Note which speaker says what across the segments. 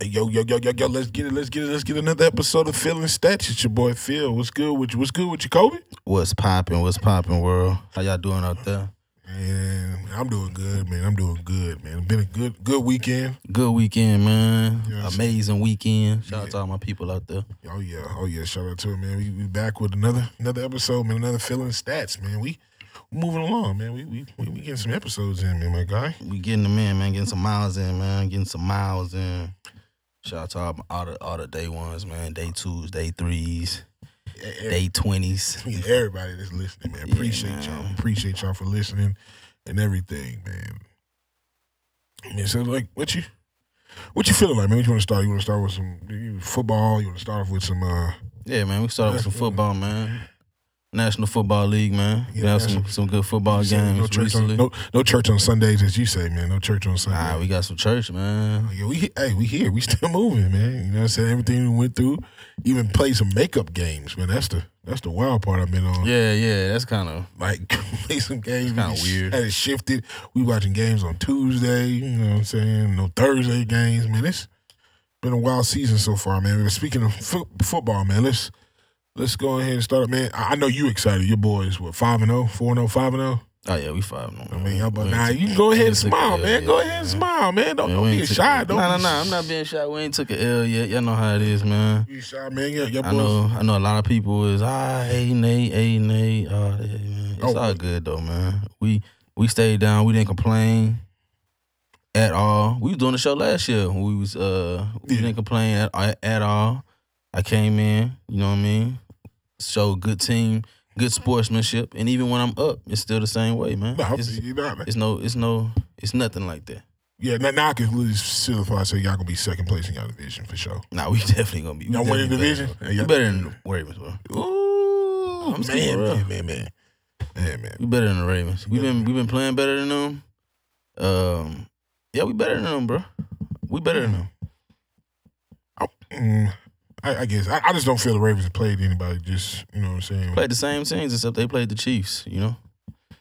Speaker 1: Hey, yo, yo, yo, yo, yo, let's get it, let's get it, let's get another episode of Feeling Stats. It's your boy Phil. What's good with you? What's good with you, Kobe?
Speaker 2: What's popping? What's popping, world? How y'all doing out there?
Speaker 1: Man, I'm doing good, man. I'm doing good, man. It's been a good good weekend.
Speaker 2: Good weekend, man.
Speaker 1: Yes.
Speaker 2: Amazing weekend. Shout out to all my people out there.
Speaker 1: Oh yeah, oh yeah. Shout out to it, man. We, we back with another another episode, man. Another Feeling Stats, man. We we moving along, man. We we we, we getting some episodes in, man, my guy.
Speaker 2: We getting them in, man. Getting some miles in, man. Getting some miles in. Shout out to all, my- all the all the day ones, man. Day twos, day threes,
Speaker 1: E-
Speaker 2: day twenties.
Speaker 1: e- Everybody that's listening, man. Appreciate y'all. Appreciate y'all for listening and everything, man. Man, so like, what you what you feeling like, man? What you want to start? You want to start with some you- football? You want to start off with some? uh
Speaker 2: Yeah, man. We started with some football, man. National Football League, man. We
Speaker 1: Yeah,
Speaker 2: have some some good football
Speaker 1: no
Speaker 2: games
Speaker 1: church on
Speaker 2: recently.
Speaker 1: no, no church on Sundays, as you say, man. No church on Sundays.
Speaker 2: Nah, we got some church, man.
Speaker 1: Yeah, we hey, we here. We still moving, man. You know what I'm saying? Everything we went through, even played some makeup games, man. That's the that's the wild part I've been on.
Speaker 2: Yeah, yeah. That's kind of
Speaker 1: Like play some games.
Speaker 2: kinda
Speaker 1: we sh-
Speaker 2: weird.
Speaker 1: Had it shifted. We watching games on Tuesday, you know what I'm saying? No Thursday games, man. It's been a wild season so far, man. But speaking of fo- football, man, let's let's go ahead and start up, man. I, I know you excited. Your boys what, five and oh, four and oh, five and oh?
Speaker 2: oh yeah, we five. and
Speaker 1: I
Speaker 2: one.
Speaker 1: mean, how about
Speaker 2: We ain't
Speaker 1: now?
Speaker 2: took-
Speaker 1: You can go ahead and
Speaker 2: we ain't took-
Speaker 1: smile,
Speaker 2: yeah,
Speaker 1: man.
Speaker 2: yeah,
Speaker 1: Go ahead
Speaker 2: yeah.
Speaker 1: and smile, man. Don't,
Speaker 2: Man,
Speaker 1: don't
Speaker 2: we
Speaker 1: be
Speaker 2: ain't took-
Speaker 1: Oh, shy. Don't
Speaker 2: nah,
Speaker 1: be
Speaker 2: nah, nah. I'm not being shy. We ain't took a L yet. Y'all know how it is, man.
Speaker 1: You shy, man. Yeah, your
Speaker 2: I
Speaker 1: boys.
Speaker 2: know. I know a lot of people is ah, hey Nate, hey Nate. Oh, yeah, man. It's
Speaker 1: Oh.
Speaker 2: all good though, man. We we stayed down. We didn't complain at all. We was doing the show last year. We was uh, we
Speaker 1: Yeah.
Speaker 2: didn't complain at- at, at all. I came in. You know what I mean. Show good team, good sportsmanship, and even when I'm up, it's still the same way, man.
Speaker 1: Nah,
Speaker 2: it's,
Speaker 1: you know,
Speaker 2: it's no, it's no, it's nothing like that.
Speaker 1: yeah, now, now I can really solidify say y'all gonna be second place in y'all division for sure.
Speaker 2: Nah, we definitely gonna be. we
Speaker 1: Y'all winning
Speaker 2: definitely better.
Speaker 1: division? Hey,
Speaker 2: We
Speaker 1: y'all-
Speaker 2: better than the Ravens, bro.
Speaker 1: Ooh,
Speaker 2: I'm
Speaker 1: man,
Speaker 2: scared, bro.
Speaker 1: man, man, man, man, man.
Speaker 2: We better than the Ravens. We've been we've been playing better than them. Um, yeah, we better than them, bro. We better than them.
Speaker 1: Mm, I, I guess I, I just don't feel the Ravens played anybody. Just you know what I'm saying?
Speaker 2: Played the same teams except they played the Chiefs. You know,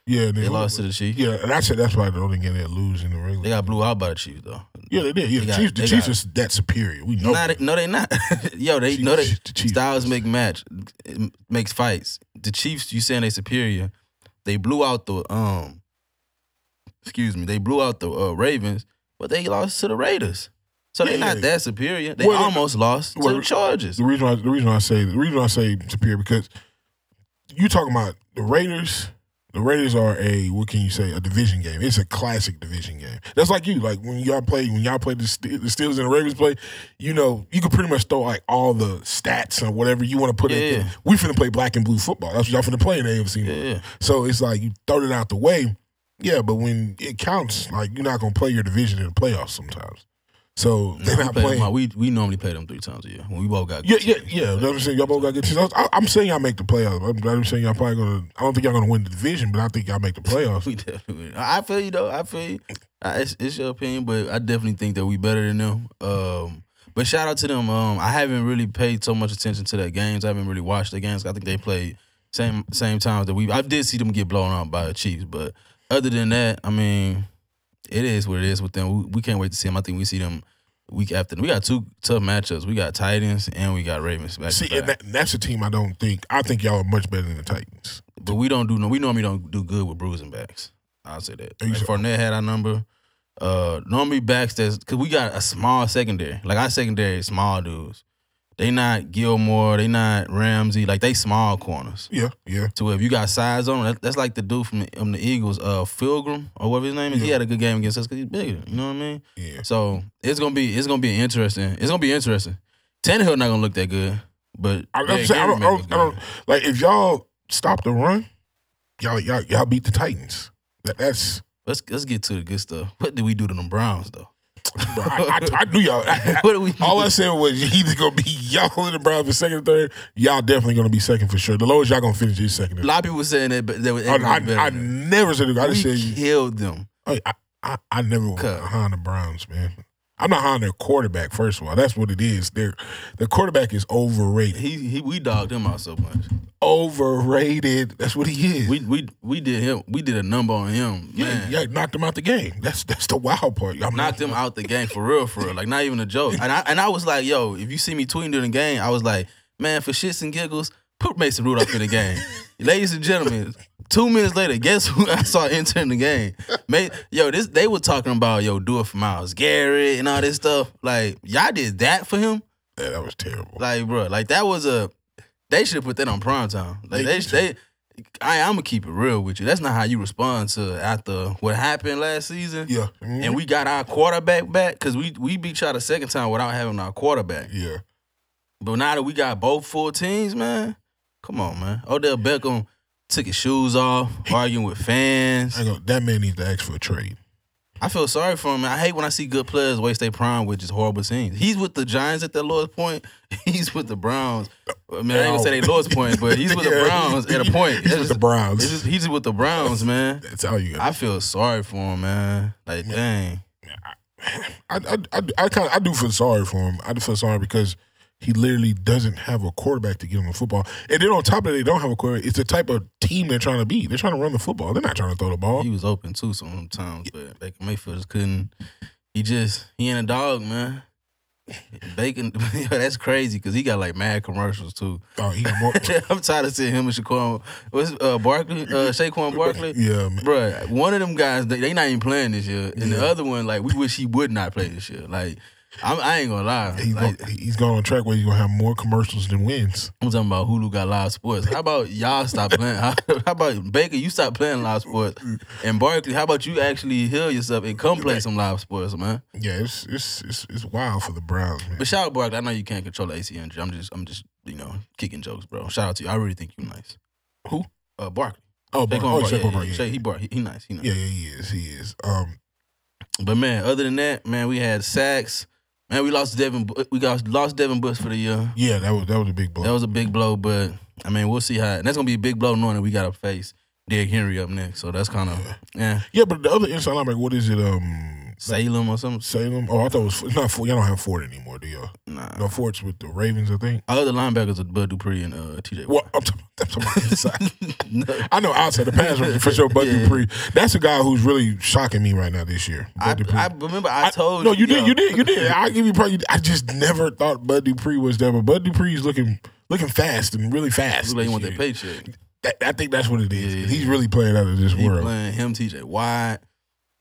Speaker 1: yeah,
Speaker 2: they lost to the Chiefs.
Speaker 1: Yeah, and I said that's why they only getting that lose in the regular.
Speaker 2: They got blew out by the Chiefs though.
Speaker 1: yeah, they did. Yeah, the
Speaker 2: they got-
Speaker 1: Chiefs. The
Speaker 2: they
Speaker 1: Chiefs
Speaker 2: got-
Speaker 1: is that superior. We know.
Speaker 2: Nah, they, no, they not. Yo, they no, they
Speaker 1: Chiefs- the Chiefs.
Speaker 2: Styles make match m- makes fights. The Chiefs, you saying they superior? They blew out the um. Excuse me, they blew out the uh, Ravens, but they lost to the Raiders. So they
Speaker 1: Yeah,
Speaker 2: not
Speaker 1: yeah.
Speaker 2: that superior. They
Speaker 1: Well, they-
Speaker 2: almost lost
Speaker 1: well,
Speaker 2: to the Chargers.
Speaker 1: The reason I, the reason I say the reason I say superior because you talking about the Raiders. The Raiders are a what can you say a division game. It's a classic division game. That's like you like when y'all play when y'all play the, Ste- the Steelers and the Ravens play. You know you can pretty much throw like all the stats or whatever you want to put in.
Speaker 2: Yeah.
Speaker 1: We finna play black and blue football. That's what y'all finna play in the AFC.
Speaker 2: Yeah.
Speaker 1: So it's like you throw it out the way. Yeah, but when it counts, like you're not gonna play your division in the playoffs sometimes. So they're
Speaker 2: we
Speaker 1: not
Speaker 2: play them
Speaker 1: playing.
Speaker 2: out. We we normally play them three times a year when we both got.
Speaker 1: Yeah,
Speaker 2: good
Speaker 1: yeah,
Speaker 2: teams.
Speaker 1: yeah. That's what I'm saying. Y'all both got good teams. I, am saying y'all make the playoffs. I'm, I'm saying y'all probably gonna. I don't think y'all gonna win the division, but I think y'all make the playoffs.
Speaker 2: We definitely. I feel you though. I feel you. I, it's, it's your opinion, but I definitely think that we better than them. Um, but shout out to them. Um, I haven't really paid so much attention to their games. I haven't really watched the games. I think they played same same times that we. I did see them get blown out by the Chiefs, but other than that, I mean, it is what it is with them. We, we can't wait to see them. I think we see them week after. We got two tough matchups. We got Titans and we got Ravens. Back
Speaker 1: See,
Speaker 2: to back.
Speaker 1: and, that, and that's a team I don't think. I think y'all are much better than the Titans.
Speaker 2: But we don't do no. We normally don't do good with bruising backs. I'll say that.
Speaker 1: Are you
Speaker 2: Like
Speaker 1: sure?
Speaker 2: Fournette had our number. Uh, normally backs that's because we got a small secondary. Like our secondary is small dudes. They not Gilmore. They not Ramsey. Like they small corners.
Speaker 1: Yeah, yeah.
Speaker 2: To where if you got size on, that, that's like the dude from the, from the Eagles, uh, Philgrim or whatever his name is. He
Speaker 1: Yeah.
Speaker 2: had a good game against us because he's bigger. You know what I mean?
Speaker 1: Yeah.
Speaker 2: So it's gonna be it's gonna be interesting. It's gonna be interesting. Tannehill not gonna look that good, but
Speaker 1: I, I'm
Speaker 2: Derrick
Speaker 1: saying I don't,
Speaker 2: Henry may
Speaker 1: I,
Speaker 2: look
Speaker 1: don't, I
Speaker 2: good.
Speaker 1: don't. Like if y'all stop the run, y'all y'all y'all beat the Titans. That, that's.
Speaker 2: Let's let's get to the good stuff. What did we do to them Browns though?
Speaker 1: Bro, I, I, I knew y'all. I,
Speaker 2: What do we?
Speaker 1: I, all I said was either gonna be y'all in the Browns for second or third. Y'all definitely gonna be second for sure. The lowest y'all gonna finish is second.
Speaker 2: a lot of people were saying that, but they were
Speaker 1: I, I,
Speaker 2: better.
Speaker 1: I
Speaker 2: than
Speaker 1: never said it. I
Speaker 2: that.
Speaker 1: just said
Speaker 2: we killed them.
Speaker 1: Hey, Oh, I, I, I never was
Speaker 2: Cut.
Speaker 1: behind the Browns, man. I'm not high on their quarterback. First of all, that's what it is. Their the quarterback is overrated.
Speaker 2: He, he we dogged him out so much.
Speaker 1: Overrated. That's what he is.
Speaker 2: We we we did him. We did a number on him.
Speaker 1: yeah,
Speaker 2: Man,
Speaker 1: yeah, knocked him out the game. That's that's the wild part. I'm
Speaker 2: knocked him out the game for real, for real. Like not even a joke. And I and I was like, yo, if you see me tweeting during the game, I was like, man, for shits and giggles, put Mason Rudolph in the game. Ladies and gentlemen, two minutes later, guess who I saw entering the game? Ma- yo, this they were talking about yo, do it for Miles Garrett and all this stuff. Like y'all did that for him.
Speaker 1: Yeah, that was terrible.
Speaker 2: Like, bro, like that was a. They should put that on primetime. Like they, they. I, I'm gonna keep it real with you. That's not how you respond to after what happened last season.
Speaker 1: yeah, Mhm.
Speaker 2: And we got our quarterback back because we we beat y'all the second time without having our quarterback.
Speaker 1: yeah.
Speaker 2: But now that we got both full teams, man, come on, man. Odell Beckham took his shoes off, arguing with fans.
Speaker 1: I go. That man needs to ask for a trade.
Speaker 2: I feel sorry for him. man. I hate when I see good players waste their prime with just horrible scenes. He's with the Giants at their lowest point. He's with the Browns. I mean, I ain't gonna say they lowest point, but he's with
Speaker 1: Yeah,
Speaker 2: the Browns at a point.
Speaker 1: He's
Speaker 2: That's
Speaker 1: with
Speaker 2: just-
Speaker 1: the Browns.
Speaker 2: it's just- he's with the Browns, man.
Speaker 1: that's how you.
Speaker 2: I feel sorry for him, man. Like, dang.
Speaker 1: I I I, I kind of I do feel sorry for him. I do feel sorry because he literally doesn't have a quarterback to get him the football. And then on top of it, they don't have a quarterback. It's the type of team they're trying to be. They're trying to run the football. They're not trying to throw the ball.
Speaker 2: He was open too sometimes, but Baker Mayfield just couldn't. He just he ain't a dog, man. Bacon, yo, that's crazy because he got like mad commercials too.
Speaker 1: Oh, he got more.
Speaker 2: I'm tired of seeing him and Shaquan. What's uh, Barkley? Uh, Shaquan Barkley.
Speaker 1: yeah, man.
Speaker 2: Bruh, one of them guys, they, they not even playing this year, and the other one, like, we wish he would not play this year. Like, I'm, I ain't gonna lie.
Speaker 1: He's,
Speaker 2: Like,
Speaker 1: gonna, he's going on track where he's gonna have more commercials than wins.
Speaker 2: I'm talking about Hulu got live sports. How about y'all stop playing? How, how about Baker, you stop playing live sports? And Barkley, how about you actually heal yourself and come play some live sports, man?
Speaker 1: Yeah, it's it's it's, it's wild for the Browns, man.
Speaker 2: But shout out Barkley. I know you can't control the AC injury. I'm just, I'm just, you know, kicking jokes, bro. Shout out to you. I really think you nice.
Speaker 1: Who?
Speaker 2: Uh, Barkley.
Speaker 1: Oh,
Speaker 2: They
Speaker 1: Bar-
Speaker 2: going
Speaker 1: oh, Shaq
Speaker 2: Barkley. Yeah,
Speaker 1: Barkley, yeah.
Speaker 2: yeah, Shaq, he Barkley. He, he nice. He nice.
Speaker 1: Yeah, yeah, he is. He is. Um,
Speaker 2: But man, other than that, man, we had sacks. Man, we lost Devin. Bu- We got lost Devin Bush for the year.
Speaker 1: yeah, that was that was a big blow.
Speaker 2: That was a big blow, but I mean, we'll see how. And that's gonna be a big blow knowing that we got to face Derrick Henry up next. So that's kind of yeah.
Speaker 1: yeah, but the other inside linebacker, what is it? Um,
Speaker 2: Salem or something.
Speaker 1: Salem. Oh, I thought it was not Ford. Y'all don't have Ford anymore, do y'all?
Speaker 2: Nah.
Speaker 1: No, Ford's with the Ravens, I think.
Speaker 2: Our other linebackers are Bud Dupree and uh, TJ. Watt.
Speaker 1: Well, I'm talking, I'm talking about inside.
Speaker 2: No,
Speaker 1: I know outside the pass rush for sure, Bud
Speaker 2: Yeah.
Speaker 1: Dupree. That's a guy who's really shocking me right now this year. Bud
Speaker 2: I,
Speaker 1: Dupree.
Speaker 2: I remember I, told
Speaker 1: no, you did,
Speaker 2: yo,
Speaker 1: you did, you did. I give you probably. I just never thought Bud Dupree was there, but Bud Dupree's looking looking fast and really fast.
Speaker 2: They
Speaker 1: this
Speaker 2: want their
Speaker 1: year.
Speaker 2: paycheck.
Speaker 1: That- I think that's what it is.
Speaker 2: Yeah.
Speaker 1: He's really playing out of this
Speaker 2: He
Speaker 1: world.
Speaker 2: playing him, TJ Watt.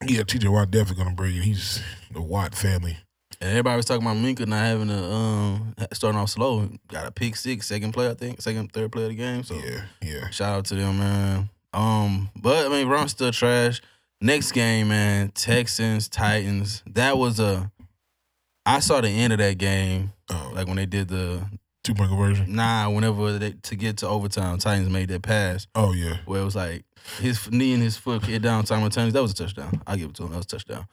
Speaker 1: Yeah, TJ Watt definitely gonna bring it. He's the Watt family.
Speaker 2: And everybody was talking about Minka not having a um starting off slow. Got a pick six, second play, I think, second, third play of the game. So
Speaker 1: Yeah, yeah.
Speaker 2: Shout out to them, man. Um, but I mean, Ron's still trash. Next game, man, Texans Titans. That was a. I saw the end of that game,
Speaker 1: Um,
Speaker 2: like when they did the
Speaker 1: two point conversion.
Speaker 2: nah. Whenever they to get to overtime, Titans made that pass
Speaker 1: Oh yeah,
Speaker 2: where it was like his knee and his foot hit down simultaneously. That was a touchdown. I give it to him. That was a touchdown.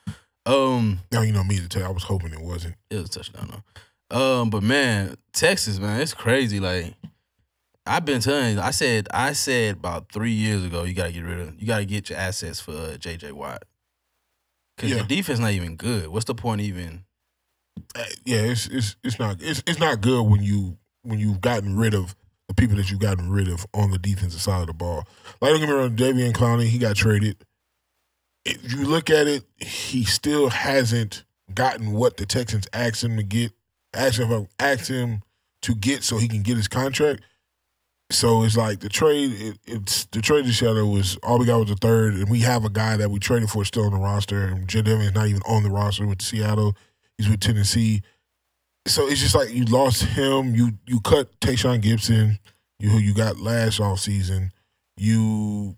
Speaker 2: Um,
Speaker 1: now you know me to tell. you, I was hoping it wasn't.
Speaker 2: it was a touchdown though. Um, but man, Texas, man, it's crazy. Like I've been telling you, I said, I said about three years ago, you gotta get rid of, you gotta get your assets for uh, JJ Watt. Cause
Speaker 1: Yeah.
Speaker 2: the defense not even good. What's the point even?
Speaker 1: Uh, yeah, it's it's it's not it's it's not good when you when you've gotten rid of the people that you've gotten rid of on the defensive side of the ball. Like don't get me wrong, Davian Clowney he got traded. If you look at it, he still hasn't gotten what the Texans asked him to get. Asked him asked him to get so he can get his contract. So it's like the trade. It, it's the trade this year that was all we got was a third, and we have a guy that we traded for still on the roster, and Jadevian is not even on the roster with Seattle. He's with Tennessee. So it's just like you lost him. You you cut Tayshawn Gibson, you who you got last offseason. You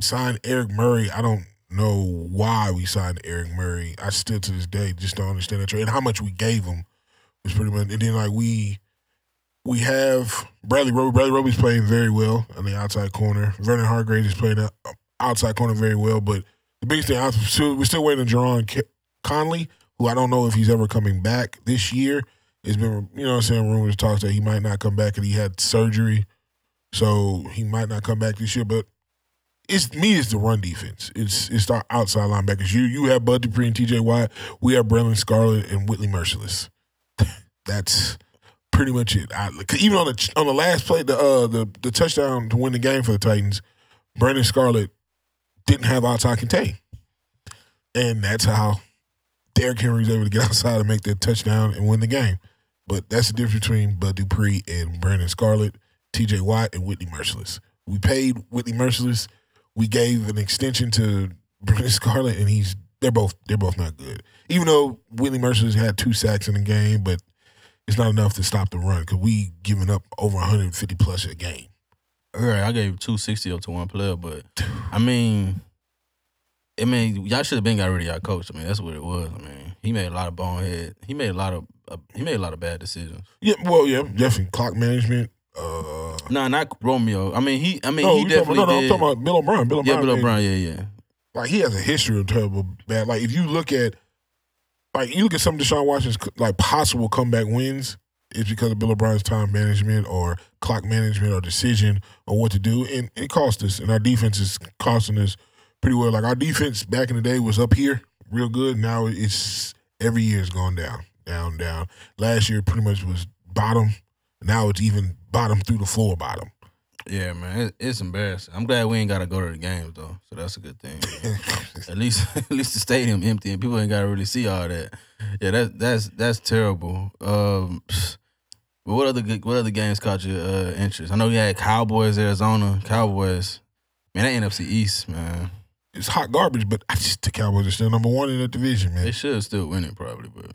Speaker 1: signed Eric Murray. I don't know why we signed Eric Murray. I still to this day just don't understand that trade and how much we gave him was pretty much. And then like we we have Bradley Roby. Bradley Roby's playing very well on the outside corner. Vernon Hargrave is playing the outside corner very well. But the biggest thing, I'm still, we're still waiting on Jerron Ke- Conley, who I don't know if he's ever coming back this year. It's been, you know what I'm saying, rumors, talks that he might not come back and he had surgery. So he might not come back this year. But it's me. It's the run defense. It's it's our outside linebackers. You you have Bud Dupree and T.J. Watt. We have Braylon Scarlett and Whitley Merciless. That's pretty much it. I, 'cause even on the on the last play, the uh the the touchdown to win the game for the Titans, Brandon Scarlett didn't have outside contain, and that's how Derrick Henry was able to get outside and make that touchdown and win the game. But that's the difference between Bud Dupree and Brandon Scarlett, T.J. Watt, and Whitney Merciless. We paid Whitney Merciless. We gave an extension to Brandon Scarlett, and he's they're both they're both not good. Even though Whitney Merciless had two sacks in the game, but it's not enough to stop the run because we giving up over 150 plus a game.
Speaker 2: All right, I gave two sixty up to one player, but I mean, I mean, y'all should have been got rid of y'all coach. I mean, that's what it was. I mean, he made a lot of bonehead. He made a lot of uh, he made a lot of bad decisions.
Speaker 1: Yeah, well, yeah, definitely clock management. Uh,
Speaker 2: No, nah, not Romeo. I mean, he. I mean,
Speaker 1: no,
Speaker 2: he
Speaker 1: we talking,
Speaker 2: definitely
Speaker 1: no, no, I'm
Speaker 2: did.
Speaker 1: talking about Bill O'Brien. Bill O'Brien,
Speaker 2: yeah, Bill
Speaker 1: made-
Speaker 2: O'Brien. Yeah, yeah.
Speaker 1: like he has a history of terrible bad. Like if you look at, like you look at some of Deshaun Watson's like possible comeback wins, it's because of Bill O'Brien's time management or clock management or decision or what to do, and it cost us. And our defense is costing us pretty well. Like our defense back in the day was up here real good. Now it's every year it's going down, down, down. Last year pretty much was bottom. Now it's even bottom through the floor bottom.
Speaker 2: Yeah, man, it, it's embarrassing. I'm glad we ain't gotta go to the games though, so that's a good thing. at least, at least the stadium empty and people ain't gotta really see all that. Yeah, that that's that's terrible. Um, but what other good- what other games caught your uh, interest? I know you had Cowboys, Arizona, Cowboys. Man, that NFC East, man,
Speaker 1: it's hot garbage, but I just the Cowboys are still number one in that division, man.
Speaker 2: they should still win it probably, but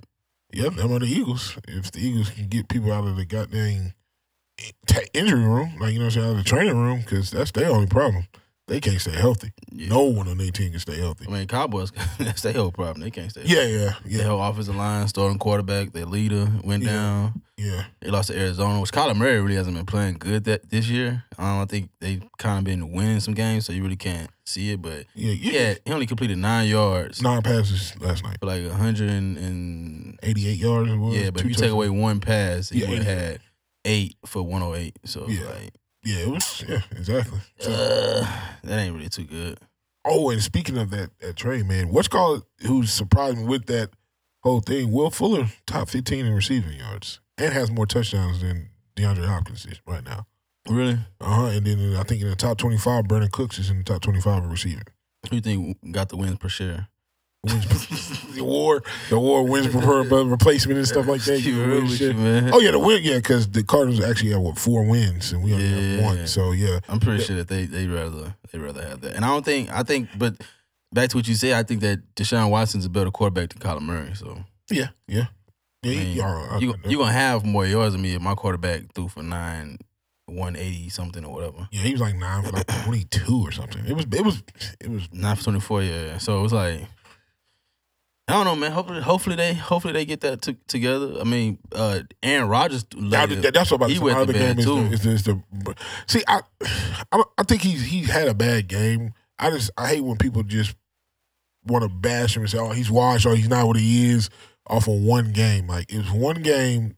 Speaker 1: Yep, them are the Eagles. If the Eagles can get people out of the goddamn ta- injury room, like you know, what I'm saying, out of the training room, because that's their only problem. They can't stay healthy.
Speaker 2: yeah.
Speaker 1: No one on their team can stay healthy.
Speaker 2: I mean Cowboys, that's their whole problem. They can't stay.
Speaker 1: Yeah, yeah,
Speaker 2: their
Speaker 1: yeah,
Speaker 2: whole offensive line, starting quarterback, their leader went
Speaker 1: Yeah.
Speaker 2: down.
Speaker 1: yeah.
Speaker 2: They lost to Arizona, which Kyler Murray really hasn't been playing good that this year. Um, I think they kind of been winning some games, so you really can't see it. But
Speaker 1: Yeah, you
Speaker 2: yeah, he only completed nine yards
Speaker 1: nine passes last night,
Speaker 2: for like a hundred and, and
Speaker 1: eighty-eight yards. It was,
Speaker 2: yeah. But
Speaker 1: two
Speaker 2: if you take
Speaker 1: touchdowns.
Speaker 2: away one pass, he
Speaker 1: Yeah,
Speaker 2: would
Speaker 1: yeah.
Speaker 2: have had eight for one hundred eight. So
Speaker 1: Yeah.
Speaker 2: like,
Speaker 1: yeah, it was, yeah, exactly. So-
Speaker 2: uh, that ain't really too good.
Speaker 1: Oh, and speaking of that, that trade, man, what's called who's surprised me with that whole thing? Will Fuller, top fifteen in receiving yards, and has more touchdowns than DeAndre Hopkins is right now.
Speaker 2: Really,
Speaker 1: Uh huh. And then I think in the top twenty five, Brandon Cooks is in the top twenty five of receiving.
Speaker 2: who you think got the wins per share?
Speaker 1: Wins the war, the war wins preferred but replacement and stuff like that.
Speaker 2: You
Speaker 1: You
Speaker 2: real
Speaker 1: win
Speaker 2: with
Speaker 1: shit.
Speaker 2: you, man.
Speaker 1: Oh yeah, the win, yeah, because the Cardinals actually had what four wins and we only
Speaker 2: Yeah.
Speaker 1: have one. So yeah,
Speaker 2: I'm pretty sure that they they rather they rather have that. And I don't think I think, but back to what you say, I think that Deshaun Watson's a better quarterback than Kyler Murray. So.
Speaker 1: yeah, yeah, yeah.
Speaker 2: Man,
Speaker 1: you- y'all-
Speaker 2: you
Speaker 1: I-
Speaker 2: you gonna have more yards than me if my quarterback threw for nine, one eighty something or whatever.
Speaker 1: yeah, he was like nine for like twenty two or something. It was, it was, it was.
Speaker 2: Nine for twenty four, yeah. So it was like, I don't know, man. Hopefully, hopefully they hopefully they get that to, together. I mean, uh, Aaron Rodgers,
Speaker 1: Now,
Speaker 2: later,
Speaker 1: that- that's what I'm
Speaker 2: He
Speaker 1: about
Speaker 2: went
Speaker 1: to
Speaker 2: to
Speaker 1: say. My
Speaker 2: bed,
Speaker 1: other game
Speaker 2: too.
Speaker 1: is the, is, the, is the. See, I, I, I think he's he had a bad game. I just I hate when people just want to bash him and say, "Oh, he's washed," or "He's not what he is." Off of one game, like it was one game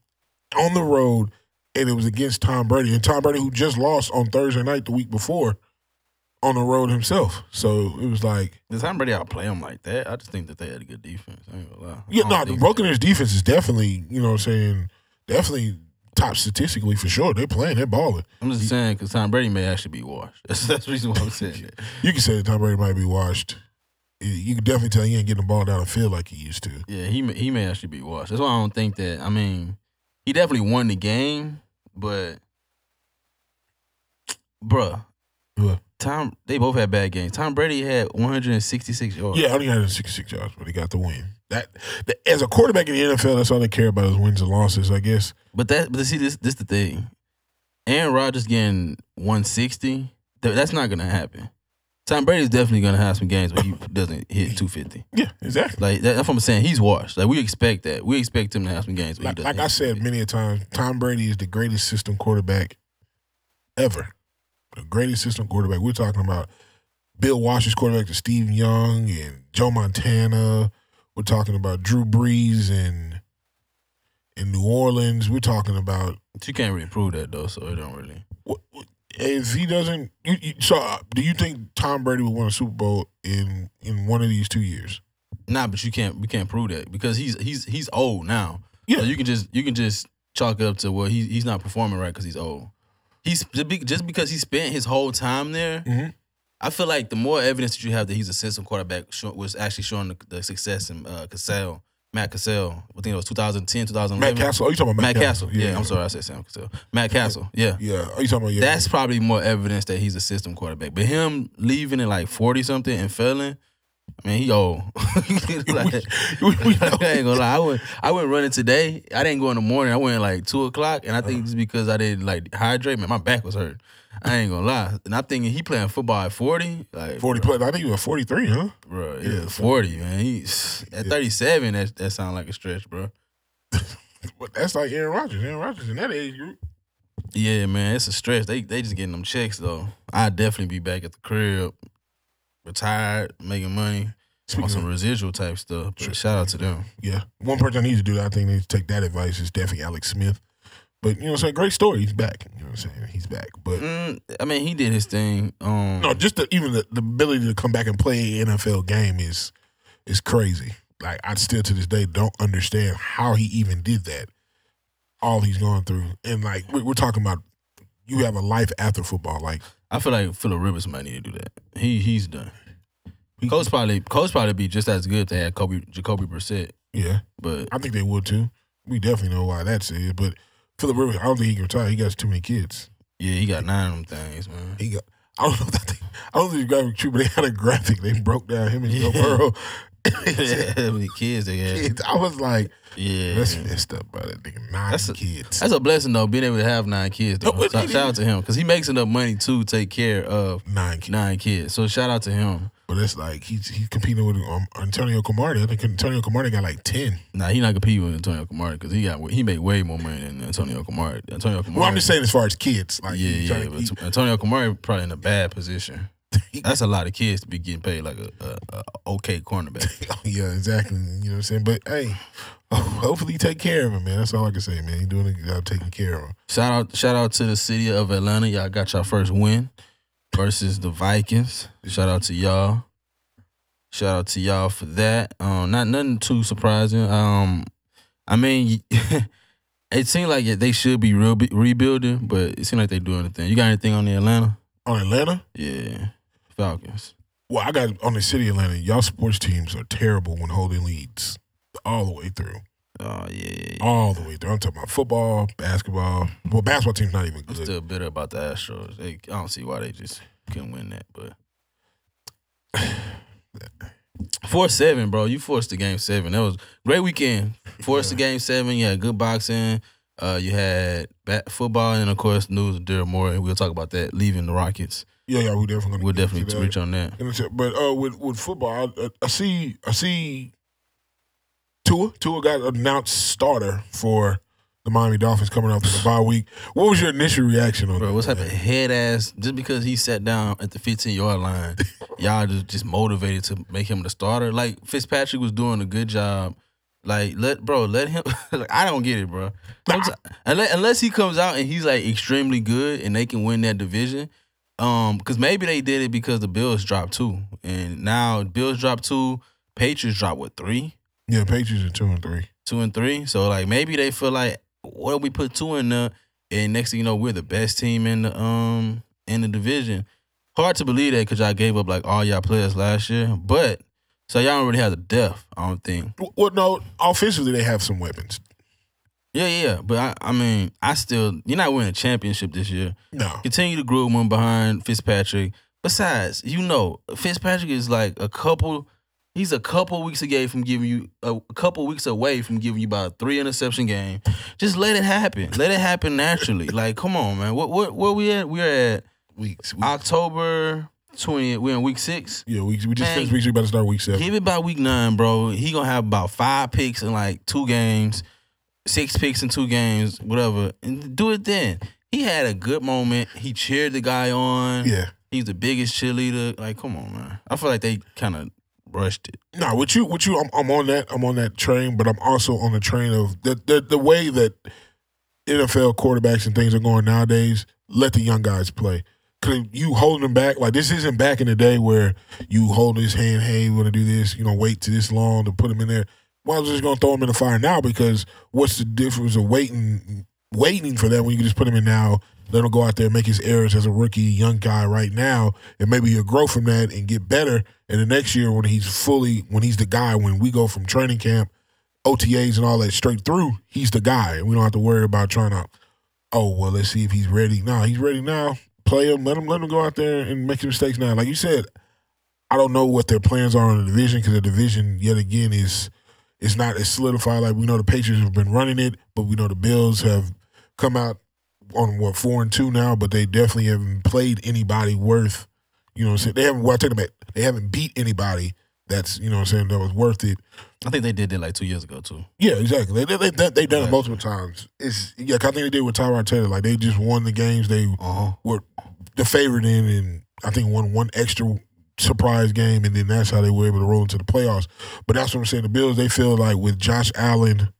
Speaker 1: on the road, and it was against Tom Brady, and Tom Brady who just lost on Thursday night the week before on the road himself. So it was like,
Speaker 2: does Tom Brady outplay him like that? I just think that they had a good defense. I ain't gonna lie.
Speaker 1: yeah,
Speaker 2: I
Speaker 1: no,
Speaker 2: don't
Speaker 1: the
Speaker 2: think-
Speaker 1: Buccaneers defense is definitely, you know, what I'm saying definitely top statistically for sure. They're playing, they're balling.
Speaker 2: I'm just saying because Tom Brady may actually be washed. That's, that's the reason why I'm saying that.
Speaker 1: You can say that Tom Brady might be washed. You- You can definitely tell he ain't getting the ball down the field like he used to.
Speaker 2: Yeah, he may, he may actually be washed. That's why I don't think that. I mean, he definitely won the game, but bruh,
Speaker 1: What?
Speaker 2: Tom they both had bad games. Tom Brady had 166 yards.
Speaker 1: Yeah, only had 66 yards, but he got the win. That, that as a quarterback in the NFL, that's all they care about is wins and losses, I guess.
Speaker 2: but that but see this this the thing. Aaron Rodgers getting 160. th- that's not gonna happen. Tom Brady's definitely gonna have some games where he doesn't hit 250.
Speaker 1: Yeah, exactly.
Speaker 2: Like that, that's what I'm saying. He's washed. Like we expect that. We expect him to have some games. Where
Speaker 1: Like,
Speaker 2: he
Speaker 1: like
Speaker 2: doesn't
Speaker 1: I
Speaker 2: hit
Speaker 1: said
Speaker 2: 250.
Speaker 1: many a times, Tom Brady is the greatest system quarterback ever. The greatest system quarterback. We're talking about Bill Walsh's quarterback to Steve Young and Joe Montana. We're talking about Drew Brees and in New Orleans. We're talking about
Speaker 2: But you can't really prove that though, so it don't really.
Speaker 1: what, what- if he doesn't, you, you, so uh, do you think Tom Brady would win a Super Bowl in in one of these two years?
Speaker 2: Nah, but you can't we can't prove that because he's he's he's old now.
Speaker 1: Yeah.
Speaker 2: So you can just you can just chalk it up to well he, he's not performing right because he's old. He's just be- just because he spent his whole time there.
Speaker 1: Mhm.
Speaker 2: I feel like the more evidence that you have that he's a system quarterback show, was actually showing the, the success in uh, Cassell, Matt Cassell. I think it was 2010, 2011.
Speaker 1: Matt Castle? Are you talking about
Speaker 2: Matt
Speaker 1: Matt,
Speaker 2: Castle. Yeah, I'm sorry, I said Sam Cassell. Matt Castle. Yeah.
Speaker 1: Yeah, are you talking about yeah?
Speaker 2: That's probably more evidence that he's a system quarterback. But him leaving at like 40 something and failing, I mean, he old. Like-
Speaker 1: we, we know.
Speaker 2: I ain't gonna lie. I went I went running today. I didn't go in the morning. I went at like two o'clock, and I think it's because I didn't like hydrate. Man, my back was hurt. I ain't gonna lie. And I'm thinking he playing football at forty. Like
Speaker 1: forty plus. I think you were forty three, huh?
Speaker 2: bro, yeah, forty man. He at thirty seven. That that sound like a stretch, bro.
Speaker 1: But that's like Aaron Rodgers. Aaron Rodgers in that age group.
Speaker 2: Yeah, man, it's a stretch. They they just getting them checks though. I would definitely be back at the crib, retired, making money on
Speaker 1: Speaking
Speaker 2: some
Speaker 1: of,
Speaker 2: residual type stuff. But shout out to them.
Speaker 1: yeah, one person I need to do that. I think they need to take that advice is definitely Alex Smith. But you know, what I'm saying great story. He's back. You know, what I'm saying he's back. But
Speaker 2: Mm, I mean, he did his thing. Um,
Speaker 1: No, just the, even the, the ability to come back and play an NFL game is is crazy. Like I still to this day don't understand how he even did that. All he's going through, and like we- we're talking about, you have a life after football. Like
Speaker 2: I feel like Phillip Rivers might need to do that. He he's done. Coach probably Coach probably be just as good if they had Kobe Jacoby Brissett,
Speaker 1: yeah,
Speaker 2: but
Speaker 1: I think they would too. We definitely know why that's it. But Philip Rivers, I don't think he can retire. He got too many kids.
Speaker 2: yeah, he got nine of them things, man.
Speaker 1: He got. I don't know if that. Thing, I don't think it's graphic true, but they had a graphic. They broke down him and Joe
Speaker 2: Yeah.
Speaker 1: Burrow.
Speaker 2: How many kids they had?
Speaker 1: Kids. I was like,
Speaker 2: Yeah,
Speaker 1: that's messed up by that nigga. Nine
Speaker 2: That's a-
Speaker 1: kids.
Speaker 2: that's a blessing though, being able to have nine kids. Though.
Speaker 1: No, but
Speaker 2: shout,
Speaker 1: he-
Speaker 2: shout out to him because he makes enough money to take care of
Speaker 1: nine kids.
Speaker 2: nine kids. So shout out to him.
Speaker 1: But it's like he's he's competing with um, Antonio Camardi. I think Antonio Camardi got like ten.
Speaker 2: Nah, he not competing with Antonio Camardi because he got he made way more money than Antonio Camardi. Antonio Camardi.
Speaker 1: Well, I'm just saying as far as kids, like
Speaker 2: Yeah,
Speaker 1: he's trying
Speaker 2: yeah,
Speaker 1: to-
Speaker 2: but
Speaker 1: he-
Speaker 2: Antonio Camardi probably in a bad position. That's a lot of kids to be getting paid like a, a, a okay cornerback.
Speaker 1: oh, yeah, exactly. You know what I'm saying? But hey, hopefully you take care of him, man. That's all I can say, man. He's doing a good job taking care of him.
Speaker 2: Shout out, shout out to the city of Atlanta. Y'all got your first win versus the Vikings. Shout out to y'all. Shout out to y'all for that. Um, not nothing too surprising. Um, I mean, it seemed like they should be real rebuilding, but it seemed like they're doing a thing. You got anything on the Atlanta?
Speaker 1: On Atlanta,
Speaker 2: Yeah, Falcons.
Speaker 1: well, I got on the city of Atlanta. Y'all sports teams are terrible when holding leads all the way through,
Speaker 2: Oh yeah, yeah, yeah.
Speaker 1: all the way through. I'm talking about football, basketball. Well, basketball team's not even
Speaker 2: I'm
Speaker 1: good.
Speaker 2: still bitter about the Astros. They, I don't see why they just couldn't win that, but. Four seven, bro. You forced the game seven. That was great weekend. Forced the game seven. You had good boxing. Uh, you had bat, football, and of course news of Daryl Morey. We'll talk about that. Leaving the Rockets.
Speaker 1: yeah, yeah, we definitely gonna
Speaker 2: We'll
Speaker 1: get into
Speaker 2: definitely
Speaker 1: that.
Speaker 2: reach on that.
Speaker 1: And it's- But uh, with with football, I, I see I see Tua Tua got announced starter for the Miami Dolphins coming out for the bye week. What was your initial reaction on
Speaker 2: Bro,
Speaker 1: that?
Speaker 2: what type
Speaker 1: man?
Speaker 2: of head ass? Just because he sat down at the 15 yard line, y'all just, just motivated to make him the starter. Like Fitzpatrick was doing a good job. Like let bro, let him. like, I don't get it, bro. Someti- unless, unless he comes out and he's like extremely good and they can win that division. Um, because maybe they did it because the Bills dropped two, and now Bills dropped two, Patriots dropped what three,
Speaker 1: Yeah, Patriots are two and three.
Speaker 2: two and three. So like maybe they feel like what if we put two in the and next thing you know we're the best team in the um in the division. Hard to believe that because y'all gave up like all y'all players last year, but so y'all don't really have the depth. I don't think.
Speaker 1: W- Well, no, offensively they have some weapons.
Speaker 2: Yeah, yeah, but I, I mean, I still you're not winning a championship this year.
Speaker 1: No,
Speaker 2: Continue to groom him behind Fitzpatrick. Besides, you know, Fitzpatrick is like a couple. He's a couple weeks away from giving you a couple weeks away from giving you about a three interception game. Just let it happen. Let it happen naturally. Like, come on, man. What what where we at? We're at
Speaker 1: weeks. We,
Speaker 2: October twentieth. We're in week six.
Speaker 1: yeah, we, we just
Speaker 2: Man.
Speaker 1: finished week. We about to start week seven.
Speaker 2: Give it by week nine, bro. He gonna have about five picks in like two games, six picks in two games, whatever. And do it then. He had a good moment. He cheered the guy on.
Speaker 1: Yeah.
Speaker 2: He's the biggest cheerleader. Like, come on, man. I feel like they kind of rushed it.
Speaker 1: No, with you, with you, I'm, I'm on that. I'm on that train, but I'm also on the train of the the, the way that NFL quarterbacks and things are going nowadays. let the young guys play. Cause you holding them back like this isn't back in the day where you hold his hand, hey, we're gonna do this, you know, wait till this long to put him in there. Well, I was just gonna throw him in the fire now because what's the difference of waiting waiting for that when you can just put him in now, let him go out there and make his errors as a rookie, young guy right now, and maybe he'll grow from that and get better. And the next year when he's fully when he's the guy, when we go from training camp, OTAs and all that straight through, he's the guy. We don't have to worry about trying to oh well let's see if he's ready now he's ready now play him let him let him go out there and make his mistakes now like you said i don't know what their plans are in the division because the division yet again is is not as solidified like we know the patriots have been running it but we know the bills have come out on what four and two now but they definitely haven't played anybody worth you know what i'm saying they haven't well I take them back they haven't beat anybody that's you know what i'm saying that was worth it
Speaker 2: I think they did that like two years ago too.
Speaker 1: yeah, exactly. They they they, they done
Speaker 2: Yeah.
Speaker 1: it multiple times. It's yeah, 'cause I think they did with Tyrod Taylor. Like they just won the games they
Speaker 2: Uh huh.
Speaker 1: were the favorite in, and I think won one extra surprise game, and then that's how they were able to roll into the playoffs. But that's what I'm saying. The Bills they feel like with Josh Allen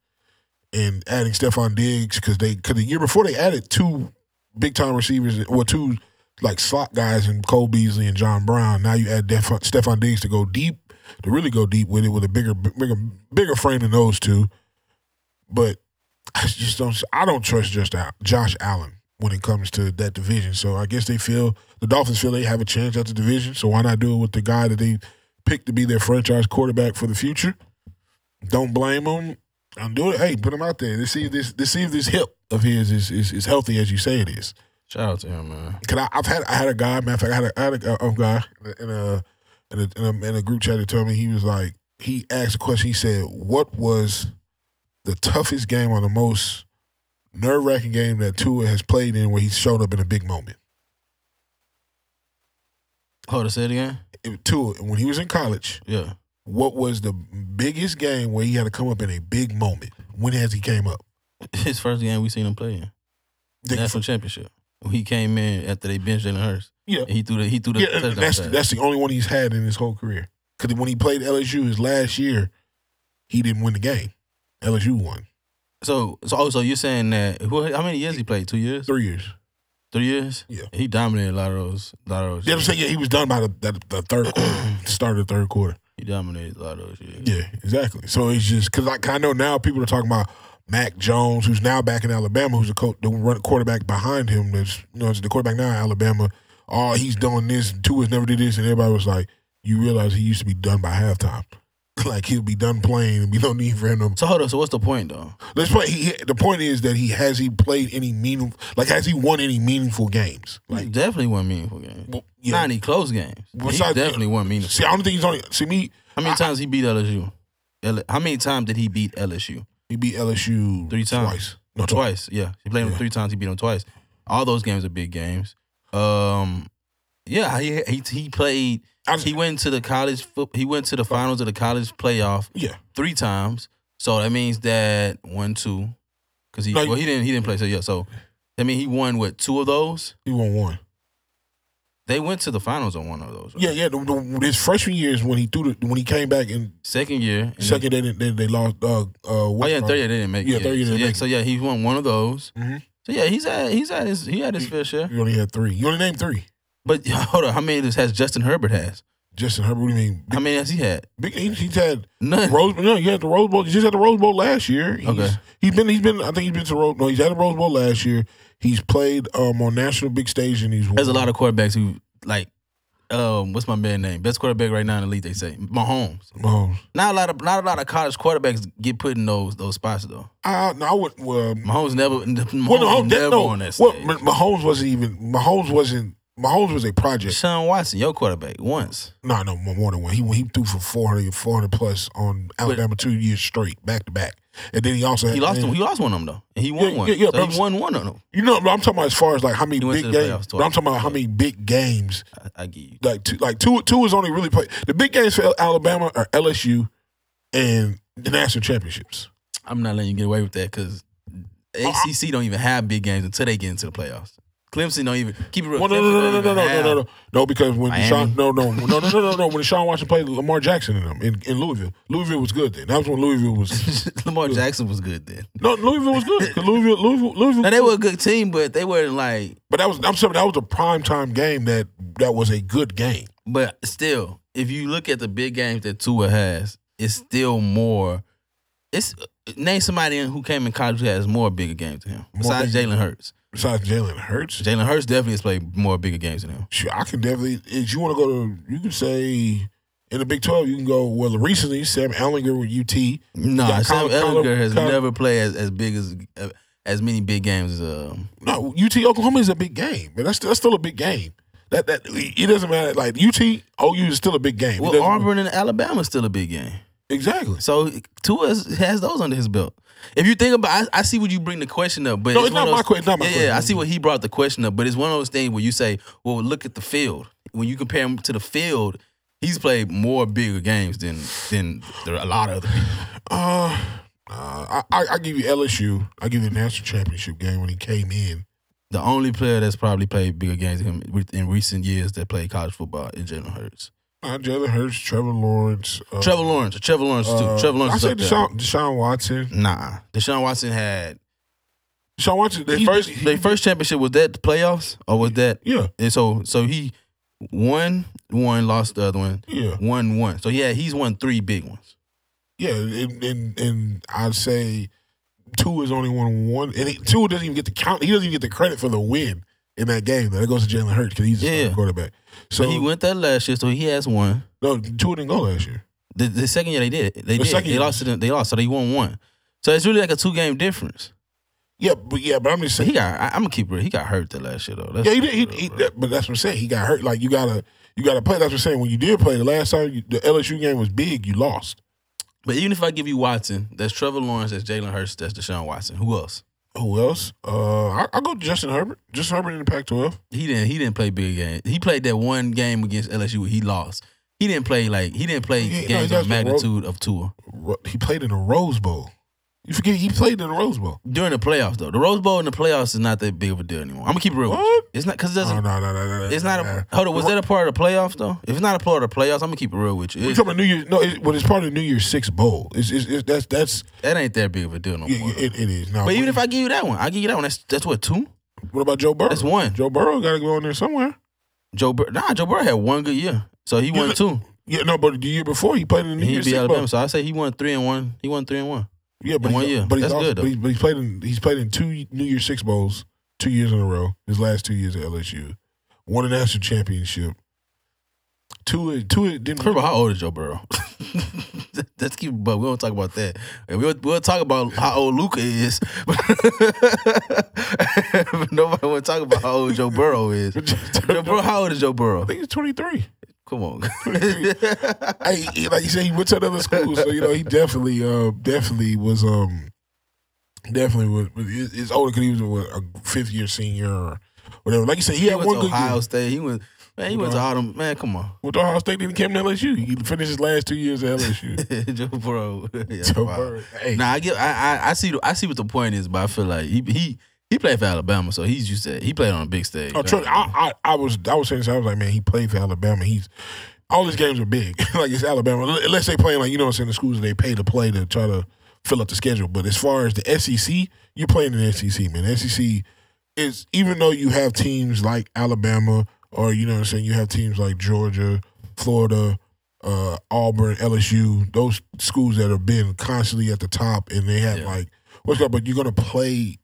Speaker 1: and adding Stephon Diggs because they because the year before they added two big time receivers or two like slot guys in Cole Beasley and John Brown. Now you add Def- Stephon Diggs to go deep to really go deep with it with a bigger bigger bigger frame than those two. But I just don't I don't trust just Al- Josh Allen when it comes to that division. So I guess they feel the Dolphins feel they have a chance at the division. So why not do it with the guy that they picked to be their franchise quarterback for the future? Don't blame him. I'm doing it. Hey, put him out there. Let's see if this. Let's see if this hip of his is is, is healthy as you say it is.
Speaker 2: Shout out to him, man.
Speaker 1: Cause I, I've had I had a guy. Matter of fact, I had a, I had a, a guy in a, in a in a in a group chat that told me he was like he asked a question. He said, "What was the toughest game or the most nerve wracking game that Tua has played in where he showed up in a big moment?"
Speaker 2: Hold on, say it again.
Speaker 1: It, Tua when he was in college,
Speaker 2: Yeah.
Speaker 1: what was the biggest game where he had to come up in a big moment? When has he came up?
Speaker 2: His first game we seen him play in
Speaker 1: Think-
Speaker 2: national championship. He came in after they benched Jalen Hurts.
Speaker 1: Yeah.
Speaker 2: And he threw the he threw the
Speaker 1: Yeah,
Speaker 2: touchdown
Speaker 1: and that's
Speaker 2: pass.
Speaker 1: that's the only one he's had in his whole career. Because when he played LSU his last year, he didn't win the game. LSU won
Speaker 2: So so oh, so you're saying that who how many years he played? Two years?
Speaker 1: three years.
Speaker 2: Three years?
Speaker 1: Yeah.
Speaker 2: He dominated a lot of those a lot of those.
Speaker 1: Yeah, I'm saying yeah, he was done by the, the, the third quarter, start of the third quarter.
Speaker 2: He dominated a lot of those years.
Speaker 1: Yeah, exactly. So it's just because I, 'cause I know now people are talking about Mac Jones, who's now back in Alabama, who's the, co- the run quarterback behind him. That's you know, it's the quarterback now in Alabama. Oh, he's doing this. Tua's never did this, and everybody was like, you realize he used to be done by halftime. like he'll be done playing, and be no need for him to
Speaker 2: So hold on, so what's the point though?
Speaker 1: Let's play. He, the point is that he has he played any meaningful like has he won any meaningful games?
Speaker 2: he
Speaker 1: Like
Speaker 2: definitely won meaningful games.
Speaker 1: well,
Speaker 2: Not
Speaker 1: yeah.
Speaker 2: any close games. but He
Speaker 1: Besides-
Speaker 2: definitely won meaningful.
Speaker 1: See, I don't think he's only see me.
Speaker 2: How many times he beat LSU? L- how many times did he beat LSU?
Speaker 1: He beat LSU
Speaker 2: Three times.
Speaker 1: Twice. No, twice.
Speaker 2: Twice, yeah. He played him
Speaker 1: Yeah.
Speaker 2: three times. He beat him twice. All those games are big games. Um, yeah, he he, he played.
Speaker 1: I-
Speaker 2: He went to the college. Foot, he went to the finals of the college playoff
Speaker 1: Yeah,
Speaker 2: three times. So that means that one, two, because he
Speaker 1: No, you-
Speaker 2: well he didn't he didn't play. So yeah, so I mean he won what two of those.
Speaker 1: he won one.
Speaker 2: They went to the finals on one of those. right?
Speaker 1: Yeah, yeah. The, the, his freshman year is when he threw the, when he came back in
Speaker 2: Second year. and
Speaker 1: second. They didn't- they, they lost. Uh, uh,
Speaker 2: Oh
Speaker 1: what's
Speaker 2: yeah,
Speaker 1: it
Speaker 2: and
Speaker 1: called?
Speaker 2: third year they didn't make
Speaker 1: Yeah,
Speaker 2: it.
Speaker 1: third year
Speaker 2: so,
Speaker 1: they
Speaker 2: yeah,
Speaker 1: make
Speaker 2: so yeah, he won one of those.
Speaker 1: Mhm.
Speaker 2: So yeah, he's had he's had his he had his fair share.
Speaker 1: You only had three. You only named three.
Speaker 2: But hold on, how many has Justin Herbert has?
Speaker 1: Justin Herbert. What do you mean?
Speaker 2: How many has he had?
Speaker 1: Big, he, he's had
Speaker 2: None.
Speaker 1: Rose. No, he had the Rose Bowl. He just had the Rose Bowl last year. He's,
Speaker 2: Okay.
Speaker 1: He's been. He's been. I think he's been to Rose. No, he's had the Rose Bowl last year. He's played um, on national big stage and he's.
Speaker 2: There's a lot of quarterbacks who like, um, what's my man name? Best quarterback right now in the league. They say Mahomes.
Speaker 1: Mahomes.
Speaker 2: Not a lot of not a lot of college quarterbacks get put in those those spots though.
Speaker 1: I, no, I would. Well,
Speaker 2: Mahomes never. Mahomes
Speaker 1: well, no, that,
Speaker 2: never
Speaker 1: no.
Speaker 2: on that
Speaker 1: well,
Speaker 2: stage.
Speaker 1: Ma- Mahomes wasn't even. Mahomes wasn't. Mahomes was a project.
Speaker 2: Sean Watson, your quarterback, once.
Speaker 1: No, no, more more than one. He he threw for 400, 400 plus on Alabama two years straight, back to back, and then he also had,
Speaker 2: He lost. He lost one of them though, and he won
Speaker 1: Yeah,
Speaker 2: one.
Speaker 1: yeah, yeah,
Speaker 2: so
Speaker 1: but
Speaker 2: he won one of them.
Speaker 1: You know, but I'm talking about as far as like how many
Speaker 2: He went
Speaker 1: big
Speaker 2: to the
Speaker 1: games.
Speaker 2: playoffs
Speaker 1: but I'm talking about how
Speaker 2: twice.
Speaker 1: many big games.
Speaker 2: I, I get you.
Speaker 1: Like two, like two, two is only really play the big games for Alabama are LSU and the national championships.
Speaker 2: Oh, I'm not letting you get away with that because ACC don't even have big games until they get into the playoffs. Clemson don't even keep it real.
Speaker 1: Well, no, no,
Speaker 2: Clemson
Speaker 1: no, no,
Speaker 2: don't
Speaker 1: no, no,
Speaker 2: even
Speaker 1: no,
Speaker 2: have-
Speaker 1: no, no, no, because when
Speaker 2: Miami.
Speaker 1: Deshaun, no, no, no, no, no, no, no, when Deshaun Watson played Lamar Jackson in them in, in Louisville, Louisville was good then. That was when Louisville was
Speaker 2: Lamar Jackson was good then.
Speaker 1: no, Louisville was good. 'Cause Louisville, Louisville, Louisville,
Speaker 2: Now they were a good team, but they weren't like.
Speaker 1: but that was I'm sorry, that was a prime time game that that was a good game.
Speaker 2: But still, if you look at the big games that Tua has, it's still more. It's name somebody who came in college who has more bigger games than him besides
Speaker 1: big-
Speaker 2: Jalen Hurts.
Speaker 1: Besides Jalen Hurts,
Speaker 2: Jalen Hurts definitely has played more bigger games than him.
Speaker 1: shoot, I can definitely. If you want to go to, you can say in the Big Twelve, you can go. Well, recently Sam Ellinger with UT.
Speaker 2: No,
Speaker 1: Yeah,
Speaker 2: Sam
Speaker 1: Colin- Colin-
Speaker 2: Ellinger has
Speaker 1: Colin-
Speaker 2: never played as, as big as as many big games as um.
Speaker 1: No, UT Oklahoma is a big game, but that's that's still a big game. That that it doesn't matter. Like UT OU is still a big game. It
Speaker 2: Well,
Speaker 1: doesn't-
Speaker 2: Auburn and Alabama is still a big game.
Speaker 1: exactly.
Speaker 2: So Tua is- has those under his belt. If you think about, I, I see what you bring the question up, but
Speaker 1: No, it's
Speaker 2: one
Speaker 1: not
Speaker 2: of those-
Speaker 1: my que- it's not my
Speaker 2: yeah,
Speaker 1: question.
Speaker 2: yeah, I see what he brought the question up, but it's one of those things where you say, "Well, look at the field." When you compare him to the field, he's played more bigger games than than there are a lot of other people.
Speaker 1: Uh, uh, I, I I give you LSU. I give you the national championship game when he came in.
Speaker 2: The only player that's probably played bigger games than him with- in recent years that played college football is Jalen Hurts.
Speaker 1: Uh, Jalen Hurts, Trevor Lawrence, uh,
Speaker 2: Trevor Lawrence, Trevor Lawrence too.
Speaker 1: uh,
Speaker 2: Trevor Lawrence.
Speaker 1: I
Speaker 2: is
Speaker 1: said
Speaker 2: up there.
Speaker 1: Deshaun, Deshaun Watson.
Speaker 2: Nah, Deshaun Watson had
Speaker 1: Deshaun Watson. They
Speaker 2: he-
Speaker 1: first.
Speaker 2: their first championship was that the playoffs or was that
Speaker 1: yeah,
Speaker 2: And so so he won one, lost the other one,
Speaker 1: yeah,
Speaker 2: won one. So yeah, he's won three big ones.
Speaker 1: yeah. And and, and I'd say two is only one one, and he, two doesn't even get the count. He doesn't even get the credit for the win in that game. Though. That goes to Jalen Hurts because he's a starting
Speaker 2: Yeah.
Speaker 1: quarterback. So
Speaker 2: So he went that last year, so he has one.
Speaker 1: no, two didn't go last year.
Speaker 2: The, the second year they did, they
Speaker 1: The
Speaker 2: did.
Speaker 1: second
Speaker 2: They
Speaker 1: year.
Speaker 2: lost. To them, they lost, so they won one. So it's really like a two game difference.
Speaker 1: Yeah, but yeah, but I'm just
Speaker 2: But
Speaker 1: saying.
Speaker 2: he got. I, I'm gonna keep it. He got hurt that last year though. That's
Speaker 1: Yeah, he did. He, he, that- but that's what I'm saying. He got hurt. Like you gotta, you gotta play. That's what I'm saying. When you did play the last time, you, the LSU game was big. You lost.
Speaker 2: but even if I give you Watson, that's Trevor Lawrence, that's Jalen Hurts, that's Deshaun Watson. Who else?
Speaker 1: Who else? Uh, I, I'll go Justin Herbert. Justin Herbert in the Pac-12.
Speaker 2: He didn't. He didn't play big games. He played that one game against LSU. where He lost. He didn't play like he didn't play
Speaker 1: Yeah, no,
Speaker 2: games
Speaker 1: that's
Speaker 2: of
Speaker 1: the road-
Speaker 2: magnitude of Tua.
Speaker 1: Ro- He played in the Rose Bowl. You forget he played in the Rose Bowl.
Speaker 2: during the playoffs though. The Rose Bowl and the playoffs is not that big of a deal anymore. I'm gonna keep it real. with you.
Speaker 1: What?
Speaker 2: It's not because it
Speaker 1: Oh,
Speaker 2: doesn't.
Speaker 1: no, no, no, no, no.
Speaker 2: It's not
Speaker 1: no.
Speaker 2: a hold on. Was that a part of the playoffs though? If it's not a part of the playoffs, I'm gonna keep it real with you.
Speaker 1: We
Speaker 2: It,
Speaker 1: talking about New Year's? No, it, well, it's part of the New Year's Six Bowl. It's, it's, it's that's that's
Speaker 2: that ain't that big of a deal no
Speaker 1: yeah,
Speaker 2: more.
Speaker 1: yeah, it, it is. No,
Speaker 2: but even if I give you that one, I give you that one. That's that's what two.
Speaker 1: what about Joe Burrow?
Speaker 2: That's one.
Speaker 1: Joe Burrow got to go in there somewhere.
Speaker 2: Joe Bur- Nah, Joe Burrow had one good year, so he won
Speaker 1: look-
Speaker 2: two.
Speaker 1: Yeah, no, but the year before he played in the New
Speaker 2: And he
Speaker 1: Year's
Speaker 2: beat
Speaker 1: Six
Speaker 2: Alabama,
Speaker 1: Bowl.
Speaker 2: so I say he won three and one. He won three and one.
Speaker 1: Yeah, but
Speaker 2: in one
Speaker 1: he-
Speaker 2: year.
Speaker 1: But he's
Speaker 2: That's
Speaker 1: also,
Speaker 2: good, though.
Speaker 1: But, he, but he's played in he's played in two New Year's Six Bowls two years in a row. His last two years at LSU, won a national championship. Two two didn't.
Speaker 2: First of all, how old is Joe Burrow? Let's keep, but we don't talk about that. And We'll, we'll talk about how old Luca is. But Nobody want to talk about how old Joe Burrow is. Joe Burrow, how old is Joe Burrow?
Speaker 1: I think he's twenty three.
Speaker 2: Come on.
Speaker 1: Hey, he- like you said, he went to another school, so you know he definitely, uh, definitely was, um, definitely was. was- is is older because he was what, a fifth year senior or whatever. Like you said, he,
Speaker 2: he
Speaker 1: had
Speaker 2: went
Speaker 1: one
Speaker 2: to
Speaker 1: good
Speaker 2: Ohio
Speaker 1: year.
Speaker 2: State. He went, man, he went to Autumn. Man, come on.
Speaker 1: Went to Ohio State, then he came to LSU. He finished his last two years at LSU.
Speaker 2: Joe Burrow. Yeah,
Speaker 1: Joe
Speaker 2: wow.
Speaker 1: Burrow. Hey,
Speaker 2: Nah, I get. I, I I see. I see what the point is, but I feel like he he he played for Alabama, so he's used to. He played on a big stage.
Speaker 1: oh, trust, I, I, I was, I was saying, this, I was like, man, he played for Alabama. He's all his games are big. like it's Alabama, unless they playing like you know, what I'm saying the schools they pay to play to try to fill up the schedule. But as far as the SEC, you're playing in the SEC, man. The SEC is even though you have teams like Alabama or you know what I'm saying, you have teams like Georgia, Florida, uh, Auburn, LSU, those schools that have been constantly at the top and they have
Speaker 2: Yeah.
Speaker 1: like what's up, but you're gonna play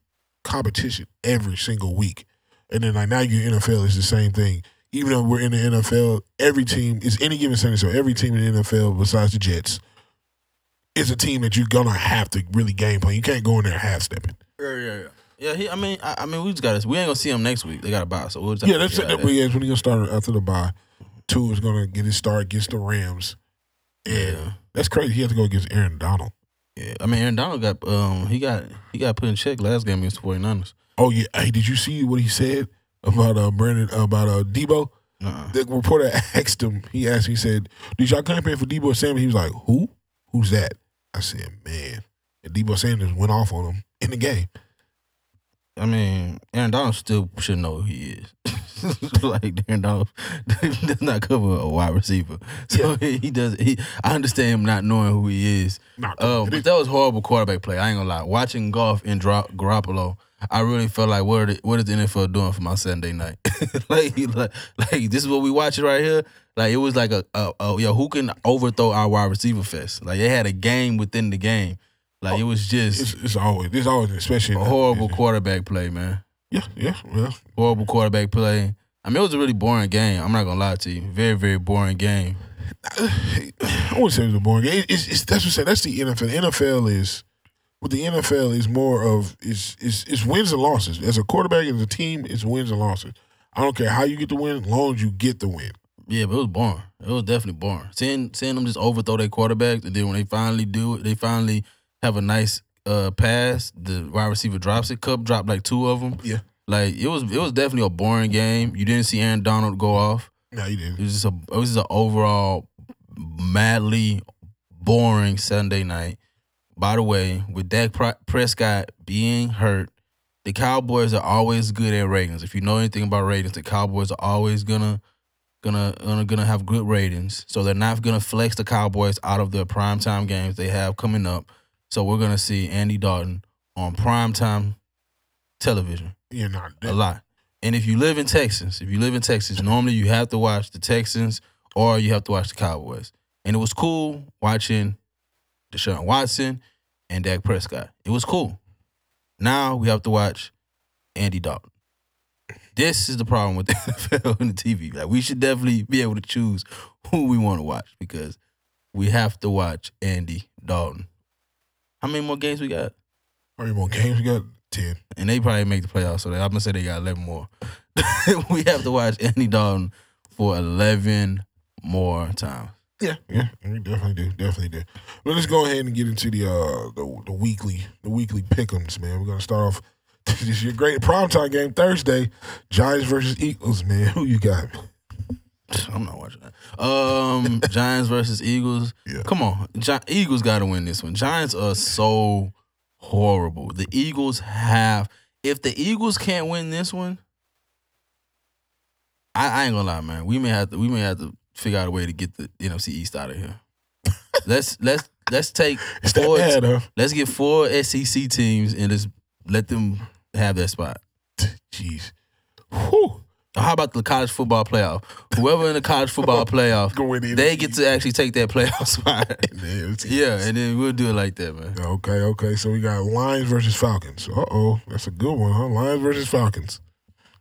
Speaker 1: competition every single week. And then like now you're in NFL, it's the same thing. Even though we're in the NFL, every team is any given Sunday, so every team in the NFL besides the Jets is a team that you're gonna have to really game plan. You can't go in there half stepping.
Speaker 2: Yeah, yeah, yeah. Yeah, he, I mean, I, I mean, we just got to. We ain't gonna see him next week. They got a buy, so we'll just have
Speaker 1: Yeah,
Speaker 2: to
Speaker 1: that's
Speaker 2: figure
Speaker 1: it.
Speaker 2: out
Speaker 1: That, yeah, it's when he gonna start after the bye. Two is gonna get his start against the Rams. Yeah,
Speaker 2: Yeah.
Speaker 1: that's crazy. He had to go against Aaron Donald.
Speaker 2: Yeah, I mean, Aaron Donald got um, he got he got put in check last game against the 49ers.
Speaker 1: Oh yeah, hey, did you see what he said about uh Brandon about uh Debo?
Speaker 2: Uh-uh.
Speaker 1: The reporter asked him. He asked. me, He said, "Did y'all campaign for Debo Samuel?" He was like, "Who? Who's that?" I said, "Man." And Debo Sanders went off on him in the game.
Speaker 2: I mean, Aaron Donald still should know who he is. like Aaron Donald does not cover a wide receiver, so he, he does. He, I understand him not knowing who he is.
Speaker 1: Nah, come on,
Speaker 2: Um,
Speaker 1: it
Speaker 2: but
Speaker 1: is-
Speaker 2: that was horrible quarterback play. I ain't gonna lie. Watching golf in Dro- Garoppolo, I really felt like what are the, what is the NFL doing for my Sunday night? like, like like this is what we watching right here. Like it was like a, a, a yo who can overthrow our wide receiver fest. Like they had a game within the game. Like it was
Speaker 1: it's,
Speaker 2: just
Speaker 1: it's always it's always especially
Speaker 2: a
Speaker 1: in that
Speaker 2: horrible
Speaker 1: division.
Speaker 2: quarterback play, man
Speaker 1: Yeah, yeah, well,
Speaker 2: horrible quarterback play. I mean, it was a really boring game. I'm not gonna lie to you. Very, very boring game.
Speaker 1: I wouldn't say it was a boring game. It- It's, it's that's what I say. That's the NFL. The NFL is what the NFL is more of is is is wins and losses. As a quarterback, as a team, it's wins and losses. I don't care how you get the win, as long as you get the win.
Speaker 2: Yeah, but it was boring. It was definitely boring. Seeing seeing them just overthrow their quarterbacks, and then when they finally do it, they finally have a nice uh pass. The wide receiver drops it. Cup dropped like two of them.
Speaker 1: Yeah.
Speaker 2: Like it was it was definitely a boring game. You didn't see Aaron Donald go off.
Speaker 1: No, you
Speaker 2: It
Speaker 1: didn't.
Speaker 2: was just a it was just an overall madly boring Sunday night. By the way, with Dak Pri- Prescott being hurt, the Cowboys are always good at ratings. If you know anything about ratings, the Cowboys are always gonna gonna gonna, gonna have good ratings. So they're not gonna flex the Cowboys out of their primetime games they have coming up. So we're gonna see Andy Dalton on primetime television
Speaker 1: You're not.
Speaker 2: a lot. And if you live in Texas, if you live in Texas, normally you have to watch the Texans or you have to watch the Cowboys. And it was cool watching Deshaun Watson and Dak Prescott. It was cool. Now we have to watch Andy Dalton. This is the problem with the NFL and the TV. Like we should definitely be able to choose who we want to watch because we have to watch Andy Dalton. How many more games we got?
Speaker 1: How many more games we got? Ten.
Speaker 2: and they probably make the playoffs. So they, I'm gonna say they got 11 more. we have to watch Andy Dalton for 11 more times.
Speaker 1: Yeah, yeah, we definitely do, definitely do. Well, let's go ahead and get into the uh the, the weekly the weekly pickems, man. We're gonna start off this is your great primetime game Thursday, Giants versus Eagles, man. Who you got?
Speaker 2: I'm not watching that. Um, Giants versus Eagles.
Speaker 1: Yeah.
Speaker 2: Come on, Gi- Eagles got to win this one. Giants are so horrible. The Eagles have. If the Eagles can't win this one, I, I ain't gonna lie, man. We may have to. We may have to figure out a way to get the NFC East out of here. let's let's let's take
Speaker 1: It's that
Speaker 2: four-
Speaker 1: bad, huh?
Speaker 2: Let's get four SEC teams and just let them have that spot.
Speaker 1: Jeez, whew,
Speaker 2: Or How about the college football playoff? Whoever in the college football playoff,
Speaker 1: Go in the
Speaker 2: they
Speaker 1: NFC.
Speaker 2: get to actually take that playoff spot.
Speaker 1: man. it's-
Speaker 2: yeah, and then we'll do it like that, man.
Speaker 1: Okay, okay. So we got Lions versus Falcons. Uh oh, that's a good one, huh? Lions versus Falcons.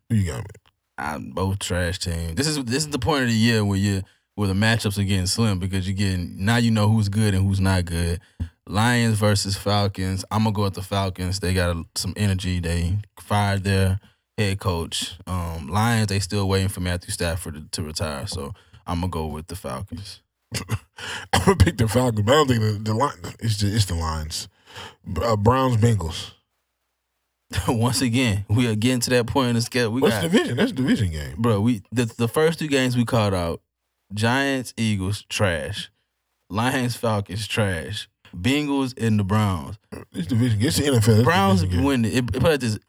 Speaker 1: Who you got? Man?
Speaker 2: I'm both trash team. This is this is the point of the year where you where the matchups are getting slim because you're getting now you know who's good and who's not good. Lions versus Falcons. I'm gonna go with the Falcons. They got a, some energy. They fired their head coach. Um, Lions. They still waiting for Matthew Stafford to, to retire. So I'm gonna go with the Falcons.
Speaker 1: I'm gonna pick the Falcons, but I don't think the, the line. It's just, it's the Lions. Uh, Browns Bengals.
Speaker 2: Once again, we are getting to that point in the schedule. We
Speaker 1: What's
Speaker 2: got
Speaker 1: division? That's a division game.
Speaker 2: bro. We the, the first two games we called out: Giants, Eagles, trash. Lions, Falcons, trash. Bengals and the Browns.
Speaker 1: It's division. It's the NFL. It's
Speaker 2: Browns
Speaker 1: division game.
Speaker 2: win it. it put it this,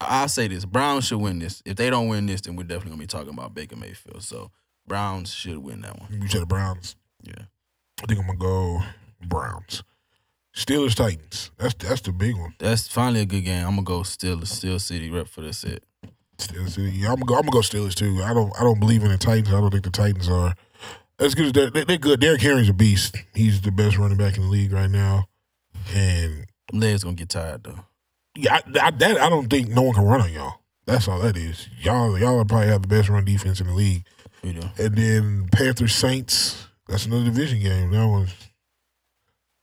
Speaker 2: I say this: Browns should win this. If they don't win this, then we're definitely gonna be talking about Baker Mayfield. So Browns should win that one.
Speaker 1: You said the Browns.
Speaker 2: Yeah.
Speaker 1: I think I'm gonna go Browns. Steelers Titans. That's that's the big one.
Speaker 2: That's finally a good game. I'm gonna go still Steel City rep for this set.
Speaker 1: Steelers. Yeah, I'm gonna go. I'm gonna go Steelers too. I don't. I don't believe in the Titans. I don't think the Titans are as good as they're. they- They're good. Derrick Henry's a beast. He's the best running back in the league right now. And
Speaker 2: Legs gonna get tired though.
Speaker 1: yeah, I, I, that I don't think no one can run on y'all. That's all that is. Y'all, y'all probably have the best run defense in the league.
Speaker 2: You know,
Speaker 1: And then Panthers Saints. That's another division game. That one.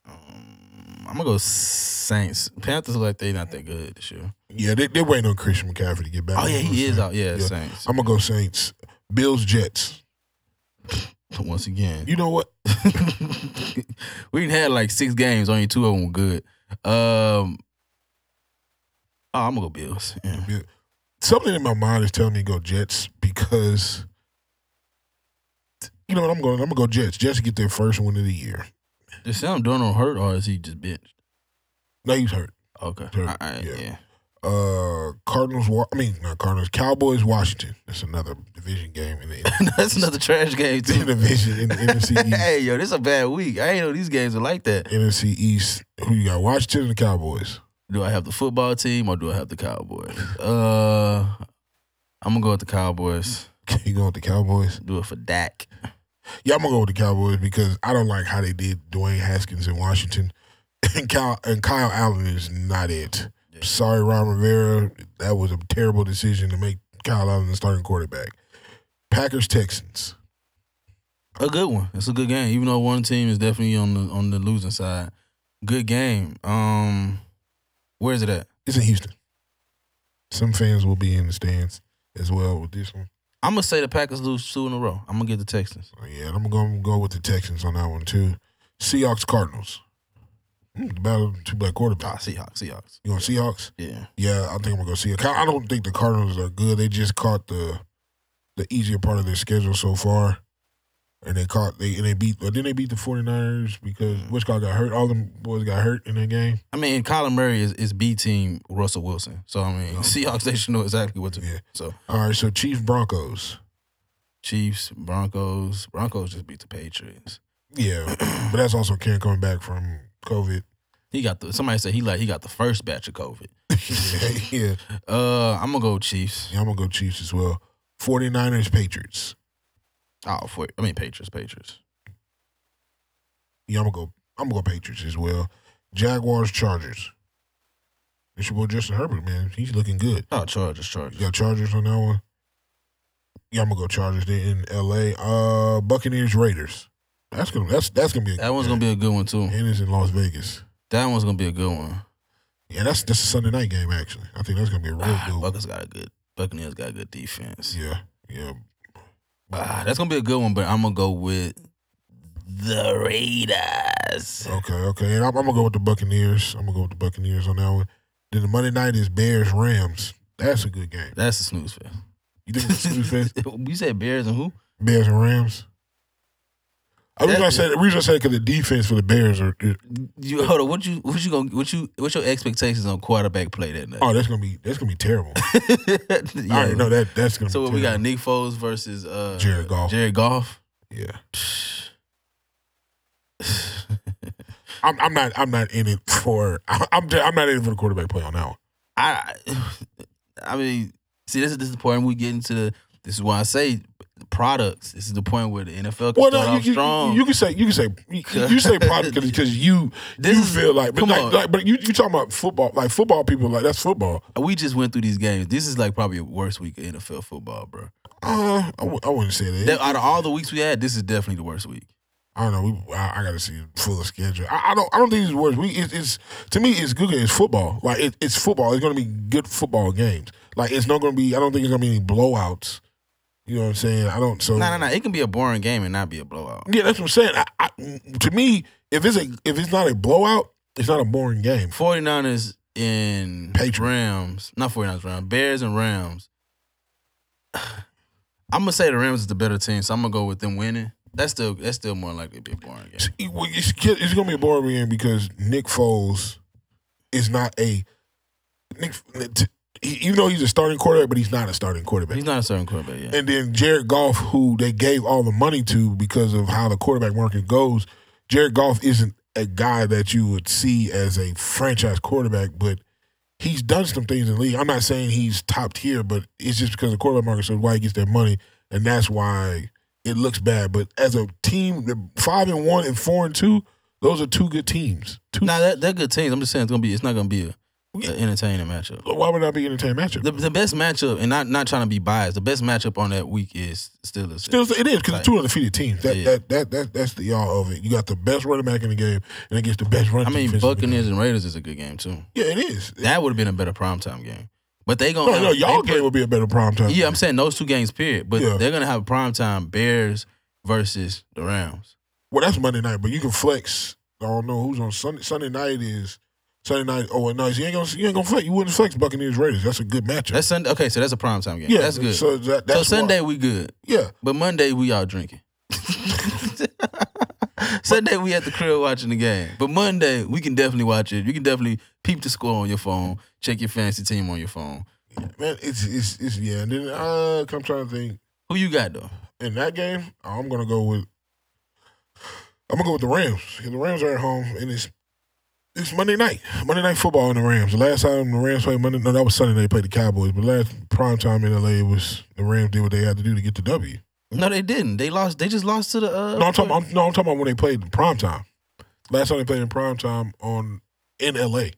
Speaker 2: um, I'm gonna go Saints. Panthers look like they not that good this year.
Speaker 1: Yeah, they, they're waiting on Christian McCaffrey to get back.
Speaker 2: Oh yeah, he is out. Yeah,
Speaker 1: Yeah.
Speaker 2: Saints.
Speaker 1: I'm gonna go Saints. Bills Jets.
Speaker 2: Once again,
Speaker 1: You know what?
Speaker 2: we done had like six games. Only two of them were good. Um, oh, I'm gonna go Bills. Yeah.
Speaker 1: something in my mind is telling me to go Jets because you know what I'm going. I'm gonna go Jets. Jets get their first win of the year.
Speaker 2: Is Sam Darnold hurt or is he just benched?
Speaker 1: No, he's hurt.
Speaker 2: Okay.
Speaker 1: Hurt,
Speaker 2: All right,
Speaker 1: yeah.
Speaker 2: yeah.
Speaker 1: uh, Cardinals. Wa- I mean, not Cardinals. Cowboys, Washington. That's another division game in the,
Speaker 2: That's another trash game
Speaker 1: in the
Speaker 2: too.
Speaker 1: division in the NFC East.
Speaker 2: hey yo, this a bad week. I ain't know these games are like that.
Speaker 1: NFC East. Who you got? Washington and the Cowboys.
Speaker 2: Do I have the football team or do I have the Cowboys? Uh, I'm gonna go with the Cowboys.
Speaker 1: You go with the Cowboys?
Speaker 2: Do it for Dak.
Speaker 1: Yeah, I'm gonna go with the Cowboys because I don't like how they did Dwayne Haskins in Washington, and Kyle and Kyle Allen is not it. Sorry, Ron Rivera, that was a terrible decision to make Kyle Allen the starting quarterback. Packers Texans.
Speaker 2: A good one. It's a good game. Even though one team is definitely on the on the losing side. Good game. Um, where is it at?
Speaker 1: It's in Houston. Some fans will be in the stands as well with this one.
Speaker 2: I'm gonna say the Packers lose two in a row. I'm gonna get the Texans.
Speaker 1: So, yeah, I'm gonna go with the Texans on that one too. Seahawks Cardinals. Mm, the battle of two black
Speaker 2: Ah,
Speaker 1: quarterbacks.
Speaker 2: Seahawks. Seahawks.
Speaker 1: You on Seahawks?
Speaker 2: Yeah.
Speaker 1: Yeah, I think I'm gonna go see it. I don't think the Cardinals are good. They just caught the the easier part of their schedule so far, and they caught they and they beat. Then they beat the 49ers because Wichita got hurt. All them boys got hurt in that game.
Speaker 2: I mean, Colin Murray is, is B team Russell Wilson. So I mean, Seahawks they should know exactly what to do.
Speaker 1: Yeah.
Speaker 2: So
Speaker 1: All right, so Chiefs Broncos.
Speaker 2: Chiefs, Broncos, Broncos just beat the Patriots.
Speaker 1: Yeah, but that's also Ken coming back from COVID.
Speaker 2: He got the somebody said he like he got the first batch of COVID.
Speaker 1: yeah,
Speaker 2: Uh, I'm gonna go Chiefs.
Speaker 1: yeah, I'm gonna go Chiefs as well. 49ers Patriots.
Speaker 2: Oh, for I mean Patriots, Patriots.
Speaker 1: Yeah, I'm gonna go. I'm gonna go Patriots as well. Jaguars Chargers. It's your boy Justin Herbert, man. He's looking good.
Speaker 2: Oh, Chargers,
Speaker 1: You
Speaker 2: Chargers.
Speaker 1: got Chargers on that one. Yeah, I'm gonna go Chargers there in L.A. Uh, Buccaneers Raiders. That's gonna that's that's gonna be a
Speaker 2: That one's gonna be a good one too.
Speaker 1: and it's in Las Vegas.
Speaker 2: That one's gonna be a good one.
Speaker 1: Yeah, that's that's a Sunday night game actually. I think that's gonna be a real
Speaker 2: Ah,
Speaker 1: good one.
Speaker 2: Buccaneers got a good Buccaneers got a good defense.
Speaker 1: Yeah, yeah.
Speaker 2: Ah, that's gonna be a good one, but I'm gonna go with the Raiders.
Speaker 1: Okay, okay. And I'm, I'm gonna go with the Buccaneers. I'm gonna go with the Buccaneers on that one. Then the Monday night is Bears Rams. That's a good game.
Speaker 2: That's a snooze fest.
Speaker 1: You think it's a snooze fest?
Speaker 2: you said Bears and who?
Speaker 1: Bears and Rams? I was
Speaker 2: That-
Speaker 1: gonna say the reason I say because the defense for the Bears are
Speaker 2: You hold on. What you what you gonna what you what's your expectations on quarterback play that night?
Speaker 1: oh that's gonna be that's gonna be terrible.
Speaker 2: Yeah.
Speaker 1: I already know that that's gonna.
Speaker 2: So
Speaker 1: be
Speaker 2: what we
Speaker 1: terrible.
Speaker 2: got? Nick Foles versus uh,
Speaker 1: Jared Goff.
Speaker 2: Jared Goff.
Speaker 1: Yeah. I'm, I'm not. I'm not in it for. I'm. ju- I'm not in it for the quarterback play on that one.
Speaker 2: I, I mean, see, this is this is the point we get into. The, this is why I say products. This is the point where the NFL can
Speaker 1: Well,
Speaker 2: start
Speaker 1: no,
Speaker 2: off
Speaker 1: you, you,
Speaker 2: strong.
Speaker 1: you can say. You can say. You, you say product because you.
Speaker 2: This
Speaker 1: you
Speaker 2: is-
Speaker 1: feel like, but
Speaker 2: come
Speaker 1: like,
Speaker 2: on.
Speaker 1: like, but you you talking about football? Like football people, like that's football.
Speaker 2: we just went through these games. This is like probably the worst week of NFL football, bro.
Speaker 1: Uh, I, w- I wouldn't say that.
Speaker 2: That- out of all the weeks we had, this is definitely the worst week.
Speaker 1: I don't know. We, I, I got to see full of schedule. I, I don't. I don't think it's worse. We. It, it's to me. It's good. It's football. Like it, it's football. It's going to be good football games. Like it's not going to be. I don't think it's going to be any blowouts. You know what I'm saying? I don't. So
Speaker 2: No, no, no. It can be a boring game and not be a blowout.
Speaker 1: Yeah, that's what I'm saying. I, I, to me, if it's a if it's not a blowout, it's not a boring game.
Speaker 2: 49ers and
Speaker 1: Patriots.
Speaker 2: Rams. Not 49ers, Rams. Bears and Rams. I'm gonna say the Rams is the better team, so I'm gonna go with them winning. That's still that's still more likely to be a boring game.
Speaker 1: It- well, It's, it's gonna be a boring game because Nick Foles is not a Nick. He, even though he's a starting quarterback, but he's not a starting quarterback.
Speaker 2: He's not a starting quarterback yet.
Speaker 1: And then Jared Goff, who they gave all the money to because of how the quarterback market goes, Jared Goff isn't a guy that you would see as a franchise quarterback, but he's done some things in the league. I'm not saying he's top tier, but it's just because the quarterback market, so why he gets their money, and that's why it looks bad. But as a team, the five and one and four and two, those are two good teams. Two.
Speaker 2: Now that they're good teams. I'm just saying it's gonna be it's not gonna be a, a entertaining matchup.
Speaker 1: why would that be an entertaining matchup?
Speaker 2: The, the best matchup, and not not trying to be biased, the best matchup on that week is Steelers.
Speaker 1: Still, it is because
Speaker 2: Like-
Speaker 1: the two undefeated teams. That,
Speaker 2: Yeah.
Speaker 1: that that that that's the all of it. You got the best running back in the game, and it gets the best running.
Speaker 2: I mean,
Speaker 1: defense in the game.
Speaker 2: Buccaneers and Raiders is a good game too.
Speaker 1: Yeah, it is.
Speaker 2: That would have been a better primetime game. But they gonna
Speaker 1: Oh, no, no,
Speaker 2: they
Speaker 1: y'all
Speaker 2: put-
Speaker 1: game would be a better prime time.
Speaker 2: Yeah, I'm saying those two games, period. But
Speaker 1: Yeah.
Speaker 2: they're gonna have prime time Bears versus the Rams.
Speaker 1: Well, that's Monday night, but you can flex. I don't know who's on Sunday. Sunday night is Sunday night. Oh, no, you ain't gonna you ain't gonna flex. You wouldn't flex Buccaneers Raiders. That's a good matchup.
Speaker 2: That's Sunday. Okay, so that's a prime time game.
Speaker 1: yeah,
Speaker 2: that's good. So,
Speaker 1: So that, that's why-
Speaker 2: Sunday we good,
Speaker 1: yeah,
Speaker 2: but Monday we out drinking. Sunday we at the crib watching the game, but Monday we can definitely watch it. You can definitely peep the score on your phone, check your fantasy team on your phone.
Speaker 1: man, it's it's it's yeah. And then uh, I'm trying to think.
Speaker 2: Who you got though?
Speaker 1: In that game, I'm gonna go with. I'm gonna go with the Rams. 'Cause The Rams are at home, and it's it's Monday night. Monday night football in the Rams. The last time the Rams played Monday, no, that was Sunday. They played the Cowboys, but last prime time in LA was the Rams did what they had to do to get the W.
Speaker 2: No, they didn't. They lost. They just lost to the. Uh,
Speaker 1: No, I'm talking. I'm, no, I'm talking about when they played in prime time. Last time they played in prime time on in LA, they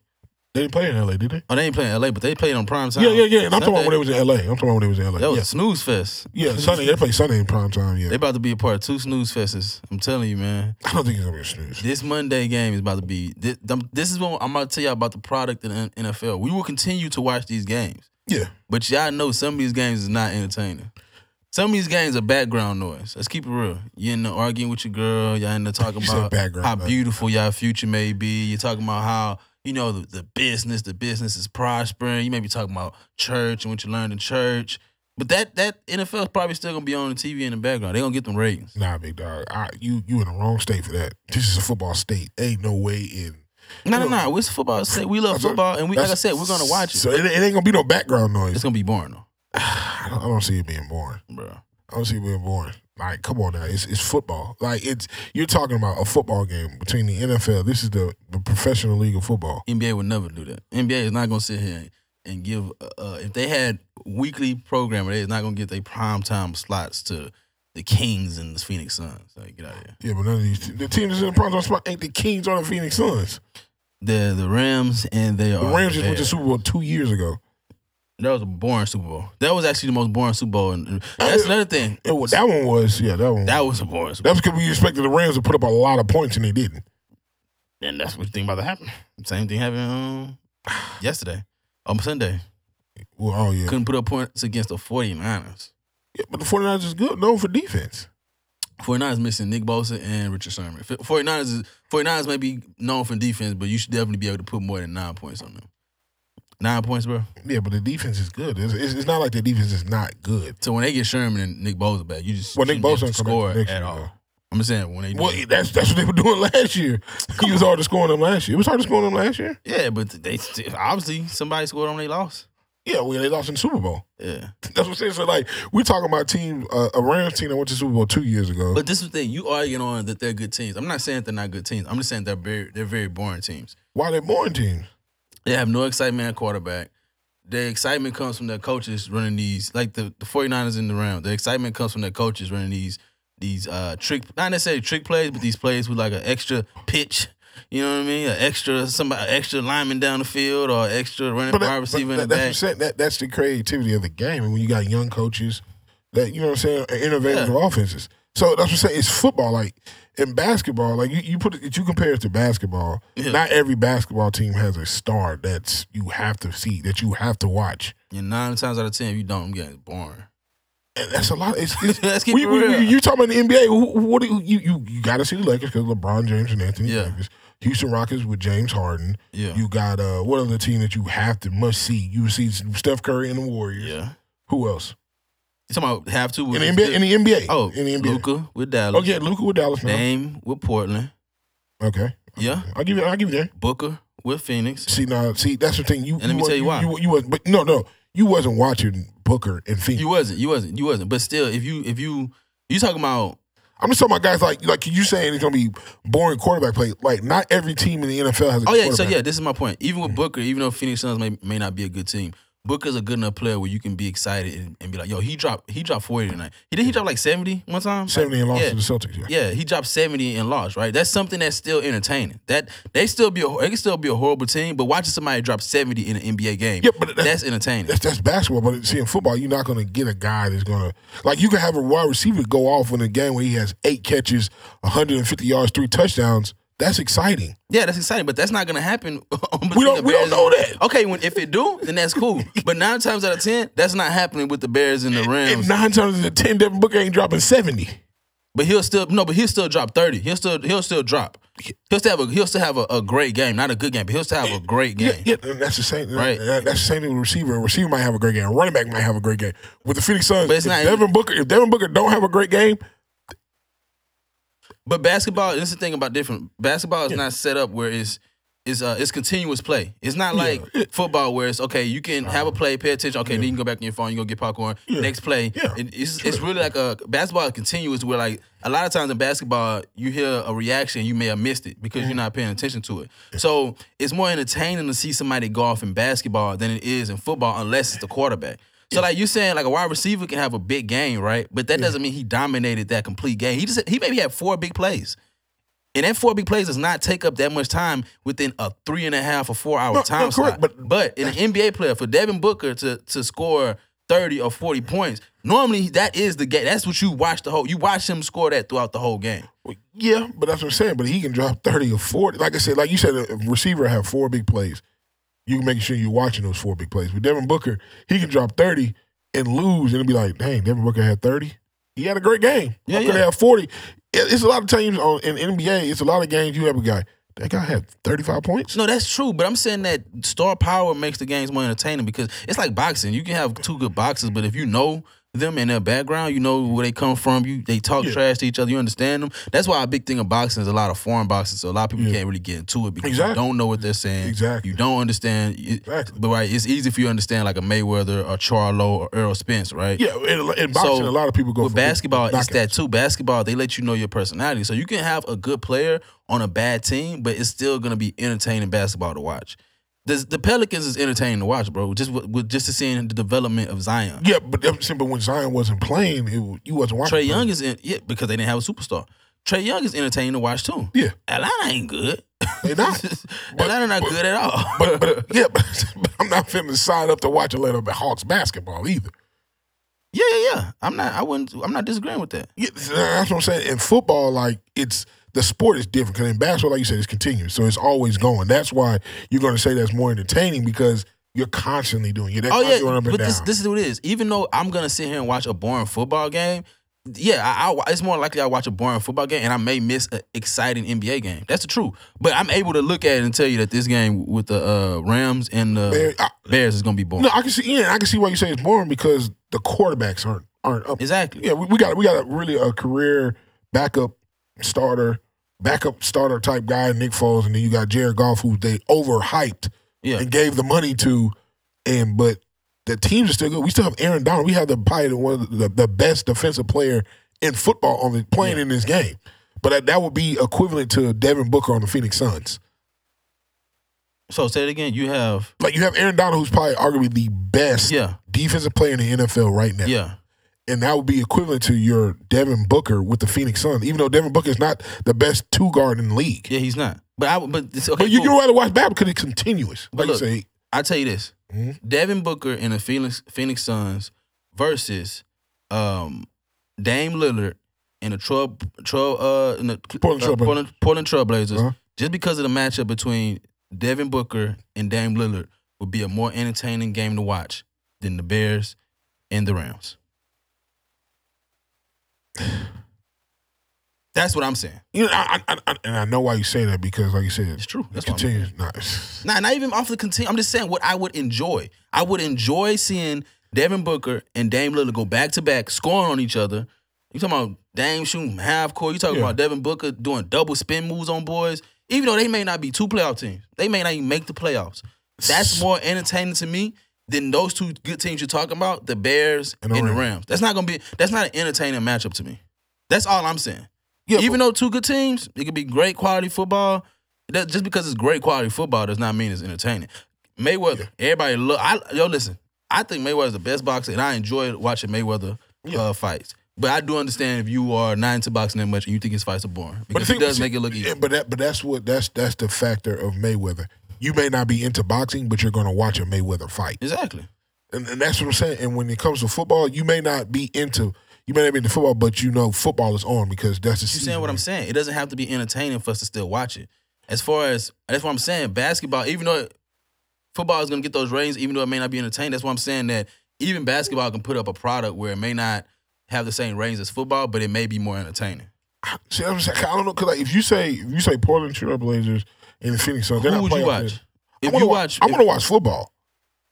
Speaker 1: didn't play in LA, did they?
Speaker 2: Oh, they ain't playing LA, but they played on prime time.
Speaker 1: Yeah, yeah, yeah. And I'm talking about
Speaker 2: Sunday.
Speaker 1: when they was in LA. I'm talking about when they was in LA.
Speaker 2: That was a snooze fest.
Speaker 1: yeah, yeah. Sunday they play Sunday in prime time. Yeah,
Speaker 2: They about to be a part of two snooze fests. I'm telling you, man.
Speaker 1: I don't think it's gonna be a snooze.
Speaker 2: This Monday game is about to be. This, this is what I'm about to tell y'all about the product in the NFL. We will continue to watch these games,
Speaker 1: Yeah,
Speaker 2: but y'all know some of these games is not entertaining. Some of these games are background noise. Let's keep it real. You in there arguing with your girl. Y'all in there talking
Speaker 1: You said
Speaker 2: about
Speaker 1: background
Speaker 2: how
Speaker 1: noise.
Speaker 2: beautiful y'all future may be. You're talking about how you know the, the business, the business is prospering. You may be talking about church and what you learned in church. But that that NFL is probably still gonna be on the TV in the background. They gonna get them ratings.
Speaker 1: nah, big dog. I, you you in the wrong state for that. This is a football state. Ain't no way in.
Speaker 2: No, no, no. It's football. It's- We love football, and we like I
Speaker 1: That's-
Speaker 2: said, we're gonna watch
Speaker 1: So
Speaker 2: it.
Speaker 1: it, it ain't gonna be no background noise.
Speaker 2: It's gonna be boring though,
Speaker 1: I don't, I don't see it being boring.
Speaker 2: bro.
Speaker 1: I don't see it being boring. Like, come on now, it's it's football. Like, it's you're talking about a football game between the NFL. This is the, the professional league of football.
Speaker 2: NBA would never do that. NBA is not gonna sit here and give. uh, Uh, if they had weekly programming, they're not gonna get their prime time slots to the Kings and the Phoenix Suns. Like, get out of here.
Speaker 1: Yeah, but none of these te- the teams that's in the prime time spot ain't the Kings or the Phoenix Suns.
Speaker 2: They're the Rams, and they are
Speaker 1: The Rams just went
Speaker 2: bad.
Speaker 1: to Super Bowl two years ago.
Speaker 2: That was a boring Super Bowl. That was actually the most boring Super Bowl. And that's
Speaker 1: Uh,
Speaker 2: another thing.
Speaker 1: It was, that one was yeah, that one.
Speaker 2: That was a boring. Super
Speaker 1: That was because we expected the Rams to put up a lot of points and they didn't.
Speaker 2: Bowl. And that's what you think about to happen. Same thing happened um, yesterday on Sunday.
Speaker 1: Well, oh yeah.
Speaker 2: Couldn't put up points against the 49ers.
Speaker 1: Yeah, but the 49ers is good known for defense.
Speaker 2: 49ers missing Nick Bosa and Richard Sherman. 49ers, is, 49ers may be known for defense, but you should definitely be able to put more than nine points on them. Nine points, bro.
Speaker 1: Yeah, but the defense is good. It's, it's, it's not like the defense is not good.
Speaker 2: So when they get Sherman and Nick Bosa back, you just
Speaker 1: Well, Nick
Speaker 2: shouldn't
Speaker 1: Bosa
Speaker 2: be able to
Speaker 1: come
Speaker 2: score
Speaker 1: back next
Speaker 2: at
Speaker 1: year,
Speaker 2: all.
Speaker 1: though.
Speaker 2: I'm just saying when they do
Speaker 1: Well,
Speaker 2: that.
Speaker 1: that's that's what they were doing last year. He was hard to score on them last year. It was hard to score on them last year.
Speaker 2: yeah, but they still, obviously somebody scored on they lost.
Speaker 1: Yeah, well, they lost in the Super Bowl.
Speaker 2: Yeah,
Speaker 1: That's what I'm saying. So, like, we're talking about team uh, a Rams team that went to the Super Bowl two years ago.
Speaker 2: but this is the thing. You arguing on that they're good teams. I'm not saying that they're not good teams. I'm just saying they're very they're very boring teams.
Speaker 1: Why they boring teams?
Speaker 2: They have no excitement at quarterback. The excitement comes from their coaches running these, like the, the 49ers in the round. The excitement comes from their coaches running these these uh trick, not necessarily trick plays, but these plays with like an extra pitch. You know what I mean? An extra somebody, an extra lineman down the field, or extra running
Speaker 1: But, that-
Speaker 2: wide receiver
Speaker 1: but
Speaker 2: in the
Speaker 1: that-
Speaker 2: back.
Speaker 1: that's what I'm saying. That, that's the creativity of the game. And when you got young coaches, that you know what I'm saying, and innovative
Speaker 2: Yeah.
Speaker 1: offenses. So that's what I'm saying. It's football, like in basketball, like you, you put it, you compare it to basketball.
Speaker 2: Yeah.
Speaker 1: Not every basketball team has a star that's you have to see that you have to watch.
Speaker 2: And nine times out of ten, if you don't, I'm getting boring.
Speaker 1: And that's a lot. It's, it's
Speaker 2: Let's keep
Speaker 1: we,
Speaker 2: it
Speaker 1: we-
Speaker 2: real.
Speaker 1: you- you talking about the NBA? who- who- What do you you, you, you got to see the Lakers because LeBron James and Anthony
Speaker 2: Yeah.
Speaker 1: Davis. Houston Rockets with James Harden.
Speaker 2: Yeah.
Speaker 1: You got uh, what other team that you have to must see? You see Steph Curry and the Warriors.
Speaker 2: yeah.
Speaker 1: Who else
Speaker 2: You talking about have to
Speaker 1: in the NBA? In the NBA?
Speaker 2: oh,
Speaker 1: in the NBA.
Speaker 2: Luca with Dallas.
Speaker 1: Oh yeah, Luca with Dallas now.
Speaker 2: Dame with Portland.
Speaker 1: Okay,
Speaker 2: Yeah.
Speaker 1: I'll give you. I'll give you that.
Speaker 2: Booker with Phoenix.
Speaker 1: See now, see that's the thing. You
Speaker 2: let me
Speaker 1: wa-
Speaker 2: tell you why.
Speaker 1: You, you wasn't, but no, no, you wasn't watching Booker and Phoenix.
Speaker 2: You wasn't. You wasn't. You wasn't. But still, if you if you you talking about
Speaker 1: I'm just talking about guys like like you saying it's gonna be boring quarterback play. Like not every team in the NFL has. a
Speaker 2: oh yeah, so
Speaker 1: quarterback.
Speaker 2: yeah, this is my point. Even with Booker, even though Phoenix Suns may may not be a good team, Booker's a good enough player where you can be excited and, and be like, yo, he dropped he dropped forty tonight. He did he drop like seventy one time.
Speaker 1: Seventy and lost
Speaker 2: yeah.
Speaker 1: to the Celtics. Yeah.
Speaker 2: Yeah, he dropped seventy and lost. Right, that's something that's still entertaining. That they still be a, they can still be a horrible team, but watching somebody drop seventy in an NBA game,
Speaker 1: Yeah, but that-
Speaker 2: that's entertaining.
Speaker 1: That's that's basketball, but see in football, you're not gonna get a guy that's gonna like you can have a wide receiver go off in a game where he has eight catches, 150 yards, three touchdowns. That's exciting.
Speaker 2: Yeah, that's exciting, but that's not gonna happen.
Speaker 1: We don't- we don't know that.
Speaker 2: Okay, when if it do, then that's cool. but nine times out of ten, that's not happening with the Bears and the
Speaker 1: And
Speaker 2: Rams.
Speaker 1: nine times out of ten, Devin Booker ain't dropping 70.
Speaker 2: But he'll still no, but he'll still drop thirty. He'll still he'll still drop. He'll still have a he'll still have a, a great game, not a good game, but he'll still have a great
Speaker 1: Yeah,
Speaker 2: game.
Speaker 1: yeah, and that's the same.
Speaker 2: Right.
Speaker 1: that- that's the same thing with receiver. A receiver might have a great game. A running back might have a great game. With the Phoenix Suns,
Speaker 2: But it's
Speaker 1: if
Speaker 2: not-
Speaker 1: Devin Booker, if Devin Booker don't have a great game,
Speaker 2: But basketball, this is the thing about different basketball is not set up where it's it's uh it's continuous play. It's not like football where it's okay, you can have a play, pay attention, okay, then you can go back on your phone, you go get popcorn, next play.
Speaker 1: Yeah.
Speaker 2: It- it's it's really like a basketball is continuous where like a lot of times in basketball you hear a reaction, you may have missed it because you're not paying attention to it. So it's more entertaining to see somebody go off in basketball than it is in football unless it's the quarterback. So like you saying, like a wide receiver can have a big game, right? But that doesn't mean he dominated that complete game. He just he maybe had four big plays. And that four big plays does not take up that much time within a three and a half or four hour
Speaker 1: No,
Speaker 2: time
Speaker 1: no, correct,
Speaker 2: slot.
Speaker 1: but-
Speaker 2: in an NBA player, for Devin Booker to to score thirty or forty points, normally that is the game. That's what you watch the whole. You watch him score that throughout the whole game.
Speaker 1: Well, yeah, but that's what I'm saying. But he can drop thirty or forty. Like I said, like you said, a receiver have four big plays. You can make sure you're watching those four big plays. With Devin Booker, he can drop thirty and lose, and it'll be like, dang, Devin Booker had thirty. He had a great game.
Speaker 2: Yeah,
Speaker 1: Booker
Speaker 2: yeah.
Speaker 1: had forty. It- It's a lot of teams on in NBA. It's a lot of games. You have a guy that guy had thirty five points.
Speaker 2: No, that's true, but I'm saying that star power makes the games more entertaining because it's like boxing. You can have two good boxers, but if you know them and their background, you know where they come from. You they talk
Speaker 1: Yeah.
Speaker 2: trash to each other. You understand them. That's why a big thing of boxing is a lot of foreign boxing. So a lot of people
Speaker 1: Yeah.
Speaker 2: can't really get into it because you
Speaker 1: Exactly.
Speaker 2: don't know what they're saying.
Speaker 1: Exactly.
Speaker 2: You don't understand. It-
Speaker 1: Exactly.
Speaker 2: But right, it's easy if you understand like a Mayweather or Charlo or Earl Spence, right?
Speaker 1: Yeah, in, in boxing,
Speaker 2: So,
Speaker 1: a lot of people go
Speaker 2: with
Speaker 1: for big
Speaker 2: basketball, it's
Speaker 1: knockouts.
Speaker 2: that too. Basketball, they let you know your personality. So you can have a good player on a bad team, but it's still gonna be entertaining basketball to watch. The, the Pelicans is entertaining to watch, bro. Just with, with just to seeing the development of Zion.
Speaker 1: Yeah, but I'm saying, but when Zion wasn't playing, it, wa- you wasn't watching.
Speaker 2: Trey Young is in, yeah because they didn't have a superstar. Trey Young is entertaining to watch too.
Speaker 1: Yeah.
Speaker 2: Atlanta ain't good.
Speaker 1: They not.
Speaker 2: Atlanta not good at all.
Speaker 1: But, but yeah, but, but I'm not finna sign up to watch a little bit Hawks basketball either.
Speaker 2: yeah, yeah, yeah. I'm not. I wouldn't. I'm not disagreeing with that.
Speaker 1: Yeah, that's what I'm saying. In football, like it's the sport is different. Because in basketball, like you said, it's continuous, so it's always going. That's why you're going to say that's more entertaining because you're constantly doing it. They're
Speaker 2: Oh yeah,
Speaker 1: constantly going up and
Speaker 2: but this
Speaker 1: down.
Speaker 2: this is what it is. Even though I'm gonna sit here and watch a boring football game, yeah, I, I- it's more likely I watch a boring football game and I may miss an exciting NBA game. That's the truth. But I'm able to look at it and tell you that this game with the uh, Rams and the
Speaker 1: Bear- I-
Speaker 2: Bears is gonna be boring.
Speaker 1: no, I can see. Yeah, I can see why you say it's boring because the quarterbacks aren't aren't up.
Speaker 2: Exactly.
Speaker 1: Yeah, we, we got we got a really a career backup starter, backup starter type guy, Nick Foles, and then you got Jared Goff, who they overhyped
Speaker 2: Yeah.
Speaker 1: and gave the money to, and but the teams are still good. We still have Aaron Donald. We have the probably the- one of the, the best defensive player in football on the playing in this game. But that, that would be equivalent to Devin Booker on the Phoenix Suns.
Speaker 2: So say it again. You have
Speaker 1: Like you have Aaron Donald, who's probably arguably the best
Speaker 2: yeah,
Speaker 1: defensive player in the NFL right now.
Speaker 2: yeah.
Speaker 1: and that would be equivalent to your Devin Booker with the Phoenix Suns, even though Devin Booker is not the best two guard in the league.
Speaker 2: Yeah, he's not. But I but it's, okay.
Speaker 1: But you
Speaker 2: cool.
Speaker 1: can rather watch that because it's continuous. Like
Speaker 2: But
Speaker 1: you
Speaker 2: look-
Speaker 1: say,
Speaker 2: I tell you this:
Speaker 1: Mm-hmm.
Speaker 2: Devin Booker and the Phoenix Phoenix Suns versus um, Dame Lillard and the Troy, Troy, uh, and the,
Speaker 1: Portland
Speaker 2: uh,
Speaker 1: Trail Blazers.
Speaker 2: Portland, Portland Trailblazers,
Speaker 1: Uh-huh.
Speaker 2: just because of the matchup between Devin Booker and Dame Lillard, would be a more entertaining game to watch than the Bears and the Rams. That's what I'm saying.
Speaker 1: you know, I, I, I, and I know why you say that because, like you said,
Speaker 2: It's true. That's
Speaker 1: It's
Speaker 2: what I'm
Speaker 1: continuous. Nah, it's-
Speaker 2: Nah, not even off the continue. I'm just saying what I would enjoy. I would enjoy seeing Devin Booker and Dame Lillard go back to back, scoring on each other. You talking about Dame shooting half court? You talking
Speaker 1: Yeah.
Speaker 2: about Devin Booker doing double spin moves on boys? Even though they may not be two playoff teams, they may not even make the playoffs. That's more entertaining to me than those two good teams you're talking about, the Bears and
Speaker 1: And
Speaker 2: the,
Speaker 1: the
Speaker 2: Rams.
Speaker 1: Rams.
Speaker 2: That's not gonna be. That's not an entertaining matchup to me. That's all I'm saying.
Speaker 1: Yeah,
Speaker 2: Even though two good teams, it could be great quality football. That just because it's great quality football does not mean it's entertaining. Mayweather, everybody look. I, yo, listen, I think Mayweather's the best boxer, and I enjoy watching Mayweather uh, fights. But I do understand if you are not into boxing that much and you think his fights are boring because it
Speaker 1: thing-
Speaker 2: does make it look easy.
Speaker 1: yeah, but that, but that's what that's that's the factor of Mayweather. You may not be into boxing, but you're going to watch a Mayweather fight,
Speaker 2: Exactly.
Speaker 1: and, and that's what I'm saying. And when it comes to football, you may not be into you may not be into football, but you know football is on because that's the
Speaker 2: You saying what I'm saying? It doesn't have to be entertaining for us to still watch it. As far as that's what I'm saying. Basketball, even though football is gonna get those ratings, even though it may not be entertaining, that's why I'm saying that even basketball can put up a product where it may not have the same ratings as football, but it may be more entertaining.
Speaker 1: See, I'm saying, I don't know, cause like if you say if you say Portland Trailblazers and the Phoenix Suns, they're
Speaker 2: Who
Speaker 1: not
Speaker 2: would you
Speaker 1: playoff
Speaker 2: watch?
Speaker 1: teams.
Speaker 2: If
Speaker 1: I wanna
Speaker 2: you
Speaker 1: wa-
Speaker 2: watch,
Speaker 1: I
Speaker 2: if-
Speaker 1: want to watch football.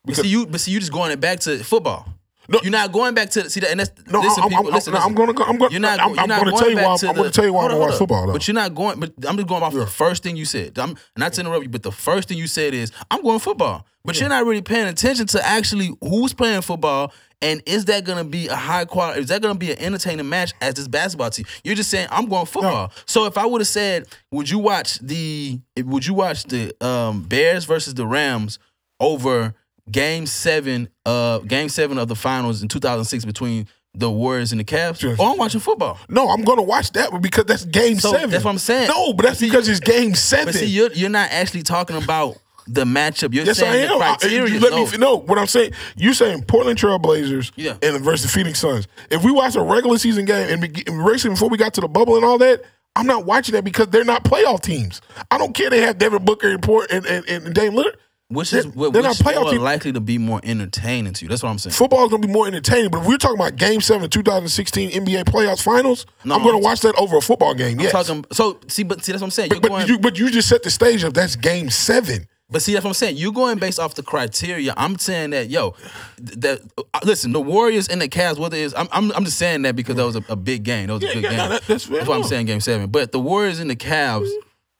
Speaker 2: but see you, but see you just going it back to football.
Speaker 1: No.
Speaker 2: You're not going back to see that. And that's
Speaker 1: No,
Speaker 2: listen,
Speaker 1: I'm,
Speaker 2: people,
Speaker 1: I'm, I'm,
Speaker 2: listen, listen.
Speaker 1: I'm gonna go. I'm gonna.
Speaker 2: You're not.
Speaker 1: I'm,
Speaker 2: you're
Speaker 1: I'm
Speaker 2: not
Speaker 1: gonna
Speaker 2: going
Speaker 1: tell you
Speaker 2: back
Speaker 1: why.
Speaker 2: to
Speaker 1: I'm gonna
Speaker 2: the-
Speaker 1: tell you why I
Speaker 2: Hold
Speaker 1: don't
Speaker 2: up,
Speaker 1: watch
Speaker 2: hold up.
Speaker 1: football. Though.
Speaker 2: But you're not going. But I'm just going off the first thing you said. I'm not to interrupt you, but the first thing you said is I'm going football. But you're not really paying attention to actually who's playing football and is that going to be a high quality? Is that going to be an entertaining match as this basketball team? You're just saying I'm going football. So if I would have said, would you watch the? Would you watch the um, Bears versus the Rams over? Game seven, uh, game seven of the finals in 2006 between the Warriors and the Cavs.
Speaker 1: Sure.
Speaker 2: Oh, I'm watching football.
Speaker 1: no, I'm gonna watch that one because that's game
Speaker 2: So,
Speaker 1: seven.
Speaker 2: that's what I'm saying.
Speaker 1: No, but that's because it's game seven.
Speaker 2: But see, you're, you're not actually talking about the matchup. You're
Speaker 1: Yes, I
Speaker 2: saying
Speaker 1: am.
Speaker 2: the
Speaker 1: I-
Speaker 2: criteria.
Speaker 1: you let
Speaker 2: no.
Speaker 1: me know what I'm saying. You saying Portland Trailblazers
Speaker 2: Yeah.
Speaker 1: and versus the Phoenix Suns. If we watch a regular season game and be- and racing before we got to the bubble and all that, I'm not watching that because they're not playoff teams. I don't care they have Devin Booker and Port and, and, and Dame Lillard.
Speaker 2: which is
Speaker 1: They're-
Speaker 2: what
Speaker 1: they're not
Speaker 2: which is
Speaker 1: playoff
Speaker 2: more
Speaker 1: team.
Speaker 2: likely to be more entertaining to you. That's what I'm saying.
Speaker 1: Football is going to be more entertaining, but if we're talking about Game Seven, 2016 NBA Playoffs Finals, I'm going to watch that over a football game. Yes,
Speaker 2: Talking so see, but see that's what I'm saying. You're
Speaker 1: but
Speaker 2: going,
Speaker 1: you but you just set the stage of that's Game Seven.
Speaker 2: but see that's what I'm saying. You're going based off the criteria. I'm saying that yo, th- that uh, listen, the Warriors and the Cavs. Whether it's I'm I'm, I'm just saying that because that was a, a big game. That was
Speaker 1: Yeah,
Speaker 2: a good
Speaker 1: yeah,
Speaker 2: game.
Speaker 1: no, that- that's fair Mm-hmm.
Speaker 2: what I'm
Speaker 1: enough.
Speaker 2: saying. Game seven, but the Warriors and the Cavs.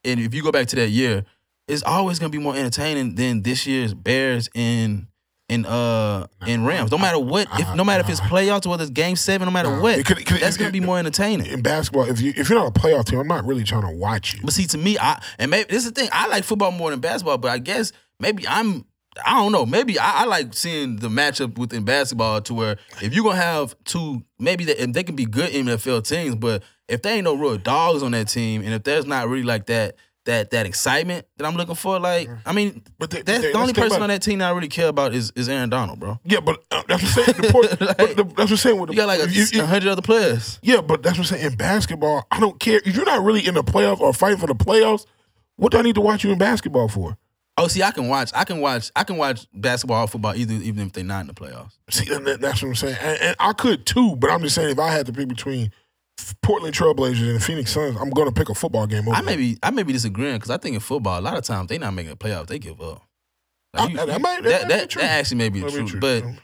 Speaker 2: And if you go back to that year, it's always gonna be more entertaining than this year's Bears and and uh and Rams. No matter what, if no matter if it's playoffs, whether it's Game Seven, no matter what,
Speaker 1: It could- could-
Speaker 2: that's gonna be more entertaining.
Speaker 1: In basketball, if you if you're not a playoff team, I'm not really trying to watch you.
Speaker 2: But see, to me, I and maybe this is the thing. I like football more than basketball, but I guess maybe I'm. I don't know. Maybe I, I like seeing the matchup within basketball to where if you're gonna have two, maybe they, and they can be good NFL teams, but if they ain't no real dogs on that team, and if there's not really like that that that excitement that I'm looking for, like I mean,
Speaker 1: But they-
Speaker 2: that's
Speaker 1: they-
Speaker 2: the only
Speaker 1: let's think
Speaker 2: person
Speaker 1: about-
Speaker 2: on that team that I really care about is is Aaron Donald, bro.
Speaker 1: Yeah, but uh, that's what I'm saying. The port, but the, that's what I'm saying. With the,
Speaker 2: You got like
Speaker 1: if you-
Speaker 2: a, a hundred other players.
Speaker 1: yeah, but that's what I'm saying. In basketball, I don't care if you're not really in the playoffs or fighting for the playoffs. What do I need to watch you in basketball for?
Speaker 2: Oh, see, I can watch, I can watch, I can watch basketball or football either, even if they're not in the playoffs.
Speaker 1: See, and that, that's what I'm saying. And, and I could too, but I'm just saying if I had to pick between Portland Trailblazers and the Phoenix Suns, I'm going to pick a football game. Over.
Speaker 2: I may be I may be disagreeing because I think in football a lot of times they not making a playoff they give up.
Speaker 1: I- that- that might- that might
Speaker 2: that,
Speaker 1: be
Speaker 2: that-
Speaker 1: true.
Speaker 2: that actually may be the
Speaker 1: That'd be
Speaker 2: truth.
Speaker 1: true.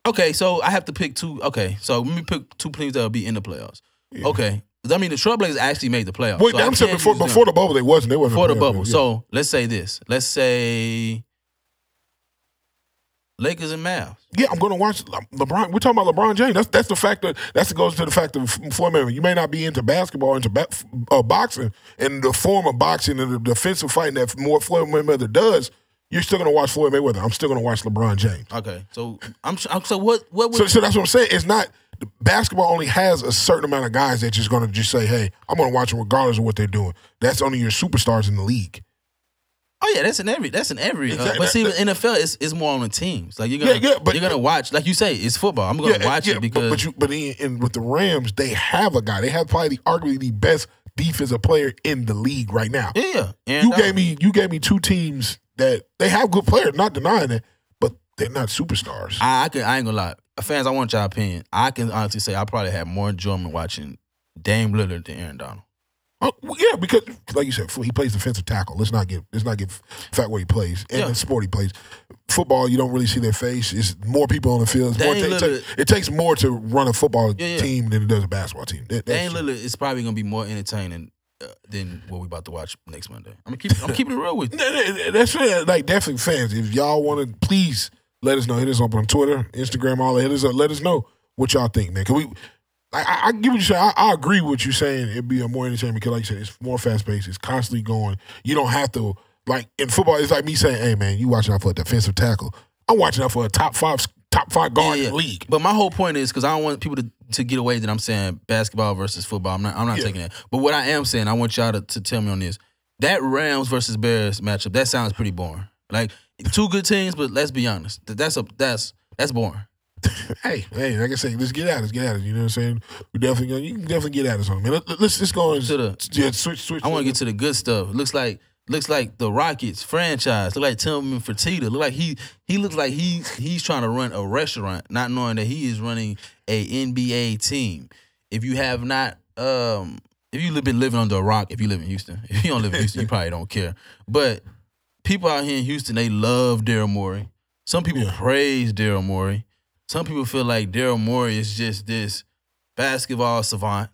Speaker 2: But okay, so I have to pick two. Okay, so let me pick two teams that will be in the playoffs. Okay, I mean the Trailblazers actually made the playoffs.
Speaker 1: Wait,
Speaker 2: so I
Speaker 1: I'm saying
Speaker 2: can't
Speaker 1: before
Speaker 2: use them.
Speaker 1: before the bubble, they wasn't. They wasn't
Speaker 2: before the
Speaker 1: playoff
Speaker 2: bubble.
Speaker 1: team, yeah.
Speaker 2: So let's say this. Let's say Lakers and Mavs.
Speaker 1: Yeah, I'm going to watch Le- LeBron. We're talking about LeBron James. That's that's the fact that that's that goes to the fact of Floyd Mayweather. You may not be into basketball, into ba- f- uh, boxing, and the form of boxing and the defensive fighting that more Floyd Mayweather does. You're still going to watch Floyd Mayweather. I'm still going to watch LeBron James.
Speaker 2: Okay, so I'm, I'm so what what would
Speaker 1: So, so that's what I'm saying. It's not basketball only has a certain amount of guys that just going to just say, "Hey, I'm going to watch them regardless of what they're doing." That's only your superstars in the league.
Speaker 2: Oh yeah, that's in every that's in every. uh,
Speaker 1: Exactly.
Speaker 2: but see, with NFL it's, it's more on the teams. Like you're gonna
Speaker 1: Yeah, yeah, but-
Speaker 2: you're gonna watch like you say it's football. I'm gonna watch it
Speaker 1: but-
Speaker 2: because
Speaker 1: but, you but in, in with the Rams, they have a guy. They have probably the, arguably the best defensive player in the league right now.
Speaker 2: yeah, yeah. uh, Aaron
Speaker 1: you
Speaker 2: Donald.
Speaker 1: gave me you gave me two teams that they have good players, not denying it, but they're not superstars.
Speaker 2: I, I can I ain't gonna lie, fans. I want your opinion. I can honestly say I probably had more enjoyment watching Dame Lillard than Aaron Donald.
Speaker 1: Oh, well, yeah, because like you said, fo- he plays defensive tackle. Let's not get let's not get fat where he plays and
Speaker 2: Yeah.
Speaker 1: the sport he plays. Football, you don't really see their face. It's more people on the field. It's more-
Speaker 2: Dame
Speaker 1: it, ta-
Speaker 2: Lillard-
Speaker 1: it takes more to run a football
Speaker 2: Yeah, yeah.
Speaker 1: team than it does a basketball team. That- that's
Speaker 2: Dame
Speaker 1: true.
Speaker 2: Lillard is probably gonna be more entertaining uh, than what we about to watch next Monday. I'm keep I'm keeping it real with you.
Speaker 1: That- that- That's fair. Like definitely, fans. If y'all want to, please let us know. Hit us up on Twitter, Instagram, all that. Hit us up. Let us know what y'all think, man. Can we? I, I, I get what you say. I, I agree with what you saying. It'd be a more entertaining because, like you said, it's more fast paced. It's constantly going. You don't have to like in football. It's like me saying, "Hey, man, you watching out for a defensive tackle? I'm watching out for a top five top five guard in
Speaker 2: Yeah, yeah.
Speaker 1: the league."
Speaker 2: But my whole point is because I don't want people to, to get away that I'm saying basketball versus football. I'm not I'm not
Speaker 1: Yeah.
Speaker 2: taking that. But what I am saying, I want y'all to, to tell me on this. That Rams versus Bears matchup, that sounds pretty boring. Like two good teams, but let's be honest. Th- That's a that's that's boring.
Speaker 1: Hey, hey, like I say, let's get at us. Get at us. You know what I'm saying? We definitely gonna you can definitely get at us on it, man. Let, let- let's just go and
Speaker 2: To the-
Speaker 1: yeah, switch switch.
Speaker 2: I want to get to the good stuff. Looks like looks like the Rockets franchise. Look like Tillman Fertitta. Look like he he looks like he's he's trying to run a restaurant, not knowing that he is running a NBA team. If you have not um if you have been living under a rock, if you live in Houston, if you don't live in Houston, you probably don't care. But people out here in Houston, they love Daryl Morey. Some people praise Daryl Morey. some people feel like Daryl Morey is just this basketball savant.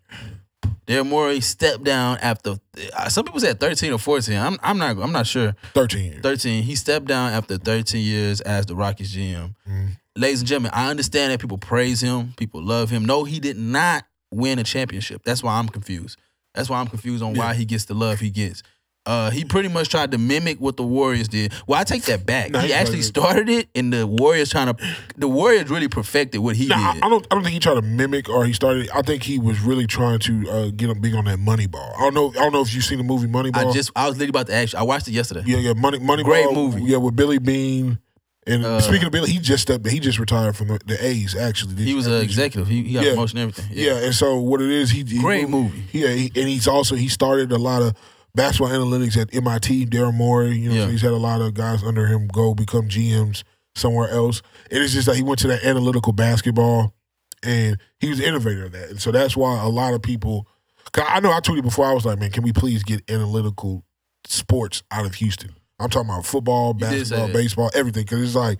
Speaker 2: Daryl Morey stepped down after uh, some people said 13 or 14. I'm I'm not I'm not sure.
Speaker 1: Thirteen years.
Speaker 2: 13. He stepped down after 13 years as the Rockies GM.
Speaker 1: Mm.
Speaker 2: Ladies and gentlemen, I understand that people praise him, people love him. No, he did not win a championship. That's why I'm confused. That's why I'm confused on why he gets the love he gets. Uh, he pretty much tried to mimic what the Warriors did. Well, I take that back.
Speaker 1: Nah,
Speaker 2: he
Speaker 1: he
Speaker 2: actually
Speaker 1: wasn't.
Speaker 2: started it, and the Warriors trying to. The Warriors really perfected what he
Speaker 1: Nah, I,
Speaker 2: did.
Speaker 1: I don't. I don't think he tried to mimic or he started. I think he was really trying to uh, get him big on that Moneyball. I don't know. I don't know if you've seen the movie Moneyball.
Speaker 2: I just I was literally about to ask you. I watched it yesterday.
Speaker 1: yeah, yeah. Money, Moneyball.
Speaker 2: Great movie.
Speaker 1: Yeah, with Billy Bean. And
Speaker 2: Uh,
Speaker 1: speaking of Billy, he just stepped. He just retired from the, the A's. Actually, Did
Speaker 2: He
Speaker 1: you-
Speaker 2: was an
Speaker 1: did you-
Speaker 2: executive. He, he got
Speaker 1: Yeah.
Speaker 2: promotion and everything.
Speaker 1: Yeah. and so what it is, he, he
Speaker 2: Great
Speaker 1: moved-
Speaker 2: movie.
Speaker 1: Yeah, he, and he's also he started a lot of basketball analytics at MIT. Daryl Morey, you know,
Speaker 2: Yeah.
Speaker 1: so he's had a lot of guys under him go become GMs somewhere else. And it's just that he went to that analytical basketball, and he was the innovator of that. And so that's why a lot of people. 'cause I know I tweeted before. I was like, man, can we please get analytical sports out of Houston? I'm talking about football,
Speaker 2: You did say
Speaker 1: basketball,
Speaker 2: that.
Speaker 1: baseball, everything. Because it's like,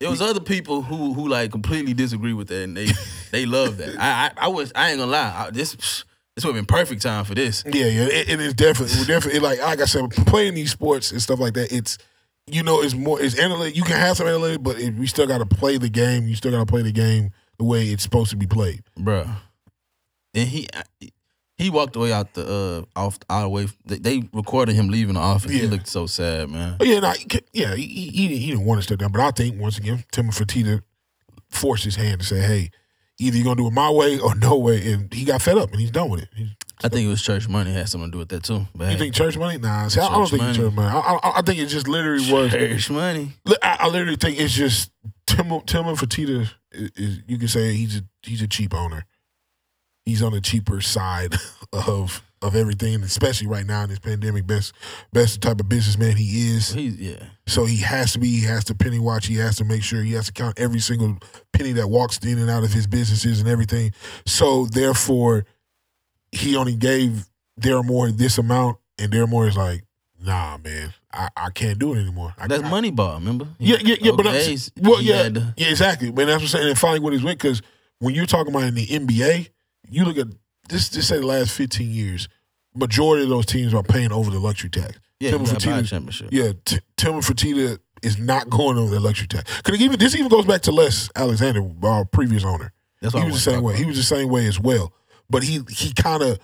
Speaker 2: There was other people who who like completely disagree with that, and they they love that. I I, I was I ain't gonna lie. I, this this would have been perfect time for this.
Speaker 1: Yeah, yeah, it, it is definitely, it definitely. Like, like I said, playing these sports and stuff like that, it's you know, it's more, it's analytic. You can have some analytic, but it, we still got to play the game. You still got to play the game the way it's supposed to be played.
Speaker 2: Bruh. And he he walked away out the uh off out away. They, they recorded him leaving the office. He
Speaker 1: Yeah.
Speaker 2: looked so sad, man.
Speaker 1: But yeah, nah, he ca- yeah, he, he, he didn't- he didn't want to step down, but I think once again, Timothy Fertitta forced his hand to say, "Hey, either you're gonna do it my way or no way," and he got fed up and he's done with it. He's,
Speaker 2: I think it was church money had something to do with that too. But
Speaker 1: you
Speaker 2: hey,
Speaker 1: think church money? Nah, see, I, I don't
Speaker 2: Church
Speaker 1: think it's
Speaker 2: money.
Speaker 1: church money. I, I, I think it just literally was.
Speaker 2: church money?
Speaker 1: Li- I, I literally think it's just Tim Tillman Fertitta is, is you can say he's a he's a cheap owner. He's on the cheaper side of of everything, especially right now in this pandemic. Best best type of businessman he is.
Speaker 2: He's yeah.
Speaker 1: So he has to be. He has to penny watch. He has to make sure. He has to count every single penny that walks in and out of his businesses and everything. So therefore, he only gave Daryl Moore this amount, and Daryl Moore is like, "Nah, man, I, I can't do it anymore. I,
Speaker 2: That's
Speaker 1: I-
Speaker 2: Moneyball, remember?
Speaker 1: yeah, yeah, yeah. But I'm,
Speaker 2: Okay,
Speaker 1: s- well,
Speaker 2: he
Speaker 1: yeah,
Speaker 2: had to-
Speaker 1: yeah, exactly. Man, that's what I'm saying. And finally, what he's with, because when you're talking about in the NBA, you look at this. Just say the last 15 years, majority of those teams are paying over the luxury tax.
Speaker 2: yeah,
Speaker 1: Timber
Speaker 2: he got by a
Speaker 1: Fertitta-
Speaker 2: championship.
Speaker 1: Yeah, T- Tillman Fertitta is not going over the luxury tax. Could it even this even goes back to Les Alexander, our previous owner.
Speaker 2: That's
Speaker 1: He
Speaker 2: I
Speaker 1: was the
Speaker 2: wanna
Speaker 1: same
Speaker 2: talk
Speaker 1: way. He was the same way as well. But he he kind of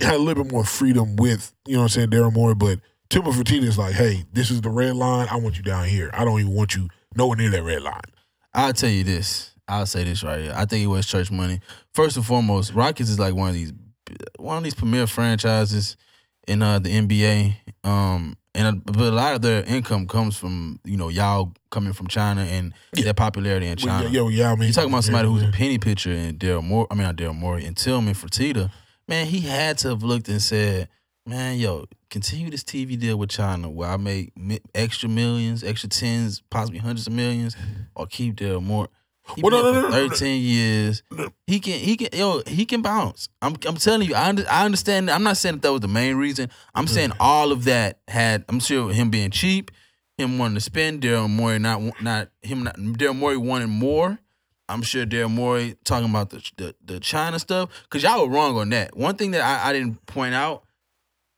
Speaker 1: had a little bit more freedom with you know what I'm saying Daryl Moore. But Timber Fertitta is like, hey, this is the red line. I want you down here. I don't even want you nowhere near that red line.
Speaker 2: I'll tell you this. I'll say this right here. I think it was church money. First and foremost, Rockets is like one of these one of these premier franchises in uh, the NBA. Um, and a, but a lot of their income comes from you know y'all coming from China and their popularity in
Speaker 1: Well,
Speaker 2: China.
Speaker 1: yeah, yeah, well, yeah, I mean,
Speaker 2: You're talking about somebody
Speaker 1: yeah,
Speaker 2: who's a penny pitcher and Daryl Moore. I mean, not Daryl Morey and Tillman Fertitta. Man, he had to have looked and said, "Man, yo, continue this TV deal with China, where I make mi- extra millions, extra tens, possibly hundreds of millions, or keep Daryl Moore." He
Speaker 1: Well,
Speaker 2: been
Speaker 1: no,
Speaker 2: there
Speaker 1: no,
Speaker 2: for
Speaker 1: no, no, no.
Speaker 2: thirteen years. He can, he can, yo, he can bounce. I'm, I'm telling you, I, under, I understand. I'm not saying that, that was the main reason. I'm saying all of that had. I'm sure him being cheap, him wanting to spend, Daryl Morey not, wa- not him, not Daryl Morey wanting more. I'm sure Daryl Morey talking about the, the the China stuff because y'all were wrong on that. One thing that I, I didn't point out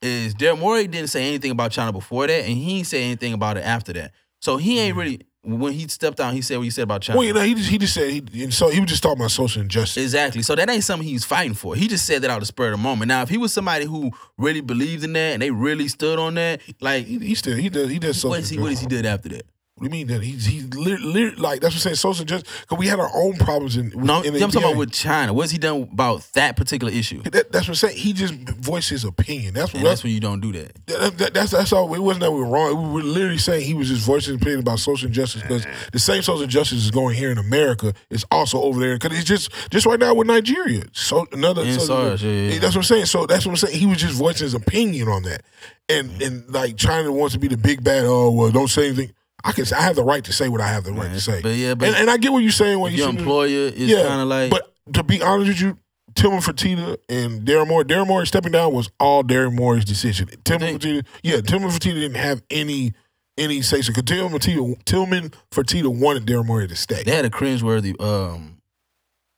Speaker 2: is Daryl Morey didn't say anything about China before that, and he ain't say anything about it after that. So he ain't really when he stepped down, he said what he said about China.
Speaker 1: Mm. Well, you know, he just he just said he and so he was just talking about social injustice.
Speaker 2: Exactly. So that ain't something he's fighting for. He just said that out of the spur of the moment. Now, if he was somebody who really believed in that and they really stood on that, like
Speaker 1: he, he still he does he does social.
Speaker 2: what is he what is he did after that?
Speaker 1: What do you mean that he's he's lit, lit, like that's what I'm saying social justice? Because we had our own problems in.
Speaker 2: No, I'm,
Speaker 1: in
Speaker 2: I'm
Speaker 1: the
Speaker 2: talking
Speaker 1: NBA.
Speaker 2: about with China. What's he done about that particular issue?
Speaker 1: That, that's what I'm saying. He just voiced his opinion. That's what
Speaker 2: And that's when you don't do that.
Speaker 1: That, that, that's that's all. It wasn't that we were wrong. We were literally saying he was just voicing his opinion about social injustice because
Speaker 2: Mm-hmm.
Speaker 1: the same social justice is going here in America is also over there because it's just just right now with Nigeria. So another
Speaker 2: And
Speaker 1: so-
Speaker 2: SARS, yeah, yeah, yeah.
Speaker 1: that's what I'm saying. So that's what I'm saying. He was just voicing his opinion on that,
Speaker 2: Mm-hmm.
Speaker 1: and and like China wants to be the big bad. Oh well, don't say anything. I can. I have the right to say what I have the right to say.
Speaker 2: but yeah, but-
Speaker 1: and, and I get what you're saying when you
Speaker 2: Your
Speaker 1: see the-
Speaker 2: employer is kind of like
Speaker 1: But to be honest with you, Tillman Fertitta and Darren Moore, Darren Moore stepping down was all Darren Moore's decision. Tillman
Speaker 2: think?
Speaker 1: Fertitta, yeah, Tillman Fertitta didn't have any any station. Because Tillman, Tito, Tillman Fertitta wanted Daryl Morey to stay.
Speaker 2: They had a cringeworthy um,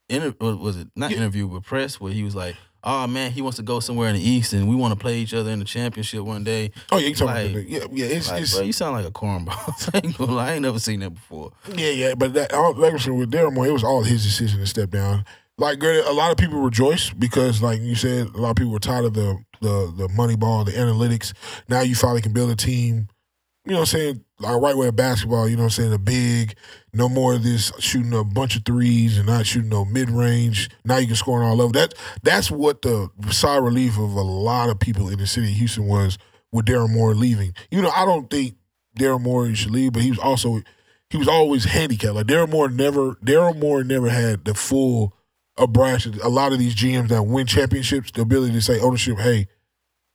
Speaker 2: inter- what was it not interview but press where he was like, "Oh man, he wants to go somewhere in the East and we want to play each other in the championship one day."
Speaker 1: oh yeah, you talking
Speaker 2: like-
Speaker 1: about that? Yeah, yeah, it's,
Speaker 2: Like,
Speaker 1: it's
Speaker 2: bro, you sound like a cornball. I ain't gonna lie, I ain't never seen that before.
Speaker 1: yeah, yeah. But that all that was with Daryl Morey, it was all his decision to step down. Like granted, a lot of people rejoice because, like you said, a lot of people were tired of the the the money ball, the analytics. Now you finally can build a team. You know what I'm saying? Like right way of basketball, you know what I'm saying? The big, no more of this shooting a bunch of threes and not shooting no mid range. Now you can score on all level. That that's what the sigh of relief of a lot of people in the city of Houston was with Daryl Moore leaving. You know, I don't think Daryl Moore should leave, but he was also he was always handicapped. Like Daryl Moore never Daryl Moore never had the full abrasion. A lot of these GMs that win championships, the ability to say ownership, hey,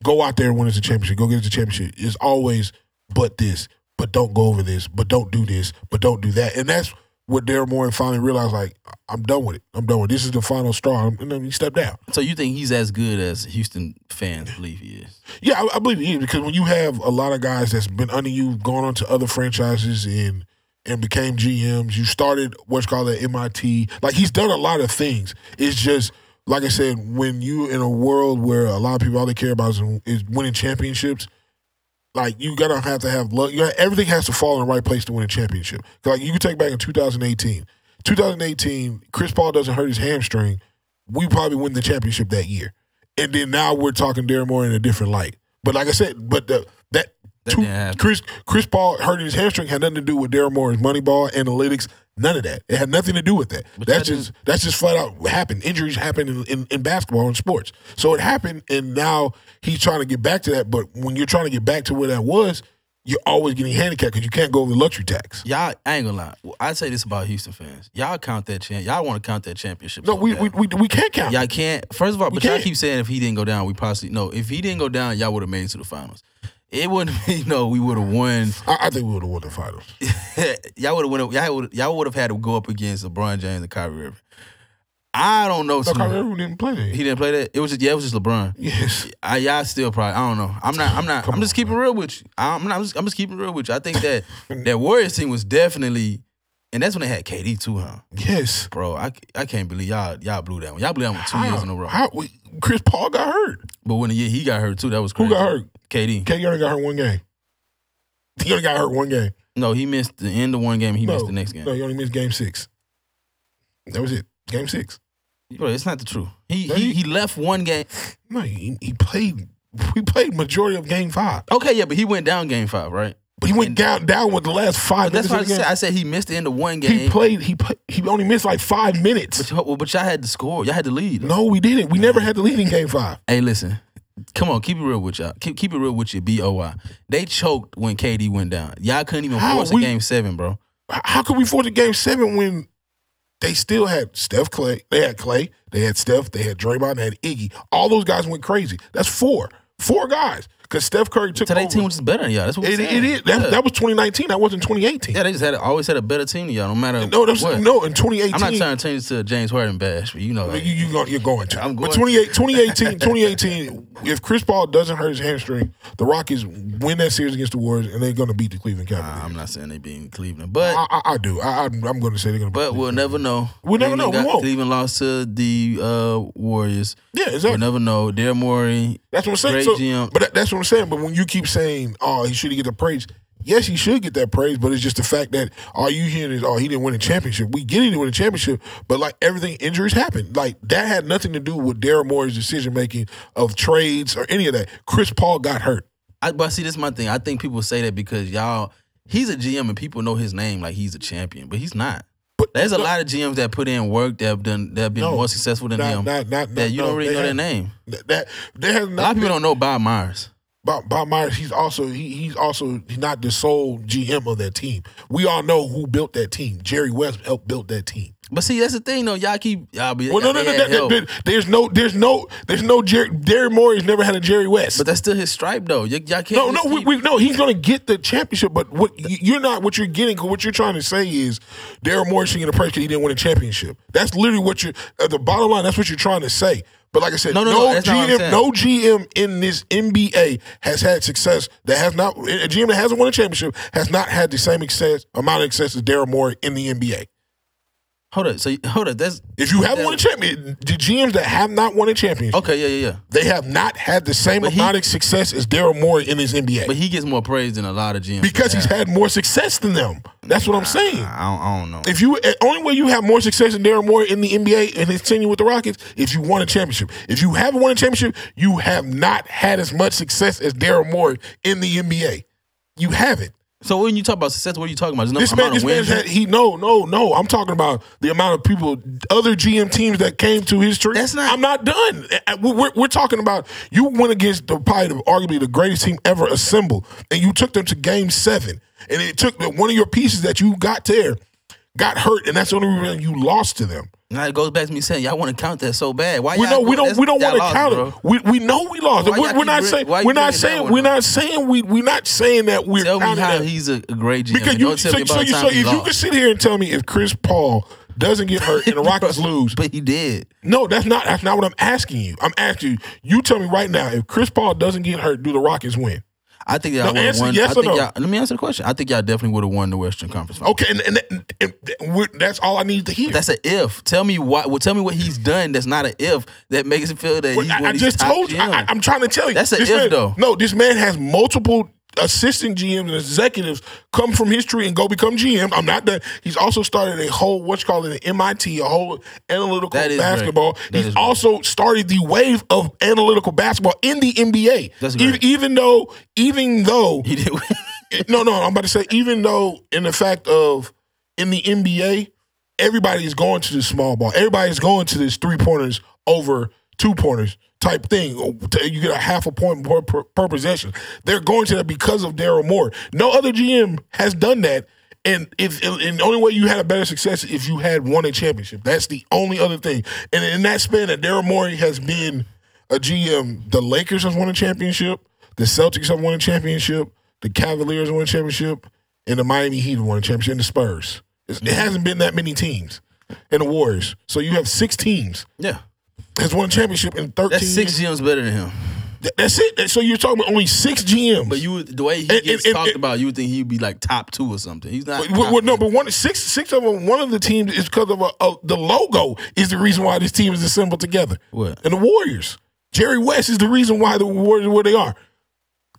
Speaker 1: go out there and win us a championship. Go get us a championship. It's always but this, but don't go over this, but don't do this, but don't do that. And that's what Daryl Moore finally realized. Like I'm done with it. I'm done with it. This is the final straw. And then he stepped down.
Speaker 2: So you think he's as good as Houston fans believe he is?
Speaker 1: Yeah, I, I believe he is because when you have a lot of guys that's been under you, gone on to other franchises and and became GMs, you started what's called at MIT. Like he's done a lot of things. It's just like I said, when you in a world where a lot of people all they care about is, is winning championships, like you gotta have to have luck. You gotta, everything has to fall in the right place to win a championship. 'Cause, Like you can take back in 2018. 2018, Chris Paul doesn't hurt his hamstring. We probably win the championship that year. And then now we're talking Darren Moore in a different light. But like I said, but the, that,
Speaker 2: That
Speaker 1: two,
Speaker 2: didn't happen.
Speaker 1: Chris Chris Paul hurting his hamstring had nothing to do with Darren Moore's money ball analytics. None of that. It had nothing to do with that.
Speaker 2: But
Speaker 1: that's
Speaker 2: that
Speaker 1: just that's just flat out happened. Injuries happen in, in, in basketball and sports. So it happened, and now he's trying to get back to that. But when you're trying to get back to where that was, you're always getting handicapped because you can't go over the luxury tax.
Speaker 2: Y'all, I ain't gonna lie. Well, I say this about Houston fans. Y'all count that champ. Y'all want to count that championship.
Speaker 1: No,
Speaker 2: so
Speaker 1: we
Speaker 2: bad.
Speaker 1: we, we, we can't count.
Speaker 2: Y'all can't. First of all, but y'all
Speaker 1: can't.
Speaker 2: keep saying if he didn't go down, we possibly no. If he didn't go down, y'all would have made it to the finals. It wouldn't be no. We would have won.
Speaker 1: I, I think we would have won the finals.
Speaker 2: y'all would have won. Y'all would. Y'all would have had to go up against LeBron James and Kyrie Irving. I don't know.
Speaker 1: No,
Speaker 2: T-Mac.
Speaker 1: Kyrie Irving didn't play that.
Speaker 2: He didn't play that. It was just yeah. It was just LeBron.
Speaker 1: yes.
Speaker 2: I, y'all still probably. I don't know. I'm not. I'm not.
Speaker 1: Come
Speaker 2: I'm just
Speaker 1: on,
Speaker 2: keeping real with you. I'm not. I'm just, I'm just keeping real with you. I think that that Warriors team was definitely, and that's when they had KD too, huh?
Speaker 1: Yes.
Speaker 2: Bro, I, I can't believe y'all y'all blew that one. Y'all blew that one two years in a row.
Speaker 1: How, how- we- Chris Paul got hurt.
Speaker 2: But when the year he got hurt too, that was
Speaker 1: Who
Speaker 2: crazy.
Speaker 1: got hurt?
Speaker 2: KD.
Speaker 1: KD only got hurt one game. He only got hurt one game.
Speaker 2: No, he missed the end of one game. He
Speaker 1: no,
Speaker 2: missed the next game.
Speaker 1: No, he only missed game six. That was it. Game six.
Speaker 2: Bro, it's not the truth. He,
Speaker 1: No,
Speaker 2: he
Speaker 1: he-
Speaker 2: he left one game.
Speaker 1: No, he, he played. We played majority of game five,
Speaker 2: Okay, yeah, but he went down game five, right?
Speaker 1: but he went down down with the last five
Speaker 2: But that's
Speaker 1: minutes.
Speaker 2: why I
Speaker 1: of the
Speaker 2: said
Speaker 1: game.
Speaker 2: I said he missed the end of one
Speaker 1: He
Speaker 2: game.
Speaker 1: played. He play, he only missed like five minutes.
Speaker 2: But y'all, but y'all had to score. Y'all had to lead.
Speaker 1: no, we didn't. We never had the lead in game five.
Speaker 2: Hey, listen. Come on, keep it real with y'all. Keep, keep it real with your BOI. They choked when KD went down. Y'all couldn't even
Speaker 1: How
Speaker 2: force
Speaker 1: we-
Speaker 2: a game seven, bro.
Speaker 1: H- How could we force a game seven when they still had Steph Clay? They had Clay. They had Steph. They had Draymond. They had Iggy. All those guys went crazy. That's four. Four guys. Because Steph Curry took
Speaker 2: Today
Speaker 1: over.
Speaker 2: team was just better than y'all. That's what we're
Speaker 1: It,
Speaker 2: saying.
Speaker 1: it is. That,
Speaker 2: yeah.
Speaker 1: that was 2019. That wasn't 2018.
Speaker 2: Yeah, they just had always had a better team than y'all, no matter
Speaker 1: No, that's,
Speaker 2: what.
Speaker 1: no. In 2018,
Speaker 2: I'm not trying to change this to a James Harden bash, but you know,
Speaker 1: But
Speaker 2: like,
Speaker 1: you, you go, you're going to.
Speaker 2: I'm
Speaker 1: But
Speaker 2: going
Speaker 1: 28, 2018, 2018, if Chris Paul doesn't hurt his hamstring, the Rockets win that series against the Warriors, and they're going to beat the Cleveland Cavaliers.
Speaker 2: I'm not saying they beating Cleveland, but
Speaker 1: I, I, I do. I, I'm, I'm going to say they're going to.
Speaker 2: but we'll never know.
Speaker 1: We'll never know.
Speaker 2: Cleveland
Speaker 1: We won't.
Speaker 2: Cleveland lost to the uh, Warriors.
Speaker 1: yeah,
Speaker 2: We'll
Speaker 1: exactly.
Speaker 2: never know. Daryl Morey,
Speaker 1: That's what I'm saying.
Speaker 2: Great
Speaker 1: So,
Speaker 2: GM.
Speaker 1: But that, that's what I'm saying. But when you keep saying, "Oh, he should get the praise," yes, he should get that praise. But it's just the fact that all you hearing is, "Oh, he didn't win a championship." We get he didn't win a championship, but like everything, injuries happen. Like that had nothing to do with Daryl Morey's decision making of trades or any of that. Chris Paul got hurt.
Speaker 2: I, but see, this is my thing. I think people say that because y'all, he's a GM and people know his name like he's a champion, but he's not.
Speaker 1: But
Speaker 2: There's a
Speaker 1: no,
Speaker 2: lot of GMs that put in work that have done that have been
Speaker 1: No.
Speaker 2: more successful than
Speaker 1: Not,
Speaker 2: him.
Speaker 1: not, not,
Speaker 2: that you
Speaker 1: no,
Speaker 2: don't really
Speaker 1: they
Speaker 2: know their
Speaker 1: had-
Speaker 2: name.
Speaker 1: That, that there has
Speaker 2: A lot
Speaker 1: not
Speaker 2: of people
Speaker 1: been,
Speaker 2: don't know Bob Myers.
Speaker 1: Bob, Bob Myers. He's also he, he's also not the sole GM of that team. We all know who built that team. Jerry West helped build that team.
Speaker 2: But see, that's the thing though. Y'all keep y'all be.
Speaker 1: Well, no, no,
Speaker 2: they
Speaker 1: no.
Speaker 2: had
Speaker 1: that- that-
Speaker 2: help.
Speaker 1: that- there's no, there's no, there's no. Jerry, Derry Morey's never had a Jerry West.
Speaker 2: But that's still his stripe, though. Y- y'all can't.
Speaker 1: no,
Speaker 2: just
Speaker 1: no, we,
Speaker 2: keep-
Speaker 1: we, no. He's gonna get the championship, but what you- you're not, what you're getting, 'cause what you're trying to say is uh, Derry Morey should get a praise because he didn't win a championship. That's literally what you're. At the bottom line, that's what you're trying to say. But like I said,
Speaker 2: No,
Speaker 1: no,
Speaker 2: no, no, that's not what
Speaker 1: GM,
Speaker 2: I'm saying.
Speaker 1: no GM in this NBA has had success that has not a GM that hasn't won a championship has not had the same excess amount of success as Daryl Morey in the NBA.
Speaker 2: Hold up. So you- hold up. That's
Speaker 1: If you haven't won a championship, the GMs that have not won a championship,
Speaker 2: okay. Yeah, yeah, yeah.
Speaker 1: they have not had the same
Speaker 2: But he-
Speaker 1: amount of success as Daryl Morey in this NBA
Speaker 2: But he gets more praise than a lot of GMs.
Speaker 1: because he's had more success than them. That's what I'm saying.
Speaker 2: I don't, I don't know.
Speaker 1: If you eh, only way you have more success than Daryl Morey in the NBA and his tenure with the Rockets is you won a championship. If you haven't won a championship, you have not had as much success as Daryl Morey in the NBA. You haven't.
Speaker 2: So when you talk about success, what are you talking about? Just
Speaker 1: This
Speaker 2: number-
Speaker 1: man, this
Speaker 2: amount
Speaker 1: man's
Speaker 2: of
Speaker 1: had,
Speaker 2: wins?
Speaker 1: he no, no, no. I'm talking about the amount of people, other GM teams that came to his tree.
Speaker 2: That's not-
Speaker 1: I'm not done. Eh, eh, We're, we're- we're talking about you went against the probably the, arguably the greatest team ever assembled, and you took them to Game Seven, and it took the, one of your pieces that you got there got hurt, and that's the only reason you lost to them.
Speaker 2: now it goes back to me saying y'all want to count that so bad. Why
Speaker 1: We
Speaker 2: y'all
Speaker 1: know we
Speaker 2: doing-
Speaker 1: don't
Speaker 2: that's-
Speaker 1: we don't
Speaker 2: y'all
Speaker 1: want to
Speaker 2: lost,
Speaker 1: count
Speaker 2: bro.
Speaker 1: it. We, we know we lost.
Speaker 2: Why
Speaker 1: We're,
Speaker 2: y'all
Speaker 1: we're
Speaker 2: keep
Speaker 1: not
Speaker 2: bring-
Speaker 1: saying
Speaker 2: why you
Speaker 1: we're not
Speaker 2: bringing that
Speaker 1: saying
Speaker 2: one
Speaker 1: we're
Speaker 2: up?
Speaker 1: not saying we we're not saying that we're
Speaker 2: Tell me
Speaker 1: counting
Speaker 2: how
Speaker 1: that.
Speaker 2: he's a, a great GM.
Speaker 1: Because
Speaker 2: and
Speaker 1: you
Speaker 2: don't tell
Speaker 1: so,
Speaker 2: me
Speaker 1: so,
Speaker 2: about
Speaker 1: you-
Speaker 2: the
Speaker 1: so
Speaker 2: time he
Speaker 1: if you
Speaker 2: lost.
Speaker 1: can sit here and tell me if Chris Paul doesn't get hurt and the Rockets lose,
Speaker 2: but he did.
Speaker 1: no, that's not that's not what I'm asking you. I'm asking you. You tell me right now if Chris Paul doesn't get hurt, do the Rockets win?
Speaker 2: I think y'all
Speaker 1: No,
Speaker 2: would have
Speaker 1: answer
Speaker 2: won.
Speaker 1: yes
Speaker 2: I
Speaker 1: or
Speaker 2: think
Speaker 1: no. Oh,
Speaker 2: y'all, let me answer the question. I think y'all definitely would have won the Western Conference. Finals.
Speaker 1: Okay, and, and, that- and we're- that's all I need to hear.
Speaker 2: That's an if. Tell me why. Well, tell me what he's done. That's not an if. That makes it feel that
Speaker 1: Well,
Speaker 2: he's
Speaker 1: I,
Speaker 2: one
Speaker 1: I
Speaker 2: of these
Speaker 1: just
Speaker 2: top
Speaker 1: told you. I,
Speaker 2: GMs.
Speaker 1: am trying to tell you.
Speaker 2: That's a
Speaker 1: this
Speaker 2: if,
Speaker 1: man-
Speaker 2: though.
Speaker 1: No, this man has multiple assistant GMs and executives come from his tree and go become GM. I'm not done. He's also started a whole what's called an MIT, a whole analytical
Speaker 2: That is great.
Speaker 1: basketball.
Speaker 2: That is
Speaker 1: He's
Speaker 2: great.
Speaker 1: also started the wave of analytical basketball in the NBA.
Speaker 2: That's
Speaker 1: E-
Speaker 2: great.
Speaker 1: even though, even though,
Speaker 2: he did.
Speaker 1: no, no, I'm about to say, even though in the fact of in the NBA, everybody is going to this small ball. Everybody's going to this three pointers over two pointers type thing. You get a half a point per, per, per possession. They're going to that because of Daryl Moore. No other GM has done that. And if and the only way you had a better success is if you had won a championship. That's the only other thing. And in that span that Daryl Morey has been a GM, the Lakers have won a championship, the Celtics have won a championship, the Cavaliers won a championship, and the Miami Heat won a championship, and the Spurs. It's- It hasn't been that many teams, and the Warriors. So you have six teams
Speaker 2: yeah,
Speaker 1: has won a championship in thirteen.
Speaker 2: that's six GMs better than him.
Speaker 1: Th- That's it. That- So you're talking about only six GMs.
Speaker 2: But you, would- the way he
Speaker 1: And-
Speaker 2: gets
Speaker 1: and-
Speaker 2: talked
Speaker 1: and-
Speaker 2: about, you would think he'd be like top two or something. He's not.
Speaker 1: Well, well, no, but one six six of them. One of the teams is because of a, a, the logo is the reason why this team is assembled together.
Speaker 2: What?
Speaker 1: And the Warriors, Jerry West is the reason why the Warriors are where they are.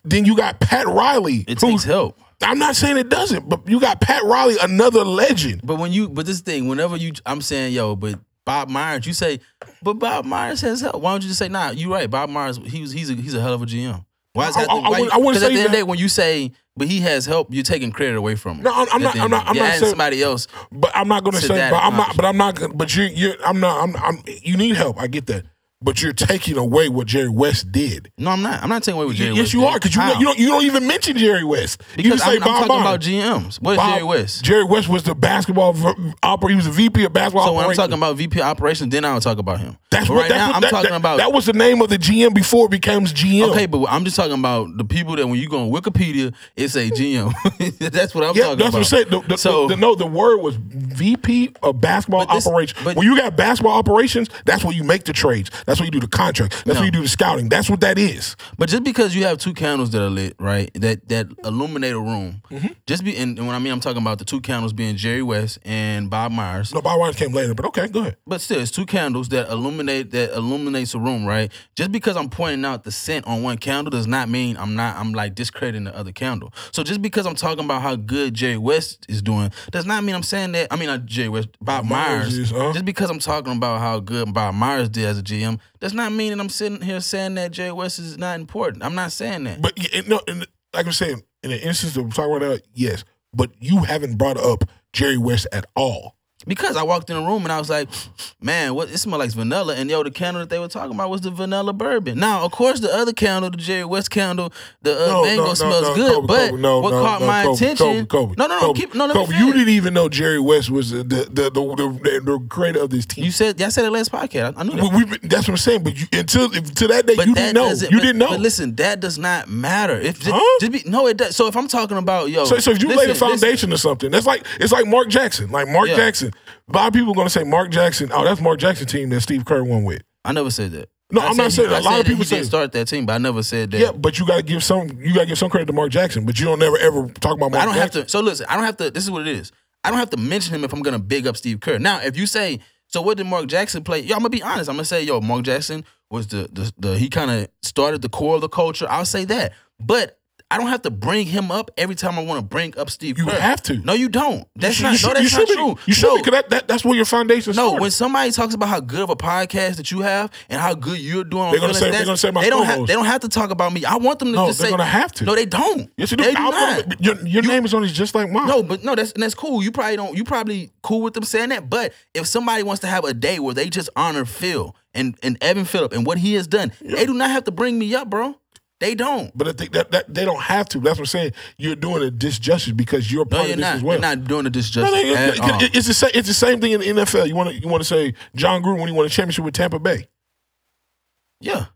Speaker 1: Then you got Pat Riley. who's-
Speaker 2: it takes help.
Speaker 1: I'm not saying it doesn't, but you got Pat Riley, another legend.
Speaker 2: But when you, but this thing, whenever you, I'm saying, yo, but Bob Myers, you say, but Bob Myers has help. Why don't you just say, nah, you're right. Bob Myers, he was, he's a, he's a hell of a GM. Why is
Speaker 1: I-
Speaker 2: that?
Speaker 1: I- I
Speaker 2: why you-
Speaker 1: wouldn't- I wouldn't
Speaker 2: 'cause at
Speaker 1: say
Speaker 2: the end of the
Speaker 1: that-
Speaker 2: day, when you say, but he has help, you're taking credit away from him.
Speaker 1: No, I'm- I'm
Speaker 2: At
Speaker 1: not-
Speaker 2: the end
Speaker 1: I'm
Speaker 2: of
Speaker 1: not-
Speaker 2: the day.
Speaker 1: I'm
Speaker 2: You're
Speaker 1: not
Speaker 2: adding
Speaker 1: saying-
Speaker 2: somebody else.
Speaker 1: But I'm not going to
Speaker 2: To
Speaker 1: say.
Speaker 2: that
Speaker 1: But I'm not. But I'm not. gonna- But you. You. I'm not. I'm. I'm. You need help. I get that. But you're taking away what Jerry West did.
Speaker 2: No, I'm not. I'm not taking away with Jerry.
Speaker 1: yes,
Speaker 2: West
Speaker 1: you
Speaker 2: did.
Speaker 1: are because you,
Speaker 2: How?
Speaker 1: you don't. You don't even mention Jerry West. you
Speaker 2: Because
Speaker 1: just say
Speaker 2: I'm, I'm
Speaker 1: Bob
Speaker 2: talking
Speaker 1: Myers.
Speaker 2: about GMs. Where's
Speaker 1: Bob-
Speaker 2: Jerry West?
Speaker 1: Jerry West was the basketball v- opera. He was a VP of basketball.
Speaker 2: So when I'm
Speaker 1: operations.
Speaker 2: talking about VP operations, then I would talk about him.
Speaker 1: that's
Speaker 2: But
Speaker 1: what,
Speaker 2: right
Speaker 1: that's
Speaker 2: now
Speaker 1: what,
Speaker 2: I'm
Speaker 1: that,
Speaker 2: talking
Speaker 1: that-
Speaker 2: about.
Speaker 1: that was the name of the GM before it became GM.
Speaker 2: okay, but I'm just talking about the people that when you go on Wikipedia, it say GM. that's what I'm
Speaker 1: Yeah,
Speaker 2: talking
Speaker 1: that's
Speaker 2: about.
Speaker 1: what I'm saying. The, the-
Speaker 2: so
Speaker 1: the- no, the word was VP of basketball
Speaker 2: But this-
Speaker 1: operations.
Speaker 2: but-
Speaker 1: when you got basketball operations, that's where you make the trades. That's where you do the contract. That's where you do the scouting. That's what that is.
Speaker 2: But just because you have two candles that are lit, right? That that illuminate a room.
Speaker 1: Mm-hmm.
Speaker 2: Just be and, and when I mean I'm talking about the two candles being Jerry West and Bob Myers.
Speaker 1: No, Bob Ryan came later, but okay, go ahead.
Speaker 2: But still, it's two candles that illuminate that illuminates a room, right? Just because I'm pointing out the scent on one candle does not mean I'm not I'm like discrediting the other candle. So just because I'm talking about how good Jerry West is doing does not mean I'm saying that. I mean, not Jerry West, Bob
Speaker 1: Myers
Speaker 2: Myers.
Speaker 1: is, huh?
Speaker 2: Just because I'm talking about how good Bob Myers did as a GM does not mean that I'm sitting here saying that Jerry West is not important. I'm not saying that.
Speaker 1: But yeah, no, and like I'm saying, in the instance of talking about that, yes, but you haven't brought up Jerry West at all.
Speaker 2: Because I walked in the room and I was like, man, what it smell like vanilla. And yo, the candle that they were talking about was the vanilla bourbon. Now, of course, the other candle, the Jerry West candle, the uh,
Speaker 1: No,
Speaker 2: mango
Speaker 1: no, no,
Speaker 2: smells
Speaker 1: no,
Speaker 2: good.
Speaker 1: Kobe,
Speaker 2: but
Speaker 1: Kobe, no,
Speaker 2: what
Speaker 1: no,
Speaker 2: caught
Speaker 1: no,
Speaker 2: my
Speaker 1: Kobe, Kobe,
Speaker 2: attention?
Speaker 1: Kobe,
Speaker 2: no, no, no.
Speaker 1: Kobe,
Speaker 2: keep no. Let me
Speaker 1: Kobe, you
Speaker 2: finish.
Speaker 1: didn't even know Jerry West was the the the, the, the, the creator of this team.
Speaker 2: You said y'all said it last podcast. I, I knew that.
Speaker 1: we, we, that's what I'm saying. But you, until if, to that day,
Speaker 2: But
Speaker 1: you
Speaker 2: that
Speaker 1: didn't know.
Speaker 2: doesn't-
Speaker 1: You
Speaker 2: but-
Speaker 1: didn't know.
Speaker 2: But listen, that does not matter. If just,
Speaker 1: Huh?
Speaker 2: just be, no, it does. So if I'm talking about yo,
Speaker 1: So, so if you
Speaker 2: listen,
Speaker 1: lay the
Speaker 2: listen,
Speaker 1: foundation or something, that's like it's like Mark Jackson. Like Mark
Speaker 2: Yeah.
Speaker 1: Jackson, a lot of people are gonna say Mark Jackson. Oh, that's Mark Jackson team that Steve Kerr won with.
Speaker 2: I never said that.
Speaker 1: No, I'm not saying
Speaker 2: I
Speaker 1: that. A lot of
Speaker 2: said that
Speaker 1: people
Speaker 2: he
Speaker 1: say.
Speaker 2: didn't start that team, but I never said that.
Speaker 1: Yeah, but you gotta give some. You gotta give some credit to Mark Jackson. But you don't never ever talk about Mark.
Speaker 2: I don't have
Speaker 1: Jackson.
Speaker 2: to. So listen, I don't have to. This is what it is. I don't have to mention him if I'm gonna big up Steve Kerr. Now, if you say, so what did Mark Jackson play? Yo, I'm gonna be honest. I'm gonna say, yo, Mark Jackson was the the, the he kind of started the core of the culture. I'll say that, but. I don't have to bring him up every time I want to bring up Steve.
Speaker 1: You
Speaker 2: Kerr.
Speaker 1: have to.
Speaker 2: No, you don't. That's
Speaker 1: You
Speaker 2: not.
Speaker 1: should-
Speaker 2: no,
Speaker 1: you
Speaker 2: that's
Speaker 1: should
Speaker 2: not
Speaker 1: be.
Speaker 2: true.
Speaker 1: You should
Speaker 2: no,
Speaker 1: because that, that, that's where your foundation
Speaker 2: No,
Speaker 1: started.
Speaker 2: when somebody talks about how good of a podcast that you have and how good you're doing, on
Speaker 1: They're gonna
Speaker 2: Fearless,
Speaker 1: say-
Speaker 2: that's-
Speaker 1: they're gonna say my
Speaker 2: they don't have
Speaker 1: co-host.
Speaker 2: they don't have to talk about me. I want them to
Speaker 1: No,
Speaker 2: just
Speaker 1: they're
Speaker 2: say
Speaker 1: gonna have to.
Speaker 2: No, they don't.
Speaker 1: yes, you do.
Speaker 2: They do
Speaker 1: I'll-
Speaker 2: not.
Speaker 1: Your, your name is on it just like mine.
Speaker 2: No, but no, that's and that's cool. You probably don't. You probably cool with them saying that. But if somebody wants to have a day where they just honor Phil and and Evan Phillip and what he has done, they do not have to bring me up, bro. They don't.
Speaker 1: But I think that, that they don't have to. That's what I'm saying. You're doing a disjustice because you're
Speaker 2: No,
Speaker 1: part
Speaker 2: you're
Speaker 1: of this
Speaker 2: not.
Speaker 1: as well.
Speaker 2: You're not doing a disjustice.
Speaker 1: No, no, it-
Speaker 2: at all.
Speaker 1: it- it's the same. It's the same thing in the NFL. You want to you want to say John Gruden when he won a championship with Tampa Bay.
Speaker 2: yeah,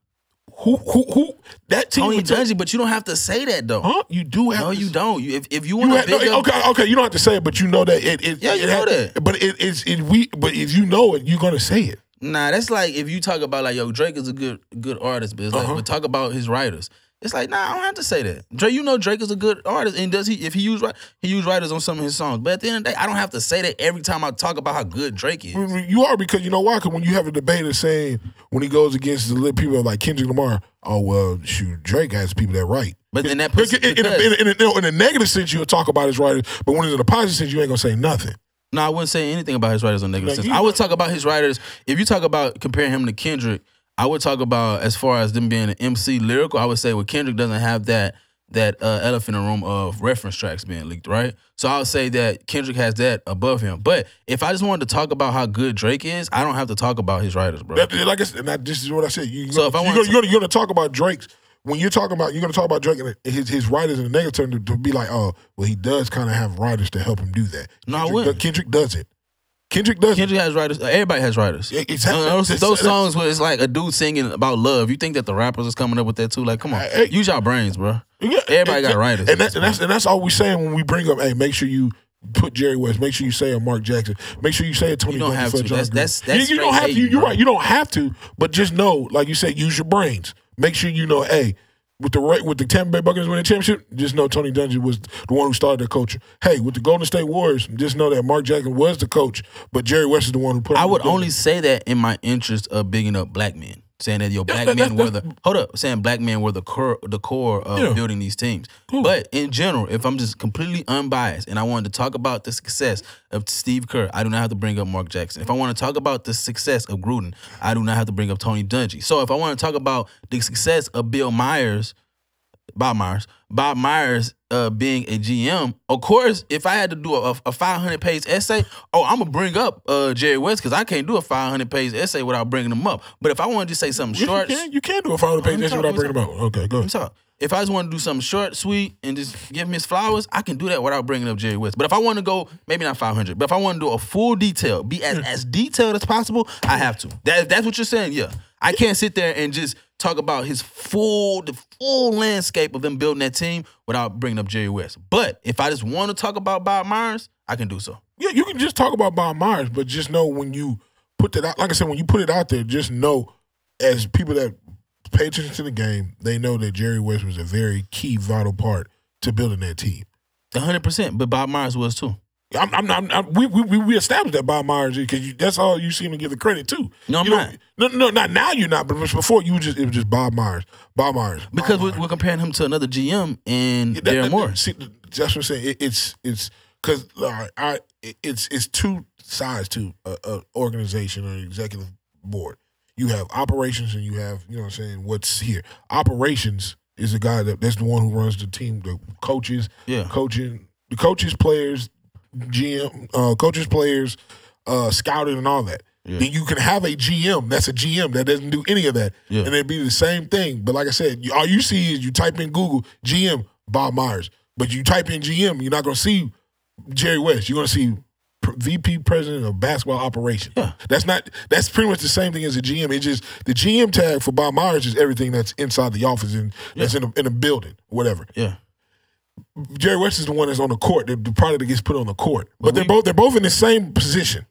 Speaker 1: Who who who? That team.
Speaker 2: Tony
Speaker 1: would take-
Speaker 2: Dungy, but you don't have to say that though.
Speaker 1: huh? You do have.
Speaker 2: Oh, No,
Speaker 1: to
Speaker 2: you
Speaker 1: say-
Speaker 2: don't. You, if if you
Speaker 1: You
Speaker 2: want
Speaker 1: had,
Speaker 2: to big
Speaker 1: no,
Speaker 2: up
Speaker 1: okay, okay. You don't have to say it, but you know that it. it
Speaker 2: Yeah, you
Speaker 1: it
Speaker 2: know
Speaker 1: had-
Speaker 2: that.
Speaker 1: But it, it's it. We. But if you know it, you're gonna say it.
Speaker 2: Nah, that's like if you talk about like yo, Drake is a good good artist, but it's like
Speaker 1: Uh-huh.
Speaker 2: but talk about his writers. It's like nah, I don't have to say that. Drake, you know Drake is a good artist, and does he if he use wri- he use writers on some of his songs? But at the end of the day, I don't have to say that every time I talk about how good Drake is.
Speaker 1: You are because you know why? Because when you have a debate and saying when he goes against the little people like Kendrick Lamar, oh well, shoot, Drake has people that right.
Speaker 2: But then that
Speaker 1: Because
Speaker 2: puts
Speaker 1: in, in, a- in,
Speaker 2: because,
Speaker 1: a- in, a- no, in a negative sense, you'll talk about his writers, but when it's in a positive sense, you ain't gonna say nothing.
Speaker 2: no, I wouldn't say anything about his writers on negative
Speaker 1: Like,
Speaker 2: sense.
Speaker 1: you-
Speaker 2: I would talk about his writers. If you talk about comparing him to Kendrick, I would talk about as far as them being an MC lyrical. I would say well Kendrick doesn't have that that uh, elephant in the room of reference tracks being leaked, right? So I would say that Kendrick has that above him. But if I just wanted to talk about how good Drake is, I don't have to talk about his writers, bro.
Speaker 1: That, like I said, and that, this is what I said. You,
Speaker 2: So if I
Speaker 1: you're,
Speaker 2: wanna
Speaker 1: gonna,
Speaker 2: t-
Speaker 1: you're, gonna, you're gonna talk about Drake's when you're talking about you're gonna talk about Drake and his his writers in the negative term to, to be like, oh, well, he does kind of have writers to help him do that.
Speaker 2: No, I
Speaker 1: Kendrick,
Speaker 2: wouldn't.
Speaker 1: do- Kendrick does it. Kendrick does
Speaker 2: Kendrick has writers. uh, Everybody has writers.
Speaker 1: it. Exactly.
Speaker 2: Uh, those,
Speaker 1: That's-
Speaker 2: those
Speaker 1: that's-
Speaker 2: songs where it's like a dude singing about love. You think that the rappers is coming up with that too? Like, come on,
Speaker 1: Hey, hey.
Speaker 2: use y'all brains, bro.
Speaker 1: Yeah,
Speaker 2: Everybody got
Speaker 1: and-
Speaker 2: writers.
Speaker 1: and that's and that's and that's all we saying when we bring up. Hey, make sure you put Jerry West. Make sure you say a Mark Jackson. Make sure you say a Tony.
Speaker 2: You don't
Speaker 1: Dungy
Speaker 2: have
Speaker 1: for
Speaker 2: to.
Speaker 1: John
Speaker 2: That's-
Speaker 1: Gruden.
Speaker 2: that's- that's
Speaker 1: you, you don't
Speaker 2: straight
Speaker 1: have to.
Speaker 2: hating,
Speaker 1: You're
Speaker 2: bro.
Speaker 1: right. You don't have to. But just know, like you said, use your brains. Make sure you know. Hey, with the Ra- with the Tampa Bay Buccaneers winning the championship, just know Tony Dungy was the one who started the culture. Hey, with the Golden State Warriors, just know that Mark Jackson was the coach, but Jerry West is the one who put.
Speaker 2: I
Speaker 1: him
Speaker 2: would
Speaker 1: together.
Speaker 2: only say that in my interest of bigging up black men, saying that yo black
Speaker 1: that-
Speaker 2: men
Speaker 1: that-
Speaker 2: were the hold up, saying black men were the core the core of
Speaker 1: Yeah.
Speaker 2: building these teams. But in general, if I'm just completely unbiased and I wanted to talk about the success of Steve Kerr, I do not have to bring up Mark Jackson. If I want to talk about the success of Gruden, I do not have to bring up Tony Dungy. So if I want to talk about the success of Bill Myers, Bob Myers, Bob Myers uh, being a GM, of course, if I had to do a, a 500 page essay, oh, I'm gonna bring up uh, Jerry West because I can't do a 500 page essay without bringing him up. But if I want to just say something
Speaker 1: Yes,
Speaker 2: short,
Speaker 1: You can, you can do a final page
Speaker 2: I'm
Speaker 1: answer
Speaker 2: talking-
Speaker 1: without bringing him up. Okay, go.
Speaker 2: I'm
Speaker 1: ahead.
Speaker 2: sorry. If I just want to do something short, sweet, and just give him his flowers, I can do that without bringing up Jerry West. But if I want to go, maybe not 500, but if I want to do a full detail, be as, as detailed as possible, I have to. That, if that's what you're saying, yeah. I can't sit there and just talk about his full, the full landscape of them building that team without bringing up Jerry West. But if I just want to talk about Bob Myers, I can do so.
Speaker 1: Yeah, you can just talk about Bob Myers, but just know when you put that out, like I said, when you put it out there, just know as people that pay attention to the game, they know that Jerry West was a very key, vital part to building that team.
Speaker 2: 100%. But Bob Myers was too.
Speaker 1: I'm, I'm, I'm, I'm we, we we- we established that Bob Myers because that's all you seem to give the credit to.
Speaker 2: No, I'm
Speaker 1: You know-
Speaker 2: not.
Speaker 1: No, no, not now. You're not, but before you just it was just Bob Myers, Bob Myers. Bob
Speaker 2: Because
Speaker 1: Myers.
Speaker 2: we're, we're comparing him to another GM and
Speaker 1: Yeah, that-
Speaker 2: Darren
Speaker 1: that-
Speaker 2: Moore.
Speaker 1: See, that's what I'm saying. It, it's it's because I it- it's it's two sides to a, a organization or executive board. You have operations and you have you know what I'm saying what's here. Operations is the guy that that's the one who runs the team, the coaches,
Speaker 2: Yeah.
Speaker 1: coaching, the coaches, players, GM, uh, coaches, players, uh, scouting, and all that.
Speaker 2: Yeah.
Speaker 1: Then you can have a GM. That's a GM that doesn't do any of that,
Speaker 2: Yeah.
Speaker 1: and it'd be the same thing. But like I said, you, all you see is you type in Google GM Bob Myers, but you type in GM, you're not gonna see Jerry West. You're gonna see pr- VP President of Basketball Operations.
Speaker 2: Yeah.
Speaker 1: That's not. That's pretty much the same thing as a GM. It's just the GM tag for Bob Myers is everything that's inside the office and that's in a, in a building, whatever.
Speaker 2: Yeah.
Speaker 1: Jerry West is the one that's on the court, the, the product that gets put on the court. But,
Speaker 2: But
Speaker 1: they're
Speaker 2: we-
Speaker 1: both they're both in the same position.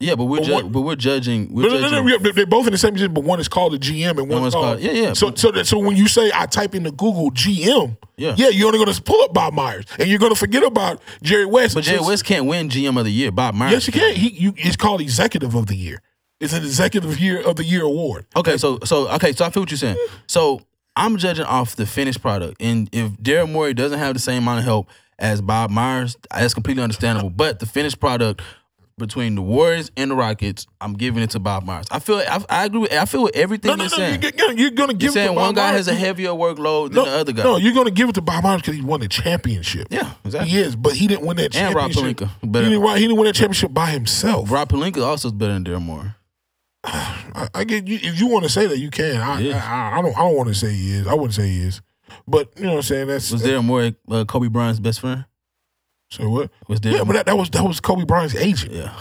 Speaker 2: Yeah, but we're
Speaker 1: But
Speaker 2: ju-
Speaker 1: what-
Speaker 2: but we're judging. We're
Speaker 1: No, no, no, no,
Speaker 2: judging.
Speaker 1: yeah, they- They're both in the same position, but one is called a GM and
Speaker 2: one's
Speaker 1: one's
Speaker 2: called-
Speaker 1: called
Speaker 2: yeah, yeah.
Speaker 1: So so that so when you say I type into Google GM,
Speaker 2: Yeah.
Speaker 1: yeah, you're only going to pull up Bob Myers and you're going to forget about Jerry West.
Speaker 2: But Jay West can't win GM of the year. Bob Myers.
Speaker 1: Yes, you can. He you it's called Executive of the Year. It's an Executive Year of the Year award.
Speaker 2: Okay, so so okay, so I feel what you're saying. So I'm judging off the finished product, and if Daryl Morey doesn't have the same amount of help as Bob Myers, that's completely understandable. But the finished product between the Warriors and the Rockets, I'm giving it to Bob Myers. I feel I, I agree. With, I feel with everything
Speaker 1: No, no,
Speaker 2: you're
Speaker 1: no.
Speaker 2: saying.
Speaker 1: You're, gonna- you're going to give
Speaker 2: You're
Speaker 1: it to
Speaker 2: saying
Speaker 1: Bob
Speaker 2: one guy
Speaker 1: Myers.
Speaker 2: has a heavier workload
Speaker 1: no,
Speaker 2: than the other guy.
Speaker 1: No, you're going to give it to Bob Myers because he won the championship.
Speaker 2: Yeah, exactly.
Speaker 1: He is, but he didn't win that
Speaker 2: And Rob
Speaker 1: championship.
Speaker 2: Pelinka,
Speaker 1: He
Speaker 2: better-
Speaker 1: didn't, win- he didn't win that championship by himself.
Speaker 2: Rob Pelinka also is better than Daryl Morey.
Speaker 1: I, I get you. If you want to say that, you can. I,
Speaker 2: Yeah.
Speaker 1: I, I, I don't. I don't want to say he is. I wouldn't say he is. But you know what I'm saying. That's
Speaker 2: Was Daryl Morey uh, Kobe Bryant's best friend?
Speaker 1: so what.
Speaker 2: Was Daryl?
Speaker 1: Yeah, but that, that was that was Kobe Bryant's agent.
Speaker 2: yeah,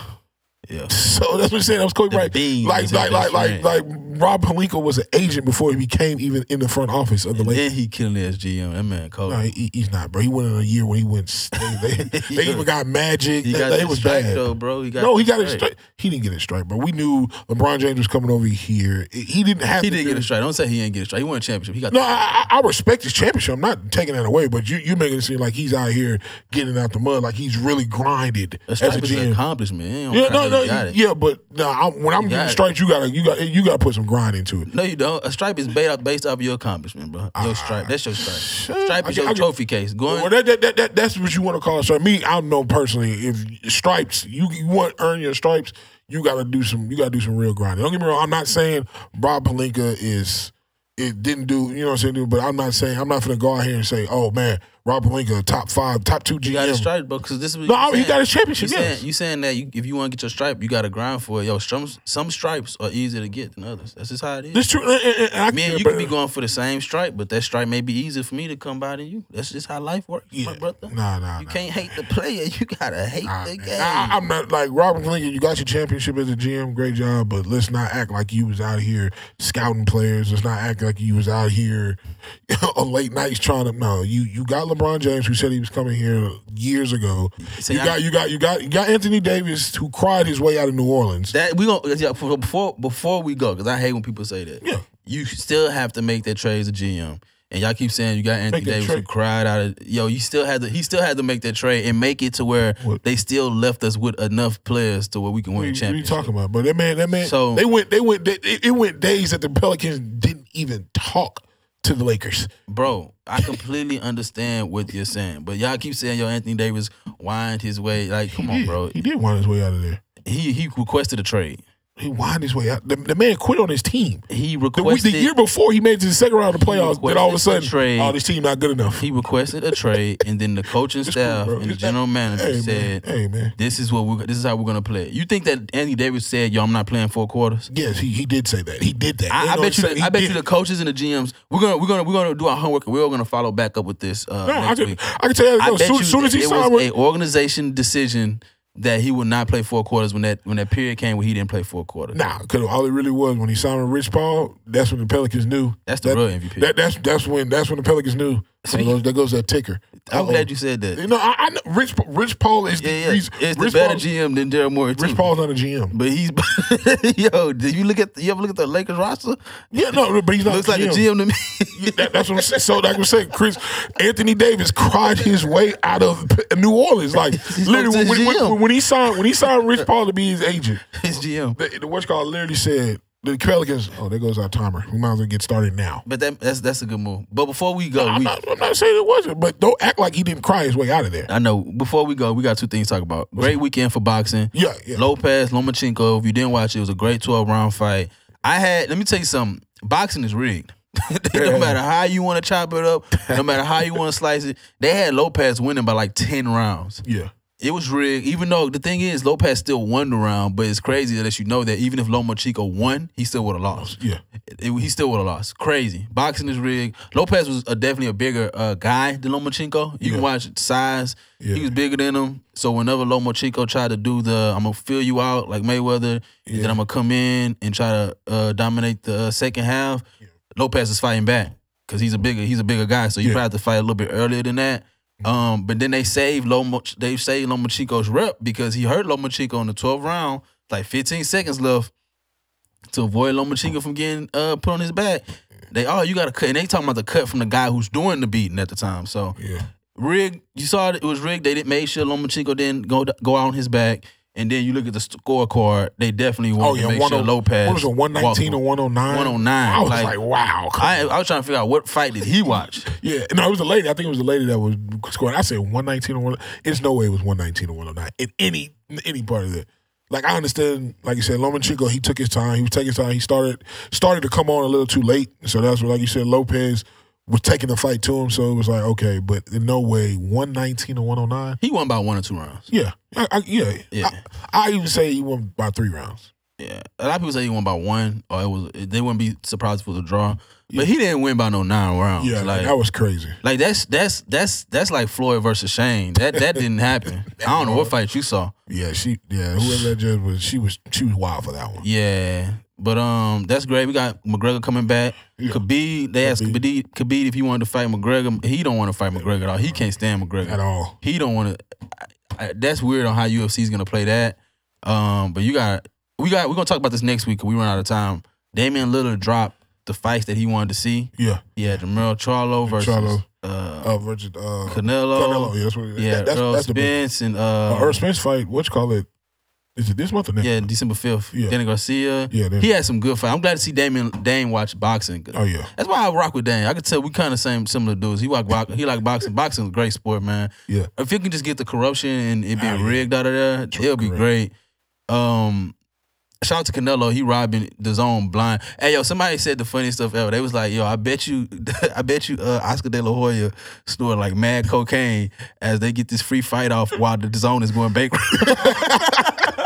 Speaker 2: yeah.
Speaker 1: So that's what I'm saying. That was Kobe Bryant.
Speaker 2: Bean
Speaker 1: Like
Speaker 2: was
Speaker 1: like
Speaker 2: his
Speaker 1: like,
Speaker 2: best
Speaker 1: like like Rob Palinka was an agent before he became even in the front office of the Lakers.
Speaker 2: Then he killing the SGM. That man Kobe.
Speaker 1: No, he, he's not, bro. He went in a year when he went. They, they, they even got Magic.
Speaker 2: He
Speaker 1: They-
Speaker 2: got
Speaker 1: they
Speaker 2: that
Speaker 1: was
Speaker 2: strike
Speaker 1: bad.
Speaker 2: though, bro. He got
Speaker 1: No, he
Speaker 2: that
Speaker 1: got it
Speaker 2: strike.
Speaker 1: straight. He didn't get it straight, but we knew LeBron James was coming over here. He didn't have.
Speaker 2: He
Speaker 1: to
Speaker 2: did
Speaker 1: do
Speaker 2: get
Speaker 1: it.
Speaker 2: a strike. Don't say he ain't get a strike. He won a championship. He got
Speaker 1: No, I, I I respect his championship. I'm not taking that away, but you, you're making it seem like he's out here getting out the mud, like he's really grinded
Speaker 2: a
Speaker 1: as a
Speaker 2: strike was an
Speaker 1: GM.
Speaker 2: accomplishment. It don't
Speaker 1: Yeah,
Speaker 2: matter
Speaker 1: no,
Speaker 2: how
Speaker 1: no,
Speaker 2: you got it.
Speaker 1: yeah, but nah, I, when I'm
Speaker 2: got
Speaker 1: getting
Speaker 2: it.
Speaker 1: strikes, you gotta, you got, to you gotta put some grind into it.
Speaker 2: No, you don't. A stripe is based off, based off your accomplishment, bro. Your stripe. That's your stripe. Stripe
Speaker 1: I
Speaker 2: is
Speaker 1: get-
Speaker 2: your
Speaker 1: I get-
Speaker 2: trophy case.
Speaker 1: Well,
Speaker 2: Going.
Speaker 1: that, that, that, that that's what you want to call it. So me, I know personally, if stripes, you, you want to earn your stripes, you got to do some, you got to do some real grinding. Don't get me wrong. I'm not saying Rob Palinka is it didn't do, you know what I'm saying, but I'm not saying I'm not gonna go out here and say, oh man, Rob Palinka, top five, top two
Speaker 2: You got a
Speaker 1: GM.
Speaker 2: stripe, bro. Because this is what
Speaker 1: No,
Speaker 2: you're
Speaker 1: I- he
Speaker 2: saying.
Speaker 1: got his championship,
Speaker 2: You
Speaker 1: yes.
Speaker 2: saying, you saying that you, if you want to get your stripe, you got to grind for it. Yo, some some stripes are easier to get than others. That's just how it is.
Speaker 1: This true. And, and, and I
Speaker 2: Man,
Speaker 1: yeah,
Speaker 2: you
Speaker 1: but-
Speaker 2: could be going for the same stripe, but that stripe may be easier for me to come by than you. That's just how life works,
Speaker 1: yeah.
Speaker 2: my brother.
Speaker 1: Nah, nah,
Speaker 2: You
Speaker 1: nah.
Speaker 2: can't hate the player. You gotta hate the
Speaker 1: I,
Speaker 2: game.
Speaker 1: I, I'm not like Robert Lincoln. You got your championship as a GM, great job, but let's not act like you was out here scouting players. Let's not act like you was out here on late nights trying to. No, you you got LeBron James who said he was coming here years ago.
Speaker 2: See,
Speaker 1: you
Speaker 2: I-
Speaker 1: got you got you got you got Anthony Davis who cried his way out of New Orleans.
Speaker 2: That we gonna yeah, for- before before we go because I hate when people say that.
Speaker 1: Yeah.
Speaker 2: you still have to make that trade as a GM, and y'all keep saying you got Anthony
Speaker 1: Make that
Speaker 2: Davis who
Speaker 1: trade.
Speaker 2: cried out. Of, yo, you still had to. He still had to make that trade and make it to where
Speaker 1: What?
Speaker 2: they still left us with enough players to where we can win a
Speaker 1: What are you
Speaker 2: championship.
Speaker 1: talking about? But that man, that man,
Speaker 2: So-
Speaker 1: they went, they went, they, it it went days that the Pelicans didn't even talk to the Lakers.
Speaker 2: Bro, I completely understand what you're saying, but y'all keep saying yo Anthony Davis whined his way. Like, come on,
Speaker 1: Yeah,
Speaker 2: bro.
Speaker 1: he did wind his way out of there.
Speaker 2: He he requested a trade.
Speaker 1: He wind his way out. The, the man quit on his team.
Speaker 2: He
Speaker 1: The, week,
Speaker 2: requested
Speaker 1: the year before he made it to the second round of the playoffs, then all of a
Speaker 2: requested
Speaker 1: sudden,
Speaker 2: trade.
Speaker 1: oh, this team not good enough.
Speaker 2: he requested a trade, and then the coaching staff
Speaker 1: bro.
Speaker 2: and the
Speaker 1: It's-
Speaker 2: general manager
Speaker 1: Hey man,
Speaker 2: said.
Speaker 1: hey man.
Speaker 2: this is what we this is how we're gonna play. it. You think that Anthony Davis said, "Yo, I'm not playing four quarters."
Speaker 1: Yes, he, he did say that. He did that.
Speaker 2: I, I
Speaker 1: know
Speaker 2: bet you.
Speaker 1: what I'm saying?
Speaker 2: The, I
Speaker 1: He
Speaker 2: bet you
Speaker 1: did.
Speaker 2: the coaches and the GMs. We're gonna we're gonna we're gonna do our homework. and We're all gonna follow back up with this uh,
Speaker 1: No, I
Speaker 2: next
Speaker 1: can,
Speaker 2: week.
Speaker 1: I can tell you.
Speaker 2: I
Speaker 1: No,
Speaker 2: bet
Speaker 1: soon,
Speaker 2: you
Speaker 1: soon as he
Speaker 2: it
Speaker 1: signed
Speaker 2: was
Speaker 1: with,
Speaker 2: a organization decision that he would not play four quarters when that when that period came when he didn't play four quarters.
Speaker 1: nah, because all it really was when he signed with Rich Paul. That's when the Pelicans knew.
Speaker 2: That's the
Speaker 1: that,
Speaker 2: real MVP.
Speaker 1: That, that's that's when that's when the Pelicans knew. There goes, there goes that ticker.
Speaker 2: I'm
Speaker 1: Uh-oh.
Speaker 2: glad you said that.
Speaker 1: You know, I, I know Rich Rich Paul is
Speaker 2: Yeah,
Speaker 1: the
Speaker 2: yeah.
Speaker 1: reason.
Speaker 2: It's the
Speaker 1: Rich
Speaker 2: better
Speaker 1: Paul,
Speaker 2: GM than Daryl Morey too.
Speaker 1: Rich Paul's not a GM.
Speaker 2: But he's yo. Did you look at the, you ever look at the Lakers roster?
Speaker 1: Yeah, no, but he's not.
Speaker 2: Looks like a GM to me.
Speaker 1: That- that's what I'm saying. So, like I'm saying, Chris Anthony Davis cried his way out of New Orleans. Like literally,
Speaker 2: to
Speaker 1: when,
Speaker 2: GM.
Speaker 1: when, when he signed, when he signed Rich Paul to be his agent,
Speaker 2: His GM.
Speaker 1: the, the what's called literally said the Pelicans. Oh, there goes our timer. We might as well get started now.
Speaker 2: But that, that's that's a good move. But before we go,
Speaker 1: I'm
Speaker 2: we,
Speaker 1: not, I'm not saying it wasn't, but don't act like he didn't cry his way out of there.
Speaker 2: I know before we go, we got two things to talk about. Great weekend for boxing.
Speaker 1: Yeah, yeah.
Speaker 2: Lopez Lomachenko. If you didn't watch it, it was a great twelve round fight. I had. Let me tell you something. Boxing is rigged. no matter how you want to chop it up, no matter how you want to slice it, they had Lopez winning by like ten rounds.
Speaker 1: Yeah,
Speaker 2: It was rigged. Even though the thing is, Lopez still won the round, but it's crazy that let you know that even if Lomachenko won, he still would have lost.
Speaker 1: yeah.
Speaker 2: it- he still would have lost. Crazy. Boxing is rigged. Lopez was a, definitely a bigger uh, guy than Lomachenko. You can
Speaker 1: Yeah.
Speaker 2: watch size. He
Speaker 1: Yeah.
Speaker 2: was bigger than him. So whenever Lomachenko tried to do the I'm gonna fill you out like Mayweather, and then
Speaker 1: Yeah.
Speaker 2: I'm gonna come in and try to uh, dominate the uh, second half, Lopez is fighting back because he's a bigger he's a bigger guy. So you
Speaker 1: Yeah. Mm-hmm.
Speaker 2: probably have to fight a little bit earlier than that. Um, but then they saved Lomo they saved Lomachenko's rep because he hurt Lomachenko in the 12th round. like 15 seconds left to avoid Lomachenko from getting uh, put on his back. They oh you got to cut, and they talking about the cut from the guy who's doing the beating at the time. So
Speaker 1: Yeah.
Speaker 2: rigged. You saw it, it was rigged. They didn't make sure Lomachenko didn't go go out on his back. And then you look at the scorecard. They definitely wanted
Speaker 1: Oh yeah,
Speaker 2: to make
Speaker 1: one
Speaker 2: sure Lopez.
Speaker 1: What was it, one nineteen or
Speaker 2: walked-
Speaker 1: one oh nine?
Speaker 2: 109,
Speaker 1: I was
Speaker 2: like-
Speaker 1: like, wow. come
Speaker 2: I, I was trying to figure out what fight did he watch.
Speaker 1: Yeah, no, it was a lady. I think it was the lady that was scoring. I said one nineteen or one. It's no way it was one nineteen or one hundred nine in any in any part of that. Like I understand, like you said, Lomachenko. He took his time. He was taking his time. He started started to come on a little too late. So that's what, like you said, Lopez was taking the fight to him. So it was like okay, but in no way one nineteen or one hundred nine.
Speaker 2: He won by one or two rounds.
Speaker 1: Yeah, I, I, yeah,
Speaker 2: Yeah.
Speaker 1: I, I even say he won by three rounds.
Speaker 2: Yeah, a lot of people say he won by one, or it was they wouldn't be surprised if it was a draw. But he didn't win by no nine rounds.
Speaker 1: Yeah,
Speaker 2: like,
Speaker 1: that was crazy.
Speaker 2: like that's that's that's that's like Floyd versus Shane. That that didn't happen. I don't know what fight you saw.
Speaker 1: Yeah, she. Yeah, whoever that judge was, she was she was wild for that one.
Speaker 2: Yeah, but um, that's great. We got McGregor coming back.
Speaker 1: Yeah.
Speaker 2: Khabib, they asked Khabib, Khabib if he wanted to fight McGregor. He don't want to fight McGregor at all. He can't stand McGregor
Speaker 1: At all.
Speaker 2: He don't want to. I, I, that's weird on how UFC is gonna play that. Um, but you got we got we're gonna talk about this next week. 'cause we run out of time. Damian Lillard dropped the fights that he wanted to see.
Speaker 1: Yeah,
Speaker 2: Yeah, Jamel Charlo versus
Speaker 1: Charlo.
Speaker 2: Uh,
Speaker 1: uh, Virgin. Uh,
Speaker 2: Canelo.
Speaker 1: Canelo, yeah, that's what it is.
Speaker 2: Oh, Yeah,
Speaker 1: That- that's,
Speaker 2: Earl
Speaker 1: that's the big.
Speaker 2: Spence and
Speaker 1: Uh,
Speaker 2: uh,
Speaker 1: Earl Spence fight, what you call it? Is it this month or next?
Speaker 2: yeah, December fifth.
Speaker 1: Yeah.
Speaker 2: Danny Garcia.
Speaker 1: Yeah, then-
Speaker 2: He had some good fight. I'm glad to see Damian Dane watch boxing.
Speaker 1: Oh, yeah.
Speaker 2: That's why I rock with Dan. I could tell we kind of same similar dudes. He like box, he like boxing. Boxing's a great sport, man.
Speaker 1: Yeah.
Speaker 2: If you can just get the corruption and it being
Speaker 1: Ah, yeah.
Speaker 2: rigged out of there, it'll be great. Um, shout out to Canelo. He robbing the zone blind. Hey yo, somebody said the funniest stuff ever. They was like, yo, I bet you, I bet you, uh, Oscar De La Hoya snorted like mad cocaine as they get this free fight off while the zone is going bankrupt.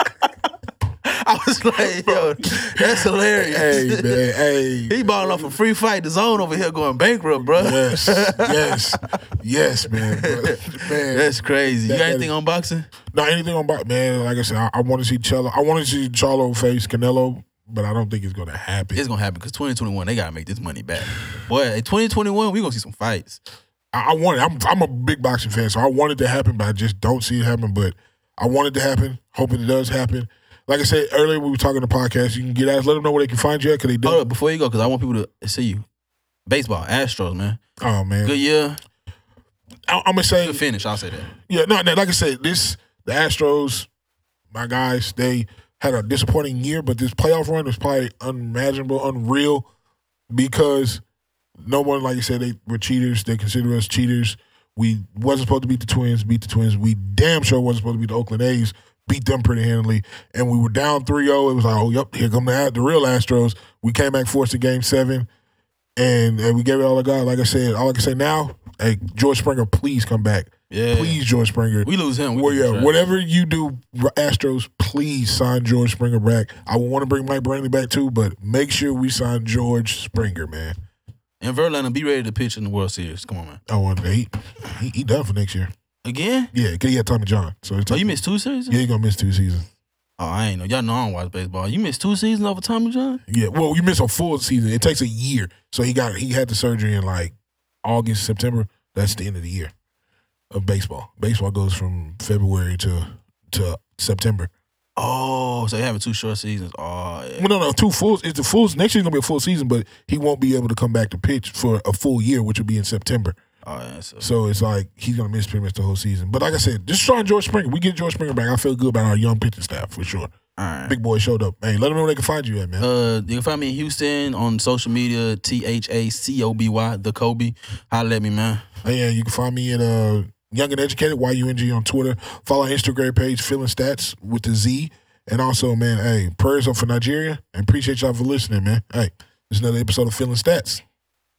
Speaker 2: I was like, yo, that's hilarious.
Speaker 1: Hey, man. Hey.
Speaker 2: He balling off a free fight. The zone over here going bankrupt, bro.
Speaker 1: yes. Yes. Yes, man. bro. man.
Speaker 2: That's crazy.
Speaker 1: That-
Speaker 2: you got
Speaker 1: that
Speaker 2: anything on boxing?
Speaker 1: No, anything on box, man. Like I said, I, I want to see Charlo. I want to see Charlo face Canelo, but I don't think it's gonna happen.
Speaker 2: It's gonna happen because 2021 they gotta make this money back. Boy, in 2021 we gonna see some fights.
Speaker 1: I, I want it. I'm, I'm a big boxing fan, so I want it to happen, but I just don't see it happen. But I want it to happen. Hoping it does happen. Like I said earlier, we were talking to podcast. You can get asked. Let them know where they can find you. at, Cause they do.
Speaker 2: Hold up before you go because I want people to see you. Baseball, Astros, man.
Speaker 1: Oh man.
Speaker 2: Good year,
Speaker 1: I, I'm gonna say
Speaker 2: good finish. I'll say that.
Speaker 1: Yeah, no, no, like I said, this the Astros, my guys, they had a disappointing year, but this playoff run was probably unimaginable, unreal, because no one, like you said, they were cheaters. They consider us cheaters. We wasn't supposed to beat the Twins, beat the Twins. We damn sure wasn't supposed to beat the Oakland A's, beat them pretty handily. And we were down 3-0. It was like, oh, yep, here come the, the real Astros. We came back forced to Game 7 and, and we gave it all to God. Like I said, all I can say now, hey, George Springer, please come back.
Speaker 2: Yeah.
Speaker 1: Please, George Springer.
Speaker 2: We lose him. We
Speaker 1: well,
Speaker 2: lose
Speaker 1: yeah,
Speaker 2: track.
Speaker 1: whatever you do, Astros, please sign George Springer back. I want to bring Mike Brantley back too, but make sure we sign George Springer, man.
Speaker 2: And Verlander, be ready to pitch in the World Series. Come on, man.
Speaker 1: I want Oh, he, he he done for next year.
Speaker 2: Again?
Speaker 1: Yeah, 'cause he had Tommy John, so it's
Speaker 2: Oh, you missed two seasons?
Speaker 1: yeah, he gonna miss two seasons.
Speaker 2: Oh, I ain't know. Y'all know I don't watch baseball. You missed two seasons over Tommy John?
Speaker 1: Yeah, well, you miss a full season. It takes a year, so he got he had the surgery in like August, September. That's the end of the year of baseball. Baseball goes from February to to September.
Speaker 2: Oh, so they having two short seasons. Oh, yeah.
Speaker 1: Well, no, no, two fulls. It's the fulls. Next year's gonna be a full season, but he won't be able to come back to pitch for a full year, which will be in September.
Speaker 2: Oh, yeah. So,
Speaker 1: So it's like he's gonna miss pretty much the whole season. But like I said, just trying George Springer. We get George Springer back. I feel good about our young pitching staff for sure.
Speaker 2: all right.
Speaker 1: Big boy showed up. Hey, let them know where they can find you at, man.
Speaker 2: Uh, you can find me in Houston on social media, T H A C O B Y, the Kobe. Holla at me, man.
Speaker 1: Hey, yeah, you can find me at uh, Young and Educated, YUNG on Twitter. Follow our Instagram page, Feeling Stats with the Z. And also, man, hey, prayers up for Nigeria. And appreciate y'all for listening, man. Hey, this is another episode of Feeling Stats.